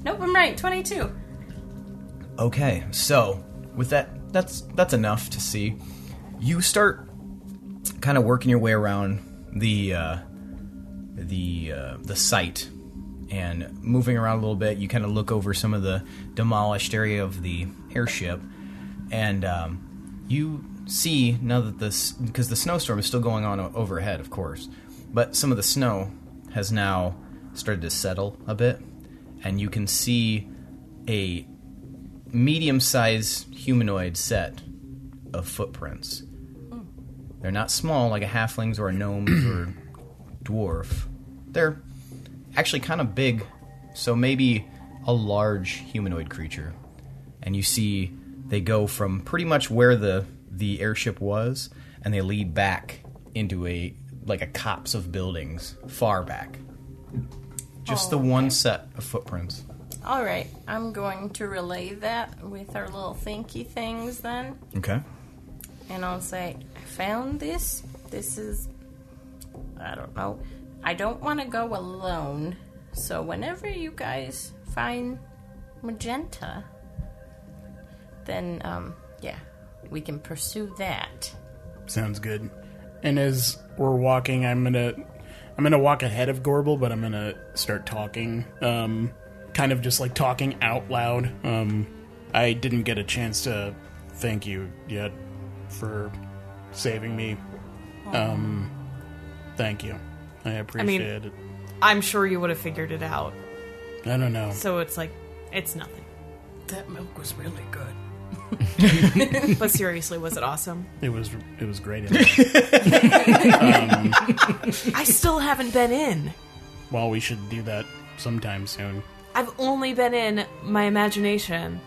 [SPEAKER 6] Nope, I'm right. 22.
[SPEAKER 3] Okay, so with that, that's that's enough to see. You start kind of working your way around the uh, the uh, the site and moving around a little bit. You kind of look over some of the demolished area of the airship, and um, you see now that this because the snowstorm is still going on o- overhead, of course, but some of the snow has now started to settle a bit, and you can see a medium-sized humanoid set of footprints. They're not small like a halfling's or a gnome's or dwarf. They're actually kind of big, so maybe a large humanoid creature. And you see they go from pretty much where the the airship was, and they lead back into a like a copse of buildings far back. Just the one set of footprints.
[SPEAKER 6] All right, I'm going to relay that with our little thinky things then.
[SPEAKER 3] Okay.
[SPEAKER 6] and I'll say, I found this. This is. I don't know. I don't want to go alone. So whenever you guys find Magenta, then, um, yeah, we can pursue that.
[SPEAKER 4] Sounds good. And as we're walking, I'm gonna I'm gonna walk ahead of Gorble, but I'm gonna start talking. Um, kind of just like talking out loud. Um, I didn't get a chance to thank you yet for saving me. Um, thank you. I appreciate it.
[SPEAKER 1] I'm sure you would have figured it out.
[SPEAKER 4] I don't know.
[SPEAKER 1] So it's like, it's nothing.
[SPEAKER 4] That milk was really good.
[SPEAKER 1] but seriously, was it awesome?
[SPEAKER 4] It was it was great.
[SPEAKER 1] I still haven't been in.
[SPEAKER 4] well, we should do that sometime soon.
[SPEAKER 1] I've only been in my imagination.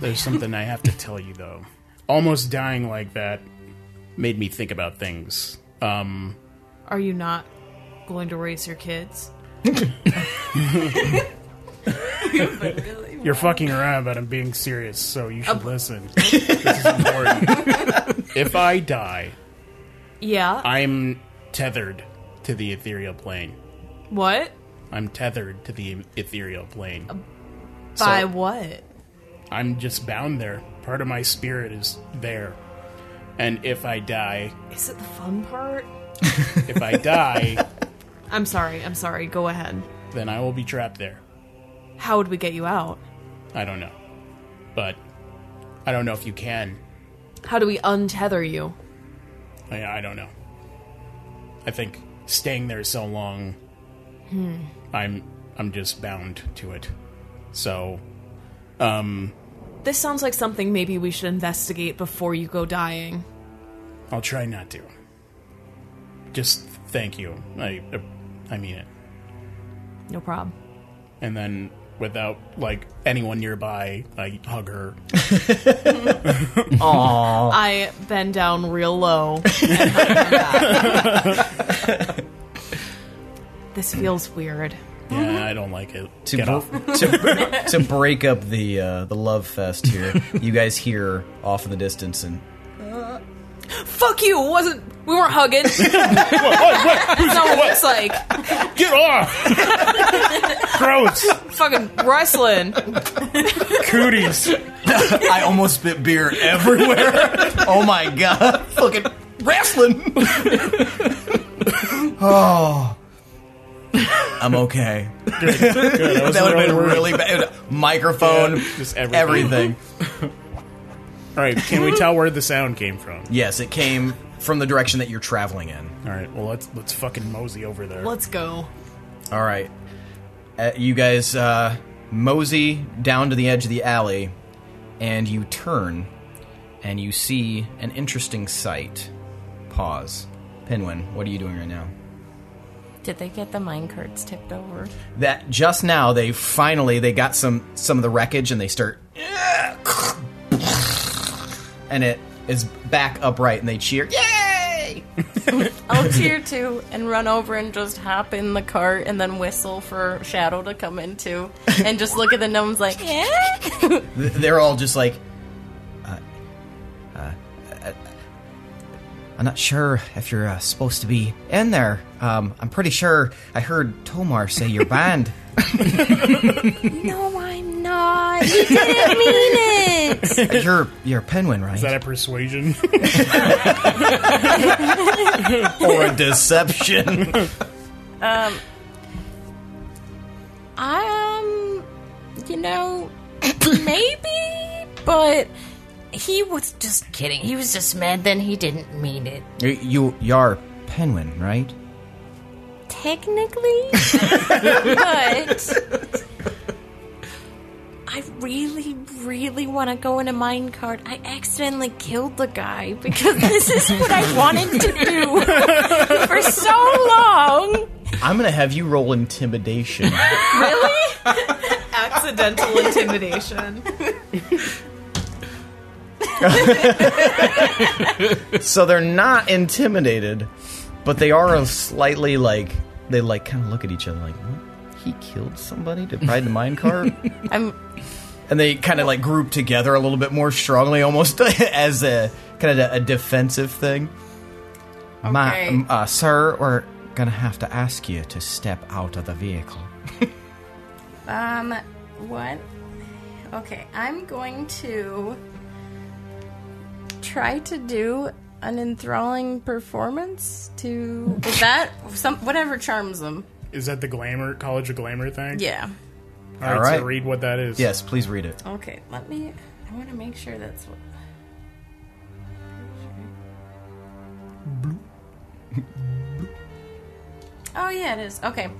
[SPEAKER 4] There's something I have to tell you though. Almost dying like that made me think about things. Um,
[SPEAKER 1] Are you not going to raise your kids?
[SPEAKER 4] you're fucking around, but I'm being serious, so you should listen. this is important. if I die,
[SPEAKER 1] Yeah.
[SPEAKER 4] I'm tethered to the ethereal plane.
[SPEAKER 1] what?
[SPEAKER 4] I'm tethered to the ethereal plane.
[SPEAKER 1] By
[SPEAKER 4] So-
[SPEAKER 1] what?
[SPEAKER 4] I'm just bound there. Part of my spirit is there. And if I die,
[SPEAKER 1] Is it the fun part?
[SPEAKER 4] if I die,
[SPEAKER 1] I'm sorry. I'm sorry. Go ahead.
[SPEAKER 4] then I will be trapped there.
[SPEAKER 1] How would we get you out?
[SPEAKER 4] I don't know. But I don't know if you can.
[SPEAKER 1] How do we untether you?
[SPEAKER 4] I, I don't know. I think staying there so long, I'm I'm just bound to it. So, um,
[SPEAKER 1] This sounds like something maybe we should investigate before you go dying.
[SPEAKER 4] I'll try not to. Just thank you. I I mean it.
[SPEAKER 1] No problem.
[SPEAKER 4] And then without like anyone nearby, I hug her.
[SPEAKER 1] I bend down real low. this feels weird.
[SPEAKER 4] yeah, I don't like it.
[SPEAKER 3] to,
[SPEAKER 4] Get
[SPEAKER 3] br-
[SPEAKER 4] off.
[SPEAKER 3] to, to break up the uh, the love fest here, you guys hear off in the distance, and
[SPEAKER 1] Fuck you! It wasn't we weren't hugging? no, it's like
[SPEAKER 4] Get off! Gross!
[SPEAKER 1] fucking wrestling.
[SPEAKER 4] Cooties!
[SPEAKER 8] I almost spit beer everywhere. oh my god. Fucking wrestling. oh. I'm okay. that would have been really bad. Microphone,
[SPEAKER 4] Yeah, just everything.
[SPEAKER 8] everything.
[SPEAKER 4] All right, can we tell where the sound came from?
[SPEAKER 3] yes, it came from the direction that you're traveling in.
[SPEAKER 4] All right, well let's let's fucking mosey over there.
[SPEAKER 1] Let's go.
[SPEAKER 3] All right, uh, you guys uh, mosey down to the edge of the alley, and you turn, and you see an interesting sight. Pause. Pinwin, what are you doing right now?
[SPEAKER 9] Did they get the mine carts tipped over?
[SPEAKER 3] that just now they finally they got some some of the wreckage and they start and it is back upright and they cheer yay
[SPEAKER 9] I'll cheer too and run over and just hop in the cart and then whistle for Shadow to come in too and just look at the gnomes like, yeah.
[SPEAKER 3] Th- they're all just like
[SPEAKER 8] uh, I'm not sure if you're uh, supposed to be in there. Um, I'm pretty sure I heard Tomar say you're banned.
[SPEAKER 9] no, I'm not. You didn't mean it.
[SPEAKER 8] you're you're Penguin, right?
[SPEAKER 4] Is that a persuasion?
[SPEAKER 3] or a deception
[SPEAKER 9] Um, you know, maybe, but he was just kidding. He was just mad then he didn't mean it.
[SPEAKER 8] You, you you're Penguin, right?
[SPEAKER 9] Technically, but I really, really want to go in a minecart. I accidentally killed the guy because this is what I wanted to do for so long.
[SPEAKER 3] i'm gonna have you roll intimidation
[SPEAKER 1] Accidental intimidation.
[SPEAKER 3] so they're not intimidated but they are a slightly like they like kind of look at each other like what? he killed somebody to ride the minecart
[SPEAKER 9] I'm
[SPEAKER 3] and they kind of like group together a little bit more strongly, almost as a kind of a, defensive thing.
[SPEAKER 8] My,
[SPEAKER 9] Okay.
[SPEAKER 8] um, uh, sir, we're gonna have to ask you to step out of the vehicle.
[SPEAKER 9] Um, what? Okay, I'm going to try to do an enthralling performance to is that some whatever charms them.
[SPEAKER 4] Is that the glamour college of glamour thing?
[SPEAKER 9] Yeah.
[SPEAKER 4] All right.
[SPEAKER 3] All right.
[SPEAKER 4] So read what that is.
[SPEAKER 3] Yes, please read it.
[SPEAKER 9] Okay, let me. I want to make sure that's what. Oh yeah, it is. Okay.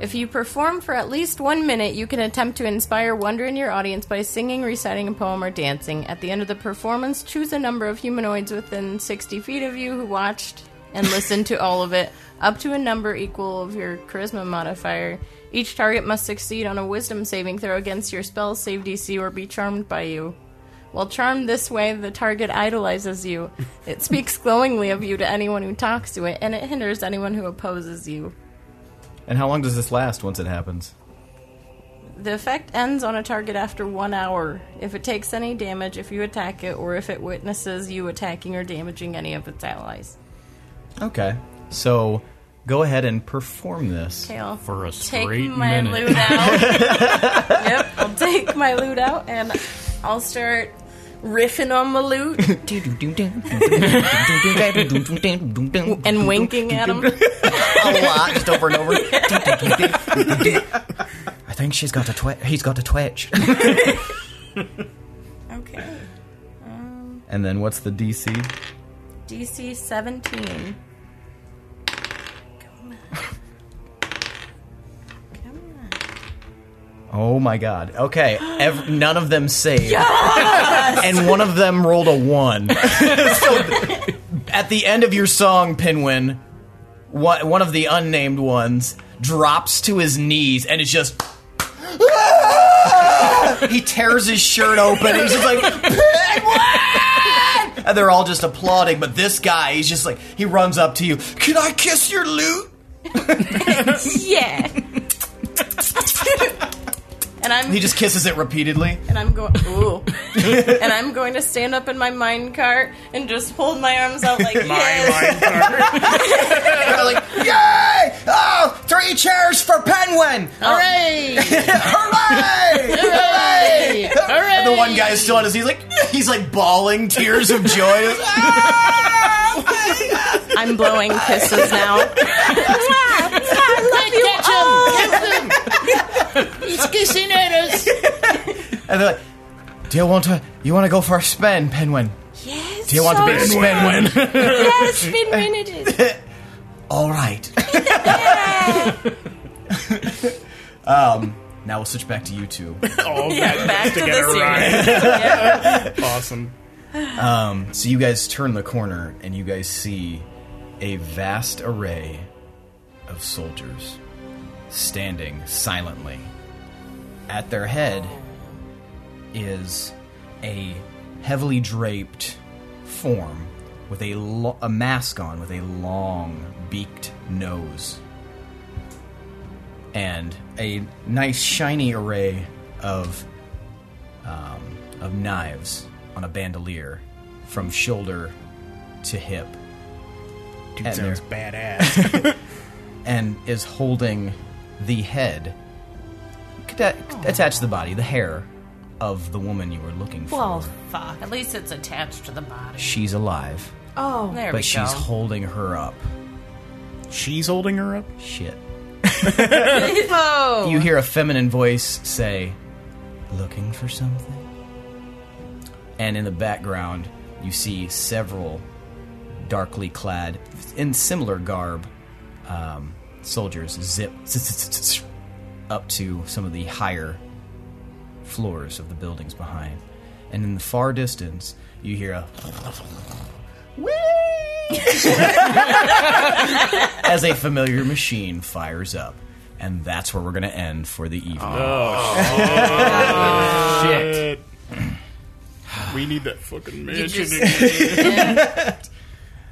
[SPEAKER 6] If you perform for at least one minute, you can attempt to inspire wonder in your audience by singing, reciting a poem, or dancing. At the end of the performance, choose a number of humanoids within 60 feet of you who watched and listened to all of it, up to a number equal of your charisma modifier. Each target must succeed on a wisdom saving throw against your spell save DC or be charmed by you. While charmed this way, the target idolizes you. It speaks glowingly of you to anyone who talks to it, and it hinders anyone who opposes you.
[SPEAKER 3] And how long does this last once it happens?
[SPEAKER 6] The effect ends on a target after one hour. If it takes any damage, if you attack it, or if it witnesses you attacking or damaging any of its allies.
[SPEAKER 3] Okay. So go ahead and perform this.
[SPEAKER 6] Okay, I'll
[SPEAKER 5] For a
[SPEAKER 6] take
[SPEAKER 5] straight
[SPEAKER 6] my
[SPEAKER 5] minute.
[SPEAKER 6] loot out. yep, I'll take my loot out and I'll start riffing on my loot and winking at him.
[SPEAKER 10] a lot, just over and over. I think she's got a twitch. He's got a twitch.
[SPEAKER 6] Okay,
[SPEAKER 3] And then what's the DC?
[SPEAKER 6] DC 17. Come on. Come on.
[SPEAKER 3] Oh my god. Okay. Ev- none of them saved. and one of them rolled a one. so th- at the end of your song, Pinwin, one, one of the unnamed ones drops to his knees and it's just.
[SPEAKER 10] he tears his shirt open. He's just like, "Penguin!"
[SPEAKER 3] And they're all just applauding, but this guy, he's just like, he runs up to you. Can I kiss your loot?
[SPEAKER 6] Yeah. and I'm
[SPEAKER 3] He just kisses it repeatedly.
[SPEAKER 6] and I'm going ooh. and I'm going to stand up in my mine cart and just hold my arms out like yes.
[SPEAKER 10] They're like, yay! Oh, three cheers for Penguin!
[SPEAKER 3] Oh.
[SPEAKER 6] Hooray!
[SPEAKER 10] Hooray! Hooray!
[SPEAKER 6] Hooray!
[SPEAKER 3] The one guy is still on his knees, like, he's like bawling tears of joy. "Ah,
[SPEAKER 6] I'm blowing kisses now.
[SPEAKER 3] And they're like, "Do you want to? You want to go for a spin, Penguin?
[SPEAKER 6] Yes.
[SPEAKER 3] Do you want to be a spin?
[SPEAKER 6] Yes, spin minutes.
[SPEAKER 3] All right." um, Um, now we'll switch back to you two.
[SPEAKER 4] All
[SPEAKER 6] Yeah, back to the series.
[SPEAKER 4] Awesome.
[SPEAKER 3] So you guys turn the corner and you guys see a vast array of soldiers standing silently. At their head is a heavily draped form with a, lo- a mask on with a long beaked nose and a nice shiny array of um, of knives on a bandolier from shoulder to hip
[SPEAKER 4] Dude
[SPEAKER 3] And
[SPEAKER 4] sounds badass.
[SPEAKER 3] and is holding the head cata- attached to the body the hair of the woman you were looking for
[SPEAKER 1] Well, fuck.
[SPEAKER 6] At least it's attached to the body.
[SPEAKER 3] she's alive
[SPEAKER 1] Oh,
[SPEAKER 6] There we go.
[SPEAKER 3] but she's holding her up
[SPEAKER 4] She's holding her up.
[SPEAKER 3] shit
[SPEAKER 1] whoa.
[SPEAKER 3] you hear a feminine voice say, "Looking for something?" And in the background, you see several darkly clad, in similar garb, um, soldiers zip up to some of the higher floors of the buildings behind. And in the far distance, you hear a as a familiar machine fires up. And that's where we're going to end for the evening.
[SPEAKER 4] Shit. we need that fucking mansion.
[SPEAKER 6] just-
[SPEAKER 4] again.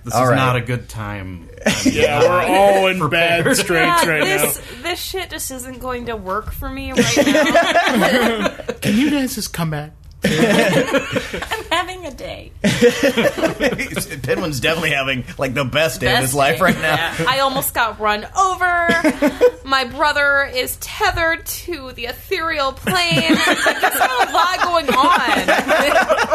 [SPEAKER 5] This
[SPEAKER 3] All
[SPEAKER 5] is
[SPEAKER 3] right.
[SPEAKER 5] not a good time.
[SPEAKER 4] yeah, we're all in bad straits right
[SPEAKER 1] this
[SPEAKER 4] now.
[SPEAKER 1] this shit just isn't going to work for me right now.
[SPEAKER 4] Can you guys just come back?
[SPEAKER 6] I'm having a day.
[SPEAKER 3] Pinwin's definitely having like the best day of
[SPEAKER 6] Best
[SPEAKER 3] his life
[SPEAKER 6] day,
[SPEAKER 3] right now.
[SPEAKER 1] I almost got run over. My brother is tethered to the ethereal plane. Like, There's not a lot going on.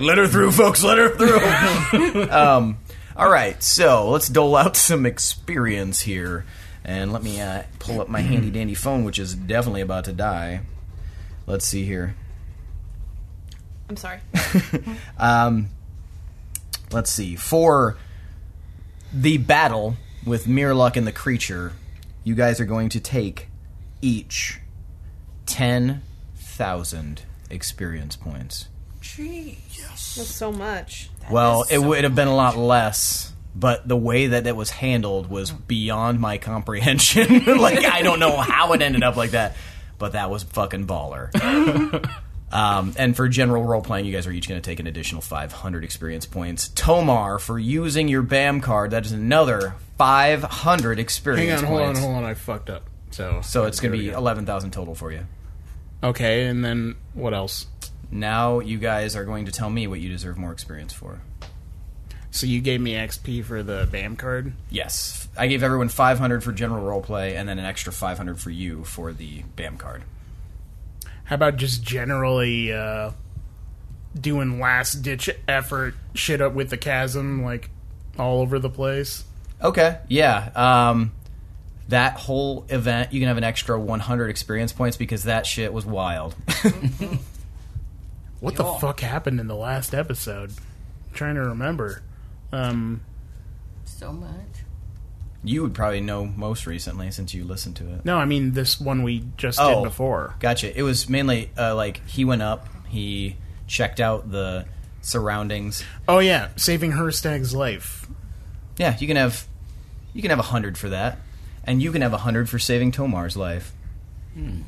[SPEAKER 3] Let her through, folks. Let her through. um, all right, so let's dole out some experience here, and let me uh, pull up my handy dandy phone, which is definitely about to die. Let's see here.
[SPEAKER 1] I'm sorry.
[SPEAKER 3] Um, let's see for the battle with Mirluck and the creature, you guys are going to take each 10,000 experience points.
[SPEAKER 1] so much.
[SPEAKER 3] well, it would have been a lot less, but the way that it was handled was beyond my comprehension. like, I don't know how it ended up like that, but that was fucking baller. Um, and for general role playing, you guys are each going to take an additional 500 experience points. Tomar, for using your BAM card, that is another 500
[SPEAKER 4] Hang
[SPEAKER 3] experience
[SPEAKER 4] on, hold on,
[SPEAKER 3] points.
[SPEAKER 4] hold on. I fucked up. So,
[SPEAKER 3] So it's going to
[SPEAKER 4] There
[SPEAKER 3] be
[SPEAKER 4] we go.
[SPEAKER 3] 11,000 total for you.
[SPEAKER 4] okay. And then what else?
[SPEAKER 3] Now you guys are going to tell me what you deserve more experience for.
[SPEAKER 4] So you gave me XP for the BAM card.
[SPEAKER 3] Yes. I gave everyone 500 for general roleplay and then an extra 500 for you for the BAM card.
[SPEAKER 4] How about just generally uh, doing last ditch effort shit up with the chasm, like all over the place?
[SPEAKER 3] Okay. Yeah. Um, that whole event, you can have an extra 100 experience points because that shit was wild.
[SPEAKER 4] What the fuck happened in the last episode? I'm trying to remember. Um,
[SPEAKER 6] So much.
[SPEAKER 3] you would probably know most recently since you listened to it.
[SPEAKER 4] no, I mean this one we just
[SPEAKER 3] Oh.
[SPEAKER 4] did before.
[SPEAKER 3] Gotcha. It was mainly uh, like he went up, he checked out the surroundings.
[SPEAKER 4] Oh yeah, saving her stag's life.
[SPEAKER 3] Yeah, you can have you can have 100 for that. And you can have 100 for saving Tomar's life.
[SPEAKER 6] Hmm.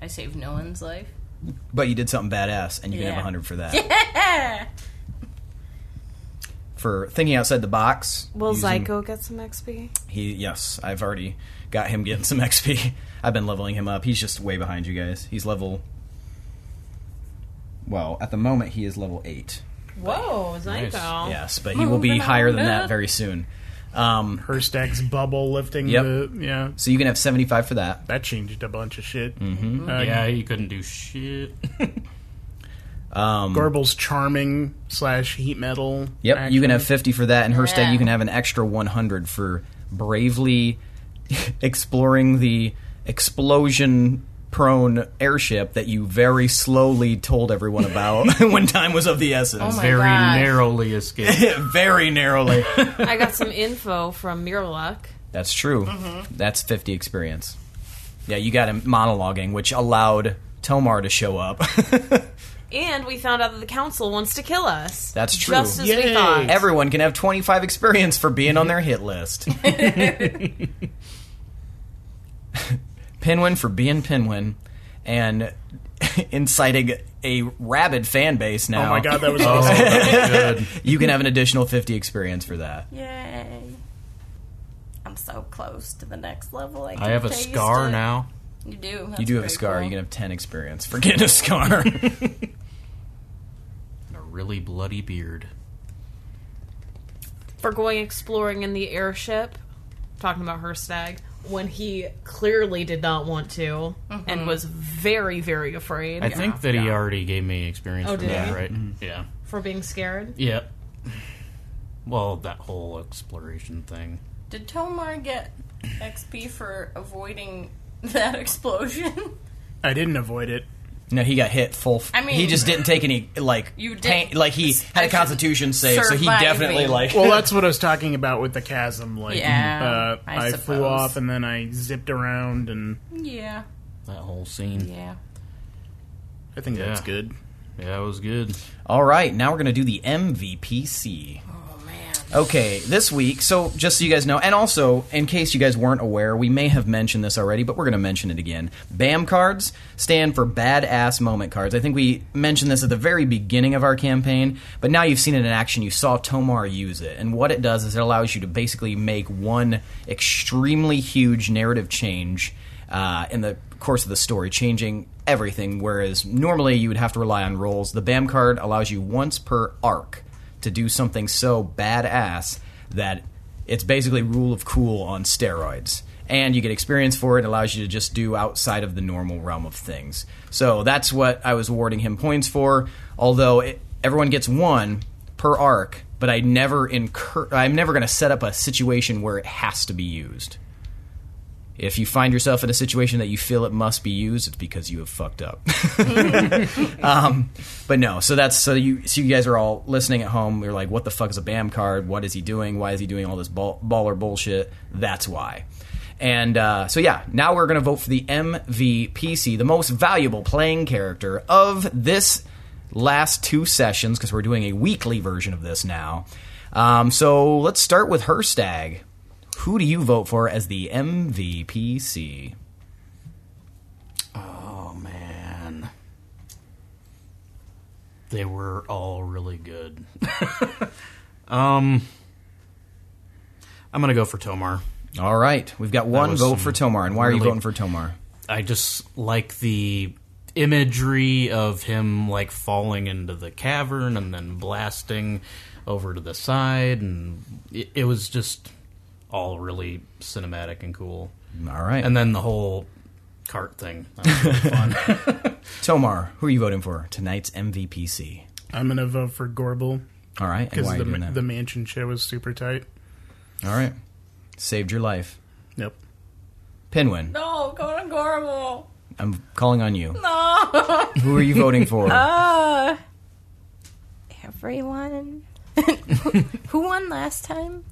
[SPEAKER 6] I saved no one's life.
[SPEAKER 3] But you did something badass, and you can
[SPEAKER 6] Yeah.
[SPEAKER 3] have 100 for that. For thinking outside the box.
[SPEAKER 1] Will
[SPEAKER 3] using-
[SPEAKER 1] Zyko get some XP?
[SPEAKER 3] He yes, I've already got him getting some XP. I've been leveling him up. He's just way behind you guys. He's level. Well, at the moment he is level eight.
[SPEAKER 1] Whoa, Zyko.
[SPEAKER 3] Yes, but he will be higher than that very soon. Um,
[SPEAKER 4] Her stag's bubble lifting
[SPEAKER 3] Yep.
[SPEAKER 4] the yeah.
[SPEAKER 3] so you can have seventy five for that.
[SPEAKER 4] That changed a bunch of shit.
[SPEAKER 3] Mm-hmm.
[SPEAKER 5] yeah, he couldn't do shit.
[SPEAKER 6] Oh
[SPEAKER 4] Gorbel's charming slash heat metal.
[SPEAKER 3] Yep, you
[SPEAKER 4] action.
[SPEAKER 3] can have fifty for that, and her
[SPEAKER 6] Yeah.
[SPEAKER 3] you can have an extra one hundred for bravely exploring the explosion prone airship that you very slowly told everyone about when time was of the essence.
[SPEAKER 6] Oh my
[SPEAKER 5] Very
[SPEAKER 6] gosh.
[SPEAKER 5] narrowly escaped.
[SPEAKER 3] very narrowly.
[SPEAKER 1] I got some info from Mirluck.
[SPEAKER 3] That's true.
[SPEAKER 6] Mm-hmm.
[SPEAKER 3] That's 50 experience. Yeah, you got him monologuing, which allowed Tomar to show up.
[SPEAKER 1] And we found out that the council wants to kill us.
[SPEAKER 3] That's true.
[SPEAKER 1] Just as we
[SPEAKER 4] Yay.
[SPEAKER 1] thought.
[SPEAKER 3] Everyone can have 25 experience for being on their hit list. Pinwin for being Pinwin and inciting a rabid fan base now.
[SPEAKER 4] Oh my god, that was awesome.
[SPEAKER 5] Good.
[SPEAKER 3] You can have an additional 50 experience for that.
[SPEAKER 6] Yay. I'm so close to the next level. I,
[SPEAKER 5] I have a
[SPEAKER 6] can taste
[SPEAKER 5] scar
[SPEAKER 6] it.
[SPEAKER 5] now.
[SPEAKER 6] You do.
[SPEAKER 3] You
[SPEAKER 6] That's
[SPEAKER 3] do have a
[SPEAKER 6] pretty
[SPEAKER 3] scar.
[SPEAKER 6] cool.
[SPEAKER 3] You can have 10 experience for getting a scar.
[SPEAKER 5] And a really bloody beard.
[SPEAKER 1] for going exploring in the airship, talking about her stag, when he clearly did not want to and was very, very afraid
[SPEAKER 5] I think that he already gave me experience
[SPEAKER 1] Oh,
[SPEAKER 5] for
[SPEAKER 1] did
[SPEAKER 5] that,
[SPEAKER 1] he?
[SPEAKER 5] right?
[SPEAKER 3] Mm-hmm.
[SPEAKER 5] Yeah.
[SPEAKER 1] for being scared.
[SPEAKER 5] Yep. Well, that whole exploration thing.
[SPEAKER 6] Did Tomar get XP for avoiding that explosion?
[SPEAKER 4] I didn't avoid it.
[SPEAKER 3] No, he got hit full. F-
[SPEAKER 6] I mean-
[SPEAKER 3] he just didn't take any like
[SPEAKER 6] You
[SPEAKER 3] tank-
[SPEAKER 6] did-
[SPEAKER 3] like he had a
[SPEAKER 6] I
[SPEAKER 3] Constitution
[SPEAKER 6] said
[SPEAKER 3] save, so he
[SPEAKER 6] surviving.
[SPEAKER 3] definitely like.
[SPEAKER 4] Well, that's what I was talking about with the chasm. Like,
[SPEAKER 6] Yeah,
[SPEAKER 4] uh,
[SPEAKER 6] I
[SPEAKER 4] I,
[SPEAKER 6] suppose.
[SPEAKER 4] flew off and then I zipped around, and
[SPEAKER 6] yeah.
[SPEAKER 5] That whole scene. Yeah,
[SPEAKER 6] Yeah.
[SPEAKER 4] I think that's
[SPEAKER 5] Yeah.
[SPEAKER 4] good.
[SPEAKER 5] it was good.
[SPEAKER 3] All right, now we're gonna do the MVPC.
[SPEAKER 6] Oh, man.
[SPEAKER 3] Okay, this week. So just so you guys know, and also in case you guys weren't aware, we may have mentioned this already, but we're gonna mention it again. BAM cards stand for badass moment cards. I think we mentioned this at the very beginning of our campaign, but now you've seen it in action. You saw Tomar use it, and what it does is it allows you to basically make one extremely huge narrative change uh, in the course of the story, changing everything. Whereas normally you would have to rely on rolls. The BAM card allows you once per arc to do something so badass that it's basically rule of cool on steroids. And you get experience for it. It allows you to just do outside of the normal realm of things. So that's what I was awarding him points for. Although it, everyone gets one per arc, but I never incur. I'm never going to set up a situation where it has to be used If you find yourself in a situation that you feel it must be used, it's because you have fucked up. Um, But no, so that's so you so you guys are all listening at home. You're like, what the fuck is a BAM card? What is he doing? Why is he doing all this ball, baller bullshit? That's why. And uh, so yeah, now we're gonna vote for the MVPC, the most valuable playing character of this last two sessions because we're doing a weekly version of this now. Um, so let's start with Herstag. Who do you vote for as the MVPC?
[SPEAKER 5] Oh man, they were all really good. um, I'm gonna go for Tomar.
[SPEAKER 3] All right, we've got one
[SPEAKER 5] was
[SPEAKER 3] vote
[SPEAKER 5] some
[SPEAKER 3] for Tomar, and why are you
[SPEAKER 5] really-
[SPEAKER 3] voting for Tomar?
[SPEAKER 5] I just like the imagery of him like falling into the cavern and then blasting over to the side, and it, it was just all really cinematic and cool.
[SPEAKER 3] All right,
[SPEAKER 5] And then the whole cart thing. That was really fun.
[SPEAKER 3] Tomar, who are you voting for tonight's MVPC?
[SPEAKER 4] I'm gonna vote for Gorbel
[SPEAKER 3] All right, and
[SPEAKER 4] because
[SPEAKER 3] why are
[SPEAKER 4] the
[SPEAKER 3] you doing that?
[SPEAKER 4] the mansion show was super tight.
[SPEAKER 3] All right, saved your life,
[SPEAKER 4] Yep.
[SPEAKER 3] Pinwin.
[SPEAKER 6] No, go to Gorble.
[SPEAKER 3] I'm calling on you.
[SPEAKER 6] No.
[SPEAKER 3] Who are you voting for?
[SPEAKER 6] Uh, everyone. Who won last time?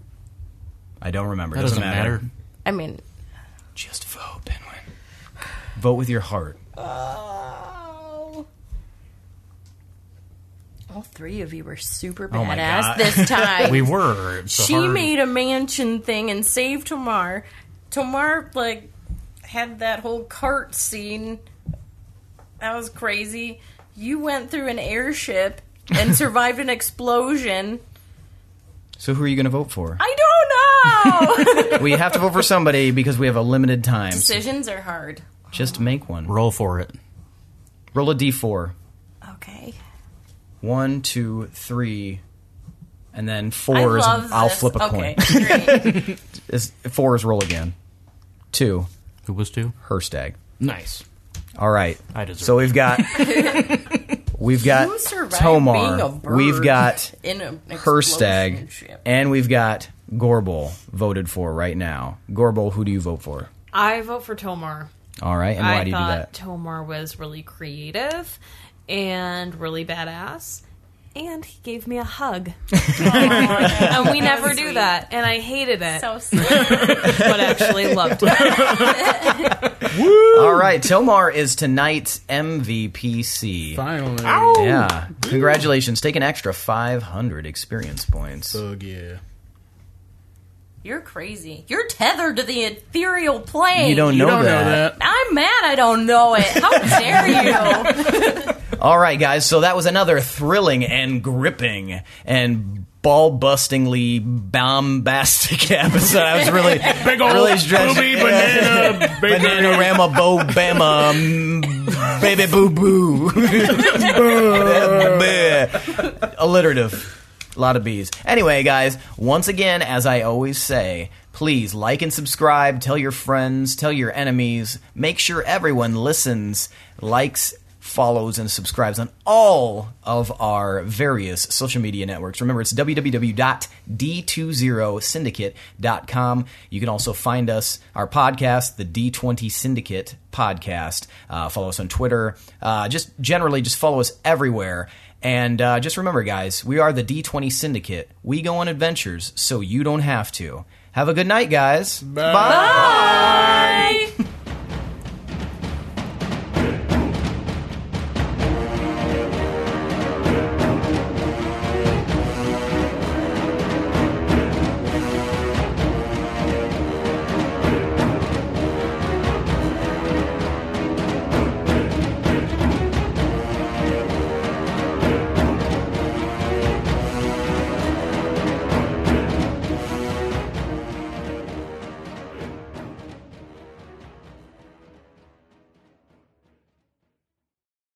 [SPEAKER 3] I don't remember.
[SPEAKER 5] That doesn't matter.
[SPEAKER 6] I mean,
[SPEAKER 3] Just vote, Pinwin. Vote with your heart.
[SPEAKER 6] oh. All three of you were super
[SPEAKER 3] Oh my
[SPEAKER 6] badass
[SPEAKER 3] God.
[SPEAKER 6] this time.
[SPEAKER 5] We were. It's a
[SPEAKER 6] she
[SPEAKER 5] hard-
[SPEAKER 6] made a mansion thing and saved Tomar. Tomar like had that whole cart scene. That was crazy. You went through an airship and survived an explosion.
[SPEAKER 3] So who are you going to vote for?
[SPEAKER 6] I don't know.
[SPEAKER 3] we have to vote for somebody because we have a limited time.
[SPEAKER 6] Decisions are hard.
[SPEAKER 3] Just make one.
[SPEAKER 5] roll for it.
[SPEAKER 3] Roll a d4.
[SPEAKER 6] Okay.
[SPEAKER 3] One, two, three, and then
[SPEAKER 6] I
[SPEAKER 3] four is
[SPEAKER 6] love
[SPEAKER 3] I'll
[SPEAKER 6] this.
[SPEAKER 3] flip a
[SPEAKER 6] okay,
[SPEAKER 3] coin.
[SPEAKER 6] Great.
[SPEAKER 3] Is- Four is roll again. Two,
[SPEAKER 5] Who was two?
[SPEAKER 3] her stag.
[SPEAKER 5] Nice.
[SPEAKER 3] All right.
[SPEAKER 5] I deserve
[SPEAKER 3] So we've got we've
[SPEAKER 6] Who
[SPEAKER 3] got
[SPEAKER 6] survived being a
[SPEAKER 3] Tomar,
[SPEAKER 6] bird
[SPEAKER 3] we've got
[SPEAKER 6] in an explosion
[SPEAKER 3] Herstag,
[SPEAKER 6] ship?
[SPEAKER 3] and we've got Gorbel voted for right now. Gorbel, who do you vote for?
[SPEAKER 1] I vote for Tomar.
[SPEAKER 3] All right, and why
[SPEAKER 1] I
[SPEAKER 3] do you do
[SPEAKER 1] thought
[SPEAKER 3] that?
[SPEAKER 1] Tomar was really creative and really badass. And he gave me a hug. and we never do
[SPEAKER 6] sweet.
[SPEAKER 1] that. And I hated it,
[SPEAKER 6] So sweet.
[SPEAKER 1] but actually loved it.
[SPEAKER 3] All right, Tomar is tonight's MVPC.
[SPEAKER 4] Finally.
[SPEAKER 3] Yeah, congratulations! Take an extra 500 experience points.
[SPEAKER 4] Oh yeah.
[SPEAKER 6] You're crazy. You're tethered to the ethereal plane.
[SPEAKER 3] You don't know
[SPEAKER 4] You don't
[SPEAKER 3] that.
[SPEAKER 4] know that.
[SPEAKER 6] I'm mad I don't know Oh, it. How dare you?
[SPEAKER 3] All right, guys. So that was another thrilling and gripping and ball-bustingly bombastic episode. I was really,
[SPEAKER 4] Big old
[SPEAKER 3] really stretching.
[SPEAKER 4] booby banana baby.
[SPEAKER 3] Panorama, Bo Bama, mm, baby boo boo. Alliterative. A lot of bees. Anyway, guys, once again, as I always say, please like and subscribe, tell your friends, tell your enemies, make sure everyone listens, likes, follows, and subscribes on all of our various social media networks. Remember, it's www.d20syndicate.com. You can also find us, our podcast, the D20 Syndicate podcast. Uh, follow us on Twitter. Uh, just generally, just follow us everywhere. And uh, just remember, guys, we are the D20 Syndicate. We go on adventures so you don't have to. Have a good night, guys. Bye.
[SPEAKER 6] Bye.